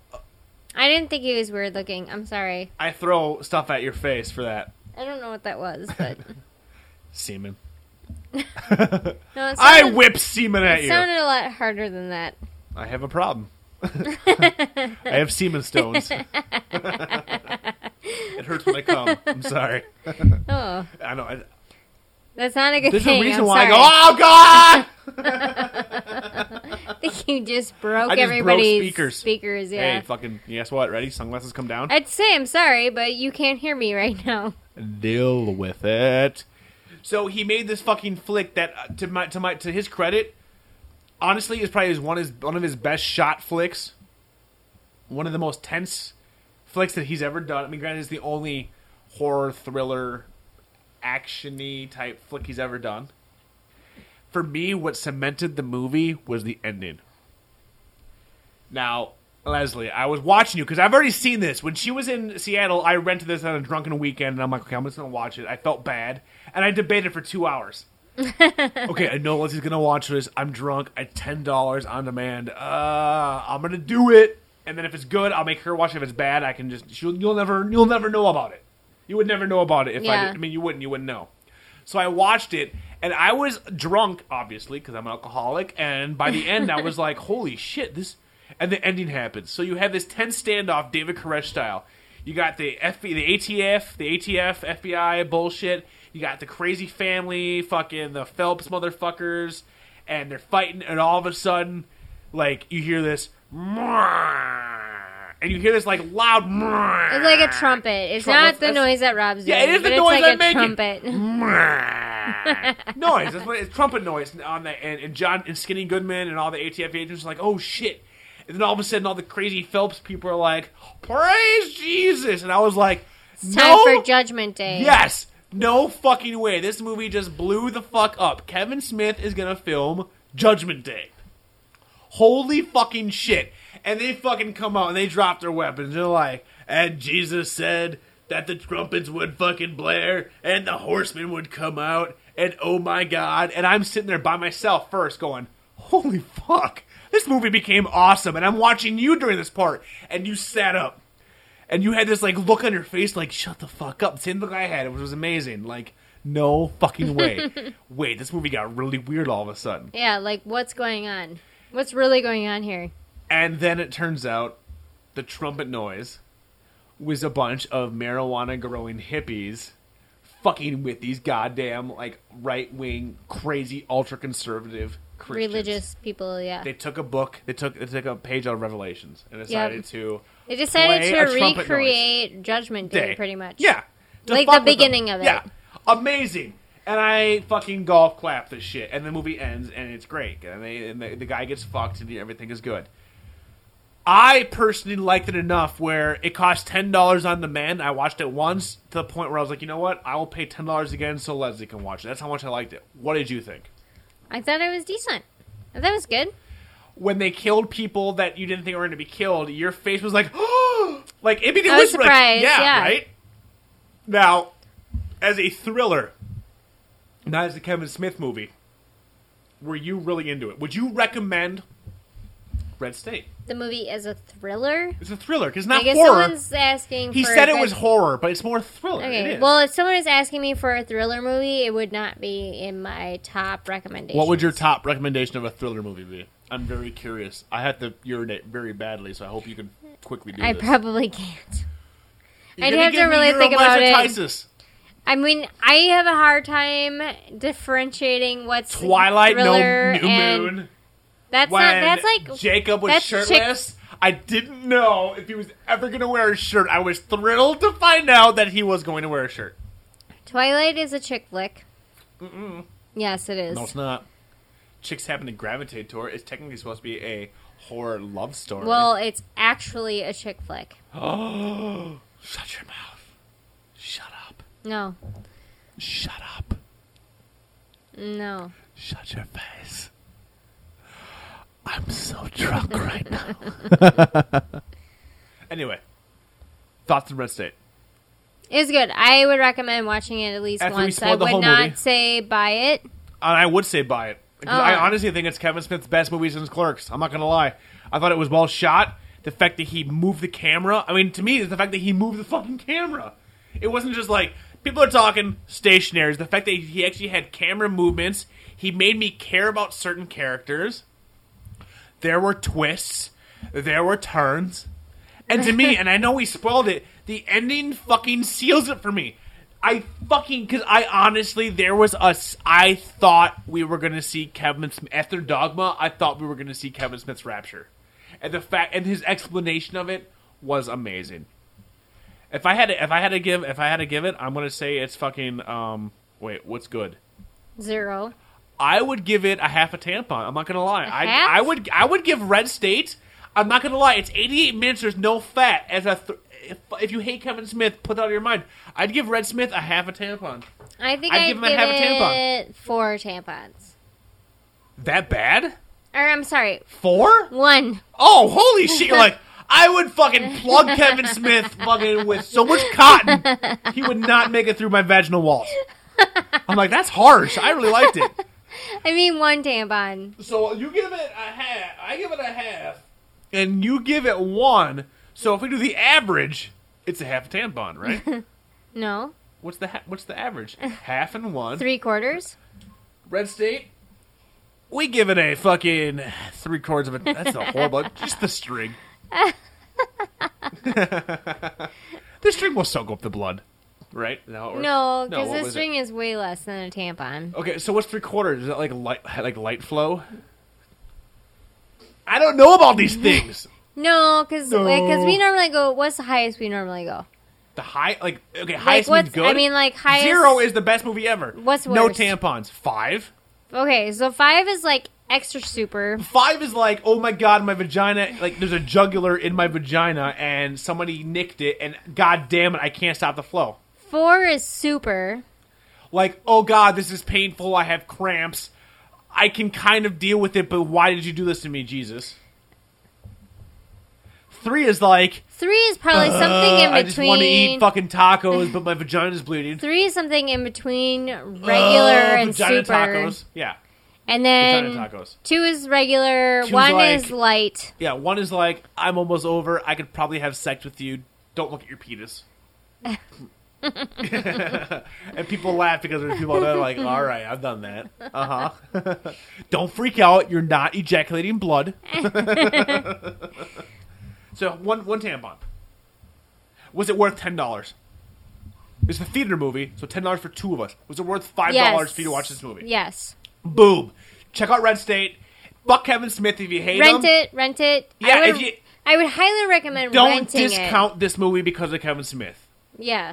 F: I didn't think he was weird looking. I'm sorry.
E: I throw stuff at your face for that.
F: I don't know what that was, but
E: [laughs] Semen.
F: no, it
E: I
F: sounded-
E: whip semen at
F: It
E: you.
F: sounded a lot harder than that.
E: I have a
F: [laughs]
E: problem. I have semen stones. it hurts when I come. I'm sorry.
F: Oh,
E: I know. I,
F: that's not a good
E: there's
F: thing.
E: a reason
F: I'm
E: why
F: sorry.
E: I go. Oh God!
F: I think [laughs] you just broke
E: I just broke
F: everybody's
E: speakers.
F: Speakers, yeah.
E: Hey, fucking. Guess what? Ready? Sunglasses come down.
F: I'd say I'm sorry, but you can't hear me right now.
E: Deal with it. So he made this fucking flick that, uh, to my to my to his credit, honestly is probably his one is one of his best shot flicks. One of the most tense flicks that he's ever done. I mean, granted, it's the only horror thriller actiony type flick he's ever done. For me, what cemented the movie was the ending. Now, Leslie, I was watching you because I've already seen this. When she was in Seattle, I rented this on a drunken weekend, and I'm like, okay, I'm just gonna watch it. I felt bad, and I debated for two hours. okay, I know Leslie's gonna watch this. I'm drunk. At ten dollars on demand, uh, I'm gonna do it. And then if it's good, I'll make her watch it. If it's bad, I can just she'll, you'll never you'll never know about it. You would never know about it if I
F: Yeah.
E: did. I mean, you wouldn't you wouldn't know. So I watched it, and I was drunk, obviously, because I'm an alcoholic. And by the end,
F: [laughs]
E: I was like, "Holy shit!" This, and the ending happens. So you have this tense standoff, David Koresh style. You got the FB, the ATF, the ATF, FBI bullshit. You got the crazy family, fucking the Phelps motherfuckers, and they're fighting. And all of a sudden, like you hear this, and you hear this like loud.
F: It's like a trumpet. It's
E: Trumpet-
F: not the
E: Ah, that's-
F: noise that Rob's
E: Yeah,
F: doing.
E: it is the
F: but it's
E: noise
F: like
E: I'm
F: a
E: making.
F: trumpet.
E: noise. That's what it's trumpet noise on the and, and John and Skinny Goodman and all the ATF agents are like, oh shit. And then all of a sudden all the crazy Phelps people are like, Praise Jesus and I was like [laughs] no,
F: Time for Judgment Day.
E: Yes. No fucking way. This movie just blew the fuck up. Kevin Smith is gonna film Judgment Day. Holy fucking shit. And they fucking come out and they drop their weapons. They're like, and Jesus said that the trumpets would fucking blare and the horsemen would come out and oh my god. And I'm sitting there by myself first going, holy fuck. This movie became awesome. And I'm watching you during this part and you sat up and you had this like look on your face like shut the fuck up same look i had which was amazing like no fucking way wait this movie got really weird all of a sudden
F: Yeah, like what's going on? What's really going on here?
E: and then it turns out the trumpet noise was a bunch of marijuana growing hippies fucking with these goddamn like right-wing crazy ultra-conservative Christians.
F: Religious people, yeah.
E: they took a book they took they took a page out of revelations and decided to
F: They decided
E: play
F: to
E: a trumpet noise.
F: recreate Judgment Day,
E: day.
F: pretty much.
E: Yeah. To
F: Like
E: fuck
F: the
E: with them.
F: beginning of it.
E: Yeah. Amazing. And I fucking golf clap this shit, and the movie ends, and it's great, and, they, and the, the guy gets fucked, and everything is good. I personally liked it enough where it cost ten dollars on demand. I watched it once to the point where I was like, you know what? I will pay ten dollars again so Leslie can watch it. That's how much I liked it. What did you think?
F: I thought it was decent. I thought it was good.
E: When they killed people that you didn't think were going to be killed, your face was like, [gasps] oh, like it, it
F: I was
E: like,
F: surprised, yeah.
E: right. Now, as a thriller, not as a Kevin Smith movie, were you really into it? Would you recommend Red State?
F: The movie is a thriller.
E: It's a thriller because
F: I
E: not
F: guess
E: horror.
F: someone's asking.
E: He
F: for
E: said
F: a
E: it
F: good-
E: was horror, but it's more thriller.
F: Okay.
E: It is.
F: Well, if someone is asking me for a thriller movie, it would not be in my top recommendation.
E: what would your top recommendation of a thriller movie be? I'm very curious. I have to urinate very badly, so I hope you can quickly do
F: I
E: this.
F: probably can't.
E: You're
F: I'd
E: gonna
F: have to
E: give me
F: really think about it.
E: uromycetitis.
F: I mean, I have a hard time differentiating what's
E: Twilight, no
F: thriller
E: new
F: and-
E: moon.
F: That's
E: when
F: not. That's like
E: Jacob was
F: that's chick-
E: shirtless. I didn't know if he was ever going to wear a shirt. I was thrilled to find out that he was going to wear a shirt.
F: Twilight is a chick flick. Mm-mm. Yes, it is.
E: No, it's not. Chicks happen to gravitate toward. It's technically supposed to be a horror love story.
F: well, it's actually a chick flick.
E: oh, [gasps] shut your mouth. Shut up.
F: No,
E: Shut up.
F: no.
E: Shut your face. I'm so drunk right now. [laughs] anyway, thoughts on Red State.
F: It's good. I would recommend watching it at least
E: After we
F: once.
E: spoiled
F: I
E: the whole
F: would not
E: movie.
F: say buy it.
E: And I would say buy it. Because I
F: Oh.
E: honestly think it's Kevin Smith's best movie since Clerks. I'm not going to lie. I thought it was well shot. The fact that he moved the camera. I mean, to me, it's the fact that he moved the fucking camera. It wasn't just like people are talking stationaries. The fact that he actually had camera movements. He made me care about certain characters. There were twists. There were turns. And to me, and I know we spoiled it, the ending fucking seals it for me. I fucking because I honestly there was us. I thought we were gonna see Kevin Smith after Dogma. I thought we were gonna see Kevin Smith's Rapture, and the fact and his explanation of it was amazing. If I had to, if I had to give if I had to give it, I'm gonna say it's fucking um. Wait, what's good?
F: Zero.
E: I would give it a half a tampon. I'm not gonna lie. I
F: half?
E: I would I would give Red State. I'm not gonna lie. It's 88 minutes. There's no fat. As a th- if, if you hate Kevin Smith, put that out of your mind. I'd give Red Smith a half a tampon.
F: I think
E: I'd
F: I'd,
E: give him a
F: give
E: half a tampon.
F: it four tampons.
E: That bad?
F: Or I'm sorry,
E: Four?
F: one.
E: Oh, holy shit! You're like, I would fucking plug Kevin Smith fucking with so much cotton, he would not make it through my vaginal walls. I'm like, that's harsh. I really liked it.
F: I mean, one tampon.
E: So you give it a half. I give it a half, and you give it one. So if we do the average, it's a half tampon,
F: [laughs]
E: right?
F: No,
E: what's the ha- what's the average? Half and one.
F: three quarters.
E: Red State. We give it a fucking three quarters of a. That's a horrible. [laughs] just the
F: [laughs]
E: string. the string will soak up the blood, right? No,
F: No, because
E: what
F: the
E: was it?
F: string is way less than a tampon.
E: Okay, so what's three quarters? Is that like light, like light flow? I don't know about these things.
F: No, because
E: No.
F: we normally go. What's the highest we normally go?
E: The high, like okay,
F: Like
E: highest means
F: what's
E: good.
F: I mean, like highest
E: zero is the best movie ever.
F: What's
E: no
F: worst?
E: tampons? Five.
F: okay. So five is like extra super.
E: Five is like, oh my god, my vagina, like there's a jugular in my vagina, and somebody nicked it, and god damn it, I can't stop the flow.
F: Four is super.
E: Like, oh god, this is painful. I have cramps. I can kind of deal with it, but why did you do this to me, Jesus? Three is like,
F: Three is probably something in
E: Uh, I just
F: between.
E: want to eat fucking tacos, but my vagina's bleeding.
F: Three is something in between [laughs] regular
E: Ugh,
F: and
E: Uh, vagina
F: super.
E: tacos. Yeah,
F: And
E: vagina
F: then
E: tacos.
F: two is regular,
E: Two's
F: one
E: like-
F: is light.
E: Yeah, one is like, I'm almost over. I could probably have sex with you. Don't look at your penis. and people laugh because there's people that are like, all right, I've done that. Uh huh. [laughs] Don't freak out. You're not ejaculating blood. [laughs] so one one tampon. Was it worth ten dollars? It's a theater movie, so ten dollars for two of us. Was it worth five dollars
F: Yes.
E: for you to watch this movie?
F: Yes.
E: Boom. Check out Red State. Fuck Kevin Smith if you hate him.
F: Rent it, rent it.
E: Yeah,
F: I would,
E: if you-
F: I would highly recommend
E: don't
F: renting
E: discount this movie because of Kevin Smith.
F: it. Yeah.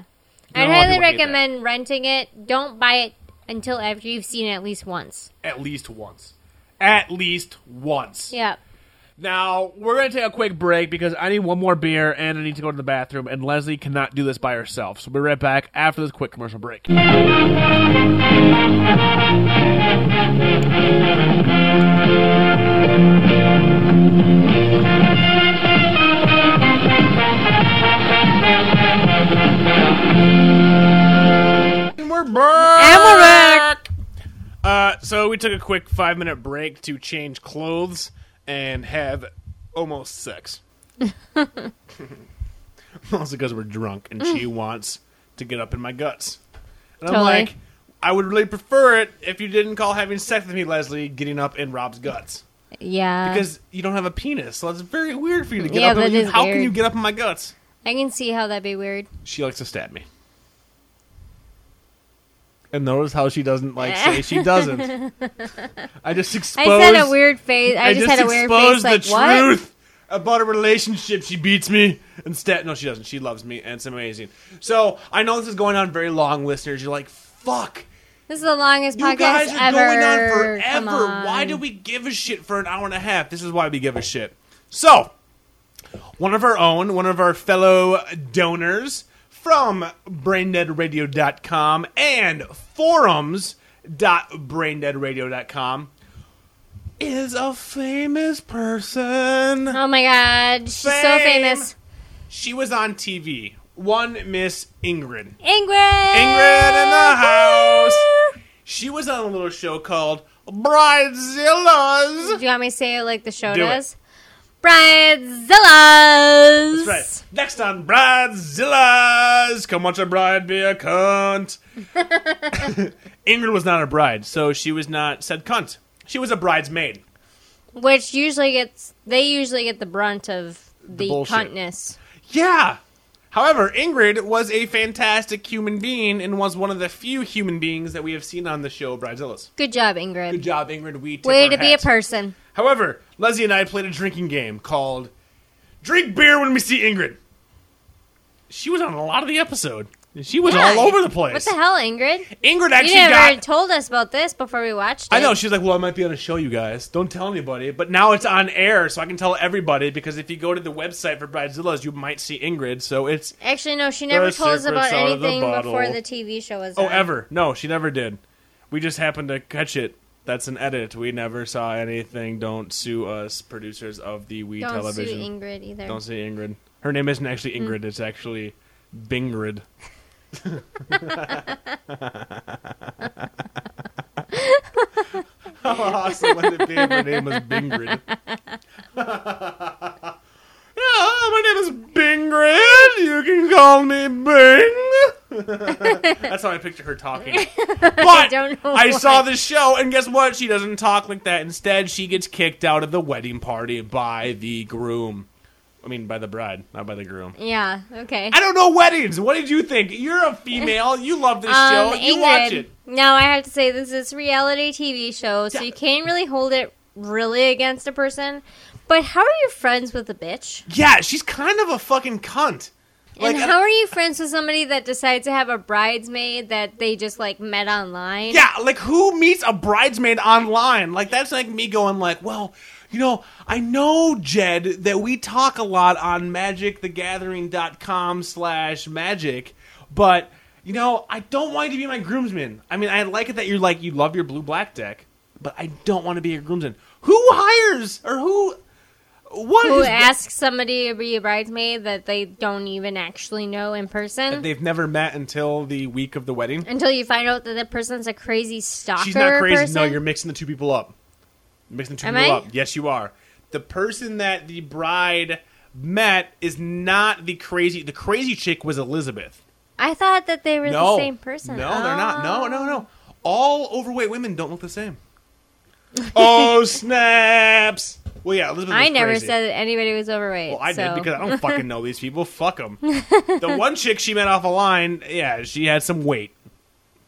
E: know, a lot
F: I'd
E: of
F: highly
E: people hate that.
F: recommend renting it. Don't buy it until after you've seen it at least once.
E: At least once. At least once.
F: Yeah.
E: Now, we're going to take a quick break because I need one more beer and I need to go to the bathroom, and Leslie cannot do this by herself. So we'll be right back after this quick commercial break. We're back.
F: And we're back.
E: Uh, so we took a quick five minute break to change clothes and have almost
F: [laughs]
E: sex. Mostly because we're drunk and she wants to get up in my guts. And I'm
F: Mm. Totally.
E: like, I would really prefer it if you didn't call having sex with me, Leslie, getting up in Rob's guts.
F: Yeah. Mm.
E: Because you don't have a penis, so that's very weird for you to get
F: Yeah,
E: up in
F: that
E: you-
F: is
E: How can
F: weird.
E: you get up in my guts?
F: I can see how that'd be weird.
E: She likes to stab me. And notice how she doesn't like say she
F: [laughs]
E: doesn't. I just exposed.
F: I said a weird face. I, just, had a weird face.
E: exposed
F: Like
E: the
F: what?
E: truth about a relationship. She beats me and stat. No, she doesn't. She loves me, and it's amazing. So I know this is going on very long, listeners. You're like, fuck.
F: This is the longest
E: You
F: podcast
E: guys are
F: ever.
E: going on
F: Come
E: forever.
F: on.
E: Why do we give a shit for an hour and a half? This is why we give a shit. So, one of our own, one of our fellow donors from braindeadradio.com and forums.braindeadradio.com is a famous person.
F: Oh my god, she's so
E: Fame.
F: famous.
E: She was on TV. One Miss Ingrid.
F: Ingrid.
E: Ingrid in the house. She was on a little show called Bridezilla's.
F: Do you want me to say it like the show
E: Do it.
F: does? Bridezilla's.
E: That's right. Next on Bridezilla's. Come watch a bride be a
F: [laughs]
E: cunt. Ingrid was not a bride, so she was not said cunt. She was a bridesmaid.
F: Which usually gets they usually get the brunt of the,
E: bullshit.
F: cuntness.
E: Yeah. However, Ingrid was a fantastic human being and was one of the few human beings that we have seen on the show Bridezilla's.
F: Good job, Ingrid.
E: Good job, Ingrid. We tip
F: Way
E: our
F: to be a
E: hats.
F: person.
E: However, Leslie and I played a drinking game called Drink Beer When We See Ingrid. She was on a lot of the episode. She was
F: Yeah.
E: all over the place.
F: What the hell, Ingrid?
E: Ingrid
F: You
E: actually
F: never
E: got.
F: told us about this before we watched it.
E: I know. She's like, well, I might be on a show, you guys. Don't tell anybody. But now it's on air, so I can tell everybody because if you go to the website for Bridezilla's, you might see Ingrid. So it's.
F: Actually, no, she never
E: The
F: told us about
E: secret's out of the
F: anything
E: bottle.
F: before the TV show was
E: Oh,
F: on.
E: ever. No, she never did. We just happened to catch it. That's an edit. We never saw anything. Don't sue us, producers of the We
F: Don't
E: Television.
F: sue Ingrid either.
E: Don't say Ingrid. Her name isn't actually
F: Hmm.
E: Ingrid. It's actually Bingrid. How awesome would it be if her name was Bingrid? yeah, my name is Bingrid. You can call me Bing. That's how I picture her talking.
F: [laughs]
E: But I,
F: don't know why.
E: saw the show, and guess what? She doesn't talk like that. Instead, she gets kicked out of the wedding party by the groom. I mean, by the bride, not by the groom.
F: Yeah, okay.
E: I don't know weddings. What did you think? You're a female. You love this
F: Um,
E: show. You watch it.
F: No, I have to say this is a reality TV show, so you can't really hold it really against a person. But how are you friends with a bitch?
E: Yeah, she's kind of a fucking cunt. Like,
F: and how are you friends with somebody that decides to have a bridesmaid that they just like met online?
E: yeah, like who meets a bridesmaid online? Like that's like me going like, well, you know, I know Jed that we talk a lot on magicthegathering.com slash magic, but you know, I don't want you to be my groomsman. I mean, I like it that you're like you love your blue black deck, but I don't want to be your groomsman. Who hires or who? What
F: Who
E: is that?
F: asks somebody to be a bridesmaid that they don't even actually know in person?
E: they've never met until the week of the wedding.
F: until you find out that the person's a crazy stalker.
E: She's not crazy.
F: Person.
E: No, you're mixing the two people up. You're mixing the two
F: Am
E: people
F: I?
E: up. Yes, you are. The person that the bride met is not the crazy. The crazy chick was Elizabeth.
F: I thought that they were
E: no,
F: the same person.
E: No, they're not. No, no,
F: Oh.
E: no. All overweight women don't look the
F: [laughs]
E: same. oh snaps! Well, yeah, Elizabeth.
F: I
E: was
F: never
E: crazy.
F: said that anybody was overweight.
E: Well, I
F: so.
E: did because I don't fucking know these people. Fuck
F: [laughs]
E: them. the one chick she met off a line, yeah, she had some weight,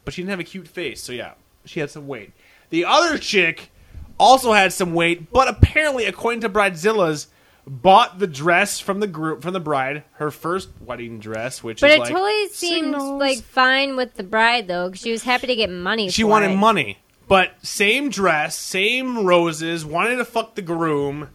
E: but she didn't have a cute face, so yeah, she had some weight. The other chick also had some weight, but apparently, according to Bridezilla's, bought the dress from the group from the bride, her first wedding dress, which
F: But
E: is
F: it
E: like,
F: totally seemed
E: signals.
F: like fine with the bride though, 'cause she was happy to get money.
E: She
F: for
E: wanted
F: it.
E: money, but same dress, same roses, wanted to fuck the groom.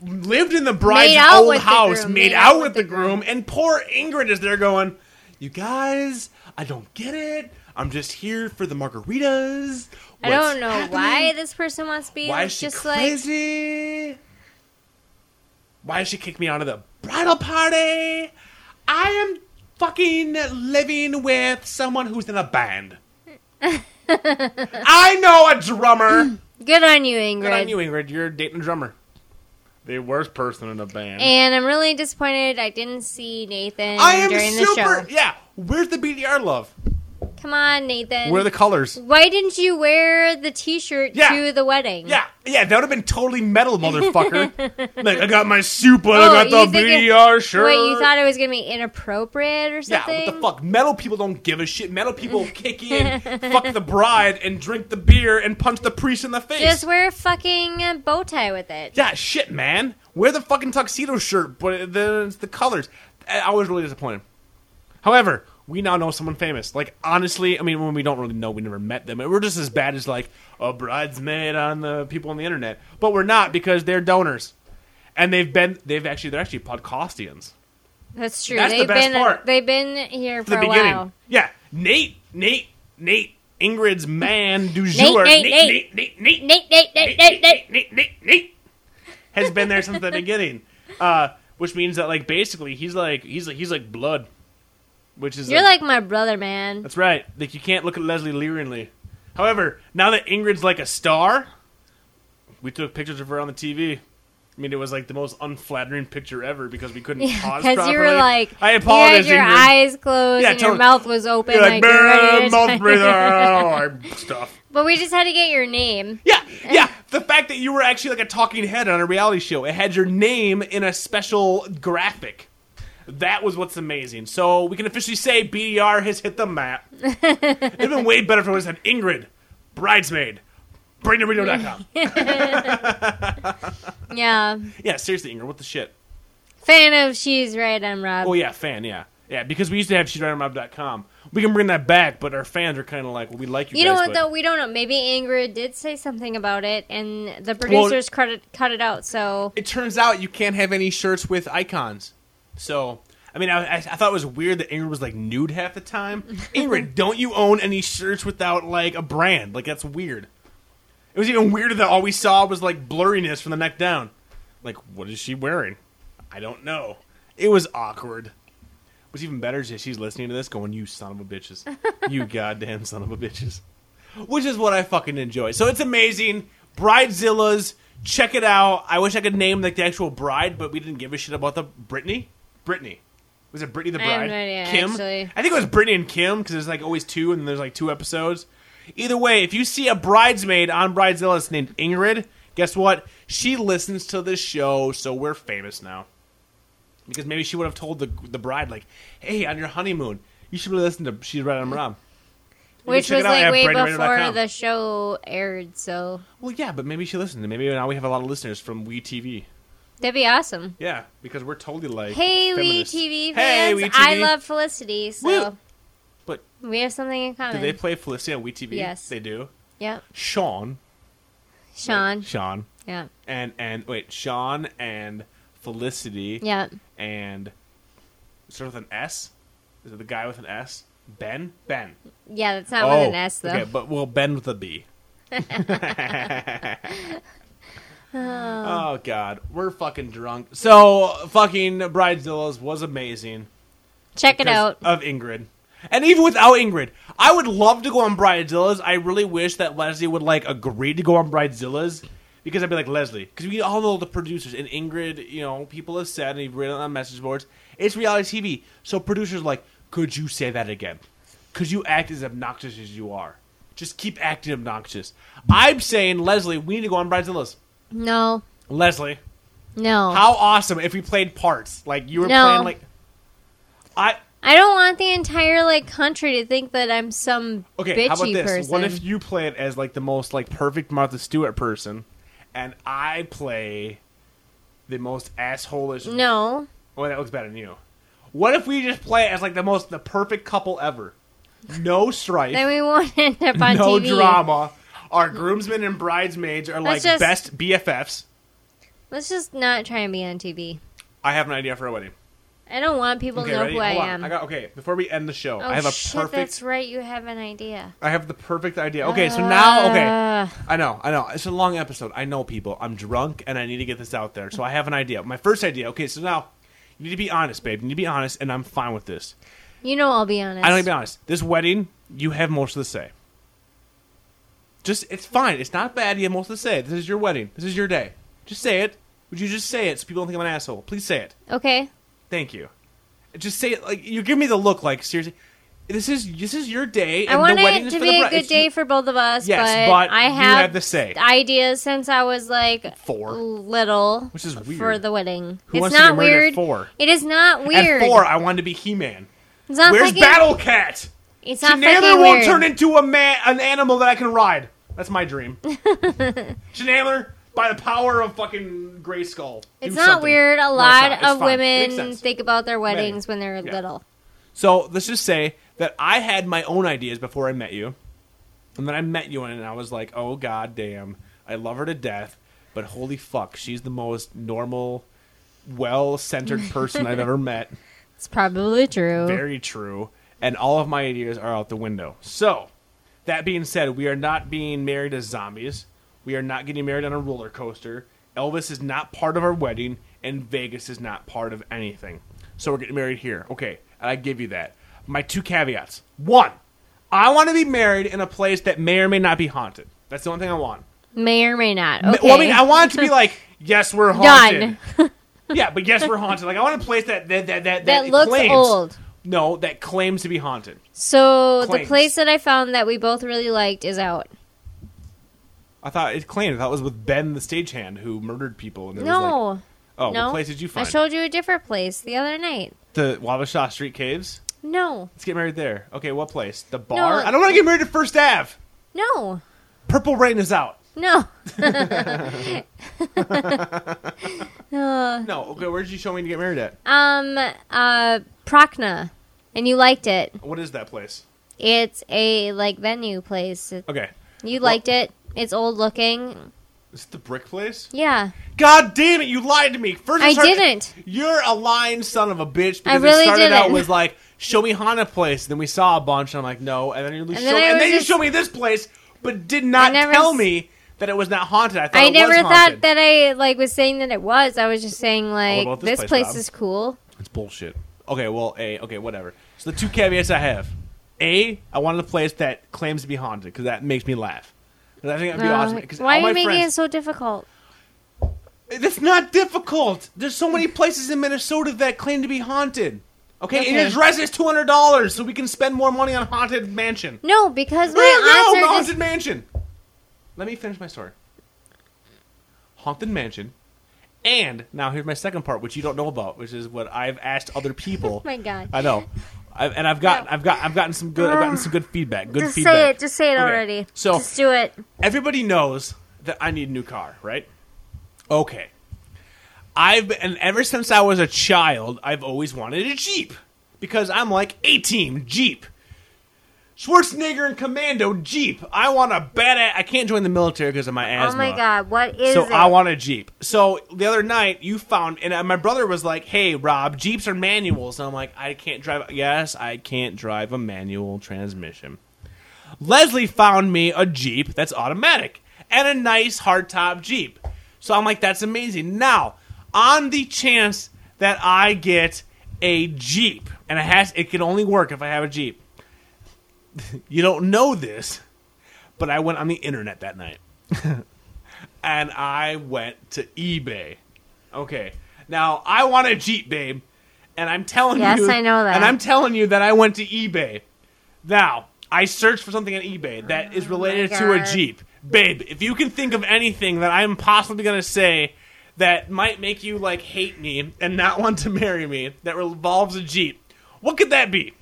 E: Lived in the bride's
F: Made out
E: old
F: with the
E: house,
F: groom,
E: made, out, with the groom, and poor Ingrid is there going, "You guys, I don't get it. I'm just here for the margaritas.
F: I
E: What's
F: don't know
E: happening?
F: why this person wants to be
E: Why is she
F: just like
E: crazy? Why did she kick me out of the bridal party? I am fucking living with someone who's in a
F: [laughs]
E: band. I know a drummer.
F: good on you, Ingrid.
E: Good on you, Ingrid. You're dating a drummer. The worst person in a band.
F: And I'm really disappointed I didn't see Nathan
E: I am
F: during the
E: super.
F: show.
E: Yeah. Where's the BDR love?
F: Come on, Nathan.
E: Where are the colors?
F: why didn't you wear the T-shirt
E: Yeah.
F: to the wedding?
E: Yeah, yeah, that would have been totally metal,
F: [laughs]
E: motherfucker. like, I got my super,
F: Oh,
E: I
F: you
E: got the
F: think it-
E: BDR shirt.
F: Wait, you thought it was gonna be inappropriate or
E: Yeah,
F: something?
E: what the fuck? Metal people don't give a shit. Metal
F: [laughs]
E: people kick in, fuck the bride, and drink the beer and punch the priest in the face.
F: Just wear a fucking uh, bow tie with it.
E: yeah, shit, man. Wear the fucking tuxedo shirt, but then it's the colors. I I was really disappointed. However, we now know someone famous. Like, honestly, I mean, when we don't really know, we never met them. We're just as bad as, like, a bridesmaid on the people on the internet. But we're not because they're donors. And they've been, they've actually, they're actually podcastians.
F: That's true.
E: That's the
F: they've
E: best
F: been
E: part.
F: they've been here for
E: the
F: a
E: beginning.
F: while.
E: Yeah, Nate, Nate, Nate, Ingrid's man du
F: Nate,
E: jour,
F: Nate,
E: Nate, Nate, Nate, Nate,
F: Nate, Nate, Nate, Nate, Nate.
E: Nate, Nate, Nate, Nate, has been there since the [laughs] beginning. Uh, which means that like basically he's like he's like he's like blood, which is
F: You're like my brother, man.
E: that's right. Like you can't look at Leslie leeringly. However, now that Ingrid's like a star, we took pictures of her on the TV. I mean, it was like the most unflattering picture ever because we couldn't pause
F: Because you were
E: properly.
F: like,
E: I apologize,
F: you had your
E: Ingrid.
F: eyes closed
E: Yeah,
F: and
E: totally.
F: your mouth was open,
E: You're
F: like,
E: like,
F: you're ready
E: "Brr,
F: to
E: mouth
F: try." [laughs]
E: breather, or stuff.
F: But we just had to get your name.
E: Yeah, yeah. The fact that you were actually like a talking head on a reality show, it had your name in a special graphic. That was what's amazing. So we can officially say BDR has hit the
F: [laughs]
E: map. It'd have been way better if it was had Ingrid, bridesmaid,
F: [laughs]
E: BrainTheRadio.com.
F: Yeah.
E: yeah, seriously, Ingrid, what the shit?
F: Fan of She's Right, I'm Rob.
E: Oh yeah, fan, yeah. Yeah, because we used to have sheetridermob.com. We can bring that back, but our fans are kind of like, well, we like you,
F: You know
E: guys,
F: what
E: but-
F: though? We don't know. Maybe Ingrid did say something about it, and the producers cut it cut it out. So
E: It turns out you can't have any shirts with icons. So, I mean, I, I, I thought it was weird that Ingrid was like nude half the time. Ingrid, don't you own any shirts without like a brand? Like that's weird. It was even weirder that all we saw was like blurriness from the neck down. Like, what is she wearing? I don't know. It was awkward. What's even better is that she's listening to this going, you son of a bitches.
F: [laughs]
E: you goddamn son of a bitches. Which is what I fucking enjoy. So it's amazing. Bridezilla's. Check it out. I wish I could name like the actual bride, but we didn't give a shit about the Brittany. Brittany. Was it Brittany the
F: I have
E: bride?
F: no idea,
E: Kim?
F: actually.
E: I think it was Brittany and Kim because there's like always two and there's like two episodes. Either way, if you see a bridesmaid on Bridezilla that's named Ingrid, guess what? She listens to this show, so we're famous now because maybe she would have told the the bride like, "Hey, on your honeymoon, you should really listen to She's Right on Rob."
F: which
E: check
F: was
E: it out
F: like
E: at
F: way before
E: BrainRadio.com.
F: the show aired. So
E: Well, yeah, but maybe she listened. Maybe now we have a lot of listeners from We TV.
F: that'd be awesome.
E: Yeah, because we're totally like
F: Hey, we
E: feminists.
F: TV
E: Hey,
F: fans!
E: we TV.
F: I love Felicity, so
E: Woo. But-
F: we have something in
E: Do
F: common.
E: they play Felicity on We TV?
F: Yes.
E: they do.
F: Yep,
E: Sean,
F: Sean.
E: Sean,
F: Yeah,
E: and and wait, Sean and Felicity
F: yeah.
E: and start with an S. Is it the guy with an S? Ben, Ben.
F: Yeah, that's not with an S though.
E: Oh, Okay, but we'll bend with a
F: [laughs]
E: B. oh. God, we're fucking drunk. So fucking Bridezilla's was amazing.
F: Check it out.
E: Of Ingrid. And even without Ingrid, I would love to go on Bridezilla's. I really wish that Leslie would like agree to go on Bridezilla's because I'd be like Leslie, because we all know the producers and Ingrid. You know, people have said and you've written on message boards, it's reality TV. So producers are like, could you say that again? Could you act as obnoxious as you are? Just keep acting obnoxious. I'm saying, Leslie, we need to go on Bridezilla's.
F: No,
E: Leslie,
F: no.
E: how awesome if we played parts like you were
F: No.
E: playing like. I
F: I don't want the entire like country to think that I'm some
E: Okay,
F: bitchy
E: how about this?
F: person.
E: What if you play it as like the most like perfect Martha Stewart person, and I play the most assholeish?
F: Mm. no,
E: Well, that looks better than you. What if we just play it as like the most the perfect couple ever? No strife,
F: then we won't [laughs] end up on
E: no
F: TV.
E: drama. Our groomsmen and bridesmaids are like
F: Let's just-
E: best BFFs.
F: Let's just not try and be on TV.
E: I have an idea for a wedding.
F: I don't want people
E: Okay,
F: to know
E: ready?
F: who I
E: Hold on.
F: am.
E: I got okay. Before we end the show,
F: um, oh
E: I have a
F: shit,
E: perfect.
F: that's right. You have an idea.
E: I have the perfect idea. Okay, so now, okay.
F: Uh,
E: I know, I know. It's a long episode. I know people. I'm drunk and I need to get this out there. So I have an idea. My first idea. Okay, so now you need to be honest, babe. You need to be honest, and I'm fine with this.
F: you know, I'll be honest.
E: I don't need to be honest. This wedding, you have most of the say. Just it's fine. It's not bad. You have most of the say. This is your wedding. This is your day. Just say it. Would you just say it so people don't think I'm an asshole? Please say it.
F: Okay,
E: Thank you. Just say it. Like you give me the look. Like seriously, this is this is your day.
F: I
E: and
F: want
E: the wedding
F: it
E: is
F: to
E: for
F: be
E: the
F: a
E: bride.
F: good
E: It's you-
F: day for both of us.
E: Yes,
F: but,
E: but
F: I
E: you
F: have,
E: have the say.
F: ideas since I was like
E: Four.
F: little,
E: Which is weird.
F: for the wedding.
E: Who
F: it's
E: wants to
F: not
E: get married at
F: weird.
E: four?
F: It is not
E: At
F: weird.
E: four, I wanted to be He-Man.
F: It's not
E: Where's
F: fucking,
E: Battle Cat?
F: It's
E: She
F: not
E: Nailer
F: fucking
E: won't
F: weird.
E: turn into a man, an animal that I can ride. That's my
F: [laughs]
E: dream. Nailer, by the power of fucking Gray Skull.
F: It's not weird. A lot
E: not. It's
F: of
E: fine. Makes
F: women
E: sense.
F: think about their weddings when they're
E: Yeah.
F: little.
E: So let's just say that I had my own ideas before I met you, and then I met you and I was like, oh god damn, I love her to death, but holy fuck, she's the most normal, well-centered person I've
F: [laughs]
E: ever met.
F: It's probably true.
E: Very true. And all of my ideas are out the window. So, that being said, we are not being married as zombies. We are not getting married on a roller coaster. Elvis is not part of our wedding, and Vegas is not part of anything. So, we're getting married here. Okay, and I give you that. My two caveats. One, I want to be married in a place that may or may not be haunted. That's the only thing I want.
F: may or may not. Okay.
E: Well, I mean, I want it to
F: [laughs]
E: be like, yes, we're haunted.
F: Done. [laughs]
E: yeah, but yes, we're haunted. Like, I want a place that that that that,
F: That looks
E: claims-
F: old.
E: No, that claims to be haunted.
F: So the
E: Claims.
F: place that I found that we both really liked is out.
E: I thought it claimed. I thought it was with Ben the stagehand who murdered people. And there
F: No.
E: was like, oh,
F: no.
E: what place did you find?
F: I showed you a different place the other night.
E: the Wabasha Street Caves.
F: No.
E: Let's get married there. Okay, what place? The bar.
F: No.
E: I don't want to get married at First Ave.
F: No.
E: Purple Rain is out.
F: No. [laughs] Uh, Uh.
E: No, okay. Where did you show me to get married at?
F: um uh Prakna. and you liked it.
E: What is that place?
F: It's a like venue place.
E: Okay.
F: You liked it. It's old looking.
E: Is it the brick place?
F: Yeah,
E: God damn it! You lied to me. First, you
F: I
E: started-
F: didn't.
E: You're a lying son of a bitch. Because
F: I really
E: it started out
F: didn't.
E: with like, show me Hana place. Then we saw a bunch, and I'm like, no. And then you,
F: then
E: show,
F: I
E: and
F: was
E: then
F: just-
E: you show me this place, but did not
F: never
E: tell
F: s-
E: me that it was not haunted. I thought
F: I
E: it
F: never
E: was
F: thought
E: haunted.
F: that I like was saying that it was. I was just saying like
E: about
F: this,
E: this
F: place,
E: place, Rob?
F: is cool.
E: It's bullshit. Okay, well, A, okay, whatever. So the two caveats I have. A, I wanted a place that claims to be haunted because that makes me laugh. 'Cause I think that'd be
F: Uh,
E: awesome. 'cause
F: why
E: all
F: are you
E: my
F: making
E: friends,
F: it so difficult?
E: That's not difficult. There's so many places in Minnesota that claim to be haunted. Okay, and your
F: Okay.
E: dress is two hundred dollars, so we can spend more money on haunted mansion.
F: No, because
E: No,
F: my
E: no,
F: answer
E: haunted
F: aunts are just
E: mansion. Let me finish my story. Haunted mansion, and now here's my second part, which you don't know about, which is what I've asked other people.
F: [laughs] Oh my God.
E: I know, I, and I've got,
F: No.
E: I've got, I've gotten some good, I've gotten some good feedback. Good
F: just
E: feedback.
F: say it. Just say it
E: Okay,
F: already.
E: so-
F: just do it.
E: everybody knows that I need a new car, right? Okay. I've and ever since I was a child, I've always wanted a Jeep because I'm like a team Jeep. Schwarzenegger and Commando Jeep. I want a badass. I can't join the military because of my asthma.
F: Oh my god, what is
E: So
F: it?
E: I want a Jeep. So the other night you found, and uh, my brother was like, "Hey, Rob, Jeeps are manuals." And I'm like, "I can't drive." Yes, I can't drive a manual transmission. Leslie found me a Jeep that's automatic and a nice hardtop Jeep. So I'm like, "That's amazing." Now, on the chance that I get a Jeep, and it has, it can only work if I have a Jeep. [laughs] you don't know this, but I went on the internet that night and I went to eBay. Okay. Now I want a Jeep, babe, and I'm telling
F: Yes,
E: you.
F: I know that.
E: And I'm telling you that I went to eBay. Now I searched for something on eBay that is related to a
F: Oh God.
E: Jeep, babe. If you can think of anything that I'm possibly gonna say that might make you like hate me and not want to marry me, that revolves a Jeep, what could that be?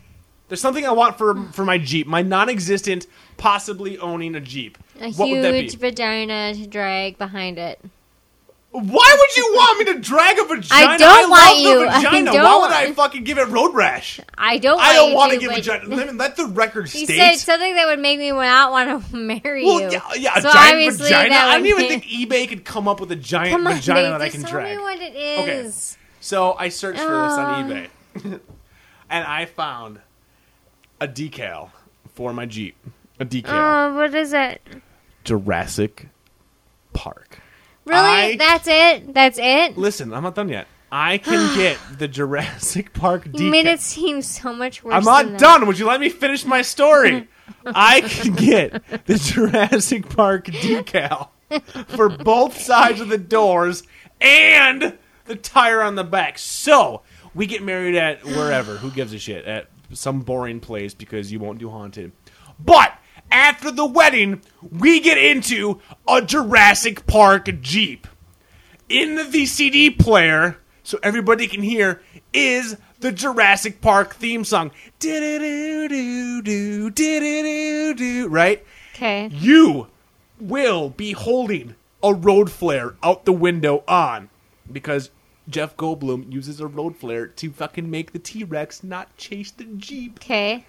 E: There's something I want for for my Jeep, my non-existent, possibly owning a Jeep.
F: a
E: what would that be?
F: huge vagina to drag behind it.
E: Why would you want me to drag a vagina?
F: don't
E: love
F: want
E: the
F: you. [laughs] I
E: Vagina. Why
F: don't.
E: would I fucking give it road
F: [laughs]
E: rash?
F: I don't.
E: I don't
F: want
E: want to
F: you
E: give
F: but [laughs]
E: vagina. Let, me- let the record
F: You
E: state.
F: said something that would make me not want to [laughs] marry
E: well,
F: you.
E: yeah, yeah, a
F: So
E: giant
F: obviously
E: vagina.
F: that
E: I don't
F: would
E: even
F: be-
E: think eBay could come up with a giant
F: [laughs] Come on,
E: vagina
F: Nate,
E: that I
F: just
E: can
F: tell
E: drag.
F: me what it is.
E: So I searched for this on
F: Uh.
E: eBay, [laughs] and I found a decal for my Jeep. A decal.
F: Oh, what is it?
E: Jurassic Park.
F: Really?
E: I-
F: That's it? That's it?
E: Listen, I'm not done yet. I
F: [gasps]
E: can get the Jurassic Park decal.
F: You made it seem so much worse.
E: I'm
F: than
E: not
F: that.
E: done. Would you let me finish my
F: [laughs]
E: story? I can get the Jurassic Park decal
F: [laughs]
E: for both sides of the doors and the tire on the back. So we get married at wherever. Who gives a shit? At some boring place because you won't do haunted. But after the wedding, we get into a Jurassic Park Jeep in the CD player so everybody can hear is the Jurassic Park theme song. Do-do-do-do-do, do-do-do-do, right?
F: Okay.
E: You will be holding a road flare out the window on because Jeff Goldblum uses a road flare to fucking make the T Rex not chase the Jeep.
F: Okay.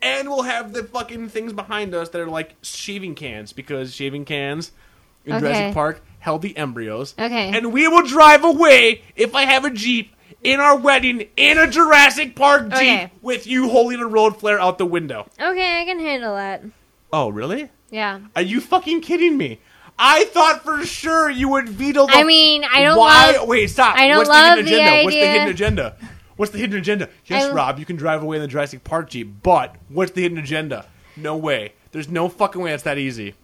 E: And we'll have the fucking things behind us that are like shaving cans because shaving cans in
F: Okay.
E: Jurassic Park held the embryos.
F: Okay.
E: And we will drive away if I have a Jeep in our wedding in a Jurassic Park Jeep
F: Okay.
E: with you holding a road flare out the window.
F: Okay, I can handle that.
E: Oh, really?
F: Yeah.
E: Are you fucking kidding me? I thought for sure you would veto the.
F: I mean, I don't
E: Why?
F: love-
E: Wait, stop.
F: I don't
E: What's
F: love
E: the hidden
F: the
E: agenda? What's the
F: idea.
E: hidden agenda? What's the hidden agenda? Yes,
F: I-
E: Rob, you can drive away in the Jurassic Park Jeep, but what's the hidden agenda? No way. There's no fucking way it's that easy.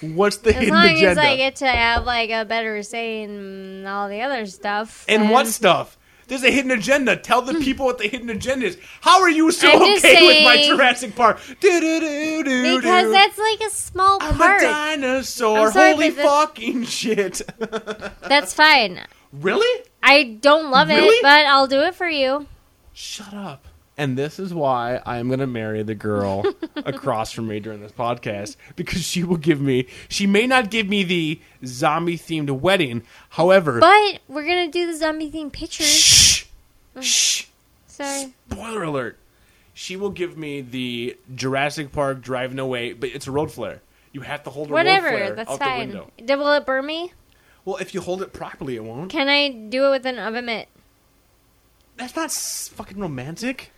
E: What's the
F: As
E: hidden
F: long
E: agenda?
F: as I get to have like a better say in all the other stuff.
E: and
F: then-
E: what stuff? There's a hidden agenda. Tell the people what the hidden agenda is. How are you so [laughs]
F: Hmm. I'm
E: okay
F: just
E: with my
F: saying-
E: Jurassic Park? Doo-doo-doo-doo-doo.
F: Because that's like a small
E: I'm
F: part.
E: a dinosaur.
F: I'm sorry,
E: Holy
F: but the-
E: fucking shit.
F: That's fine.
E: really?
F: I don't love it,
E: Really?
F: but I'll do it for you.
E: Shut up. And this is why I'm going to marry the
F: [laughs]
E: girl across from me during this podcast because she will give me, she may not give me the zombie themed wedding. However,
F: But we're gonna do the zombie theme pictures.
E: shh, shh,
F: Sorry.
E: spoiler alert. she will give me the Jurassic Park driving away, but it's a road flare. You have to hold a road
F: Whatever,
E: flare
F: that's
E: out
F: fine.
E: the window.
F: D- Will it burn me?
E: Well, if you hold it properly, it won't.
F: Can I do it with an oven mitt?
E: That's not s- fucking romantic.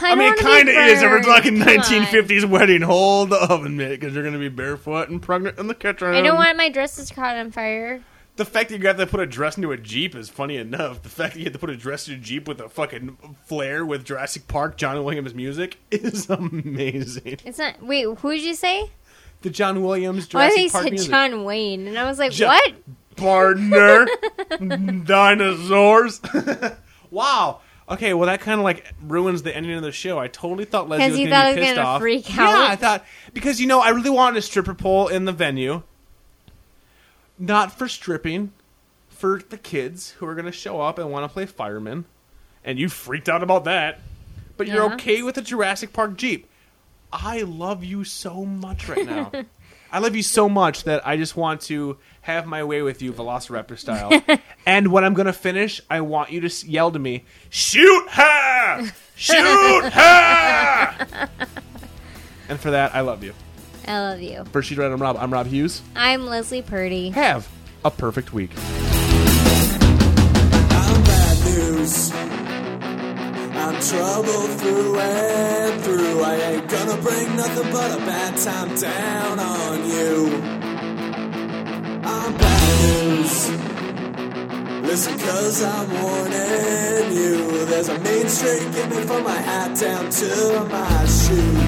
F: I,
E: mean,
F: it
E: kind of is if we're talking
F: nineteen fifty.
E: 1950s wedding. Hold the oven mitt because you're going to be barefoot and pregnant in the kitchen.
F: I don't want my dresses caught on fire.
E: The fact that you have to put a dress into a Jeep is funny enough. The fact that you had to put a dress into a Jeep with a fucking flare with Jurassic Park, John Williams music is [laughs] amazing.
F: It's not. Wait, who did you say?
E: The John Williams
F: Oh, I
E: Jurassic
F: think you
E: Park
F: said
E: music.
F: John Wayne, and I was like,
E: Jo-
F: what?
E: [laughs] partner. Dinosaurs. [laughs] wow. Okay, well that kind of like ruins the ending of the show. I totally thought Leslie
F: 'Cause
E: was
F: you
E: going
F: thought I
E: to
F: was
E: be pissed
F: gonna
E: off.
F: freak
E: Yeah,
F: out.
E: I thought because you know I really wanted a stripper pole in the venue, not for stripping, for the kids who are going to show up and want to play fireman, and you freaked out about that. But you're
F: Yeah.
E: okay with a Jurassic Park Jeep. I love you so much right now. I love you so much that I just want to have my way with you, Velociraptor style. and when I'm going to finish, I want you to s- yell to me, "Shoot her! Shoot her!" and for that, I love you.
F: I love you.
E: For She's Right, I'm Rob. I'm Rob Hughes.
F: I'm Leslie Purdy.
E: Have a perfect week.
G: I'm bad news. I'm trouble through and through. I ain't gonna bring nothing but a bad time down on you. I'm bad news. Listen, cause I'm warning you. There's a mean streak in me from my hat down to my shoes.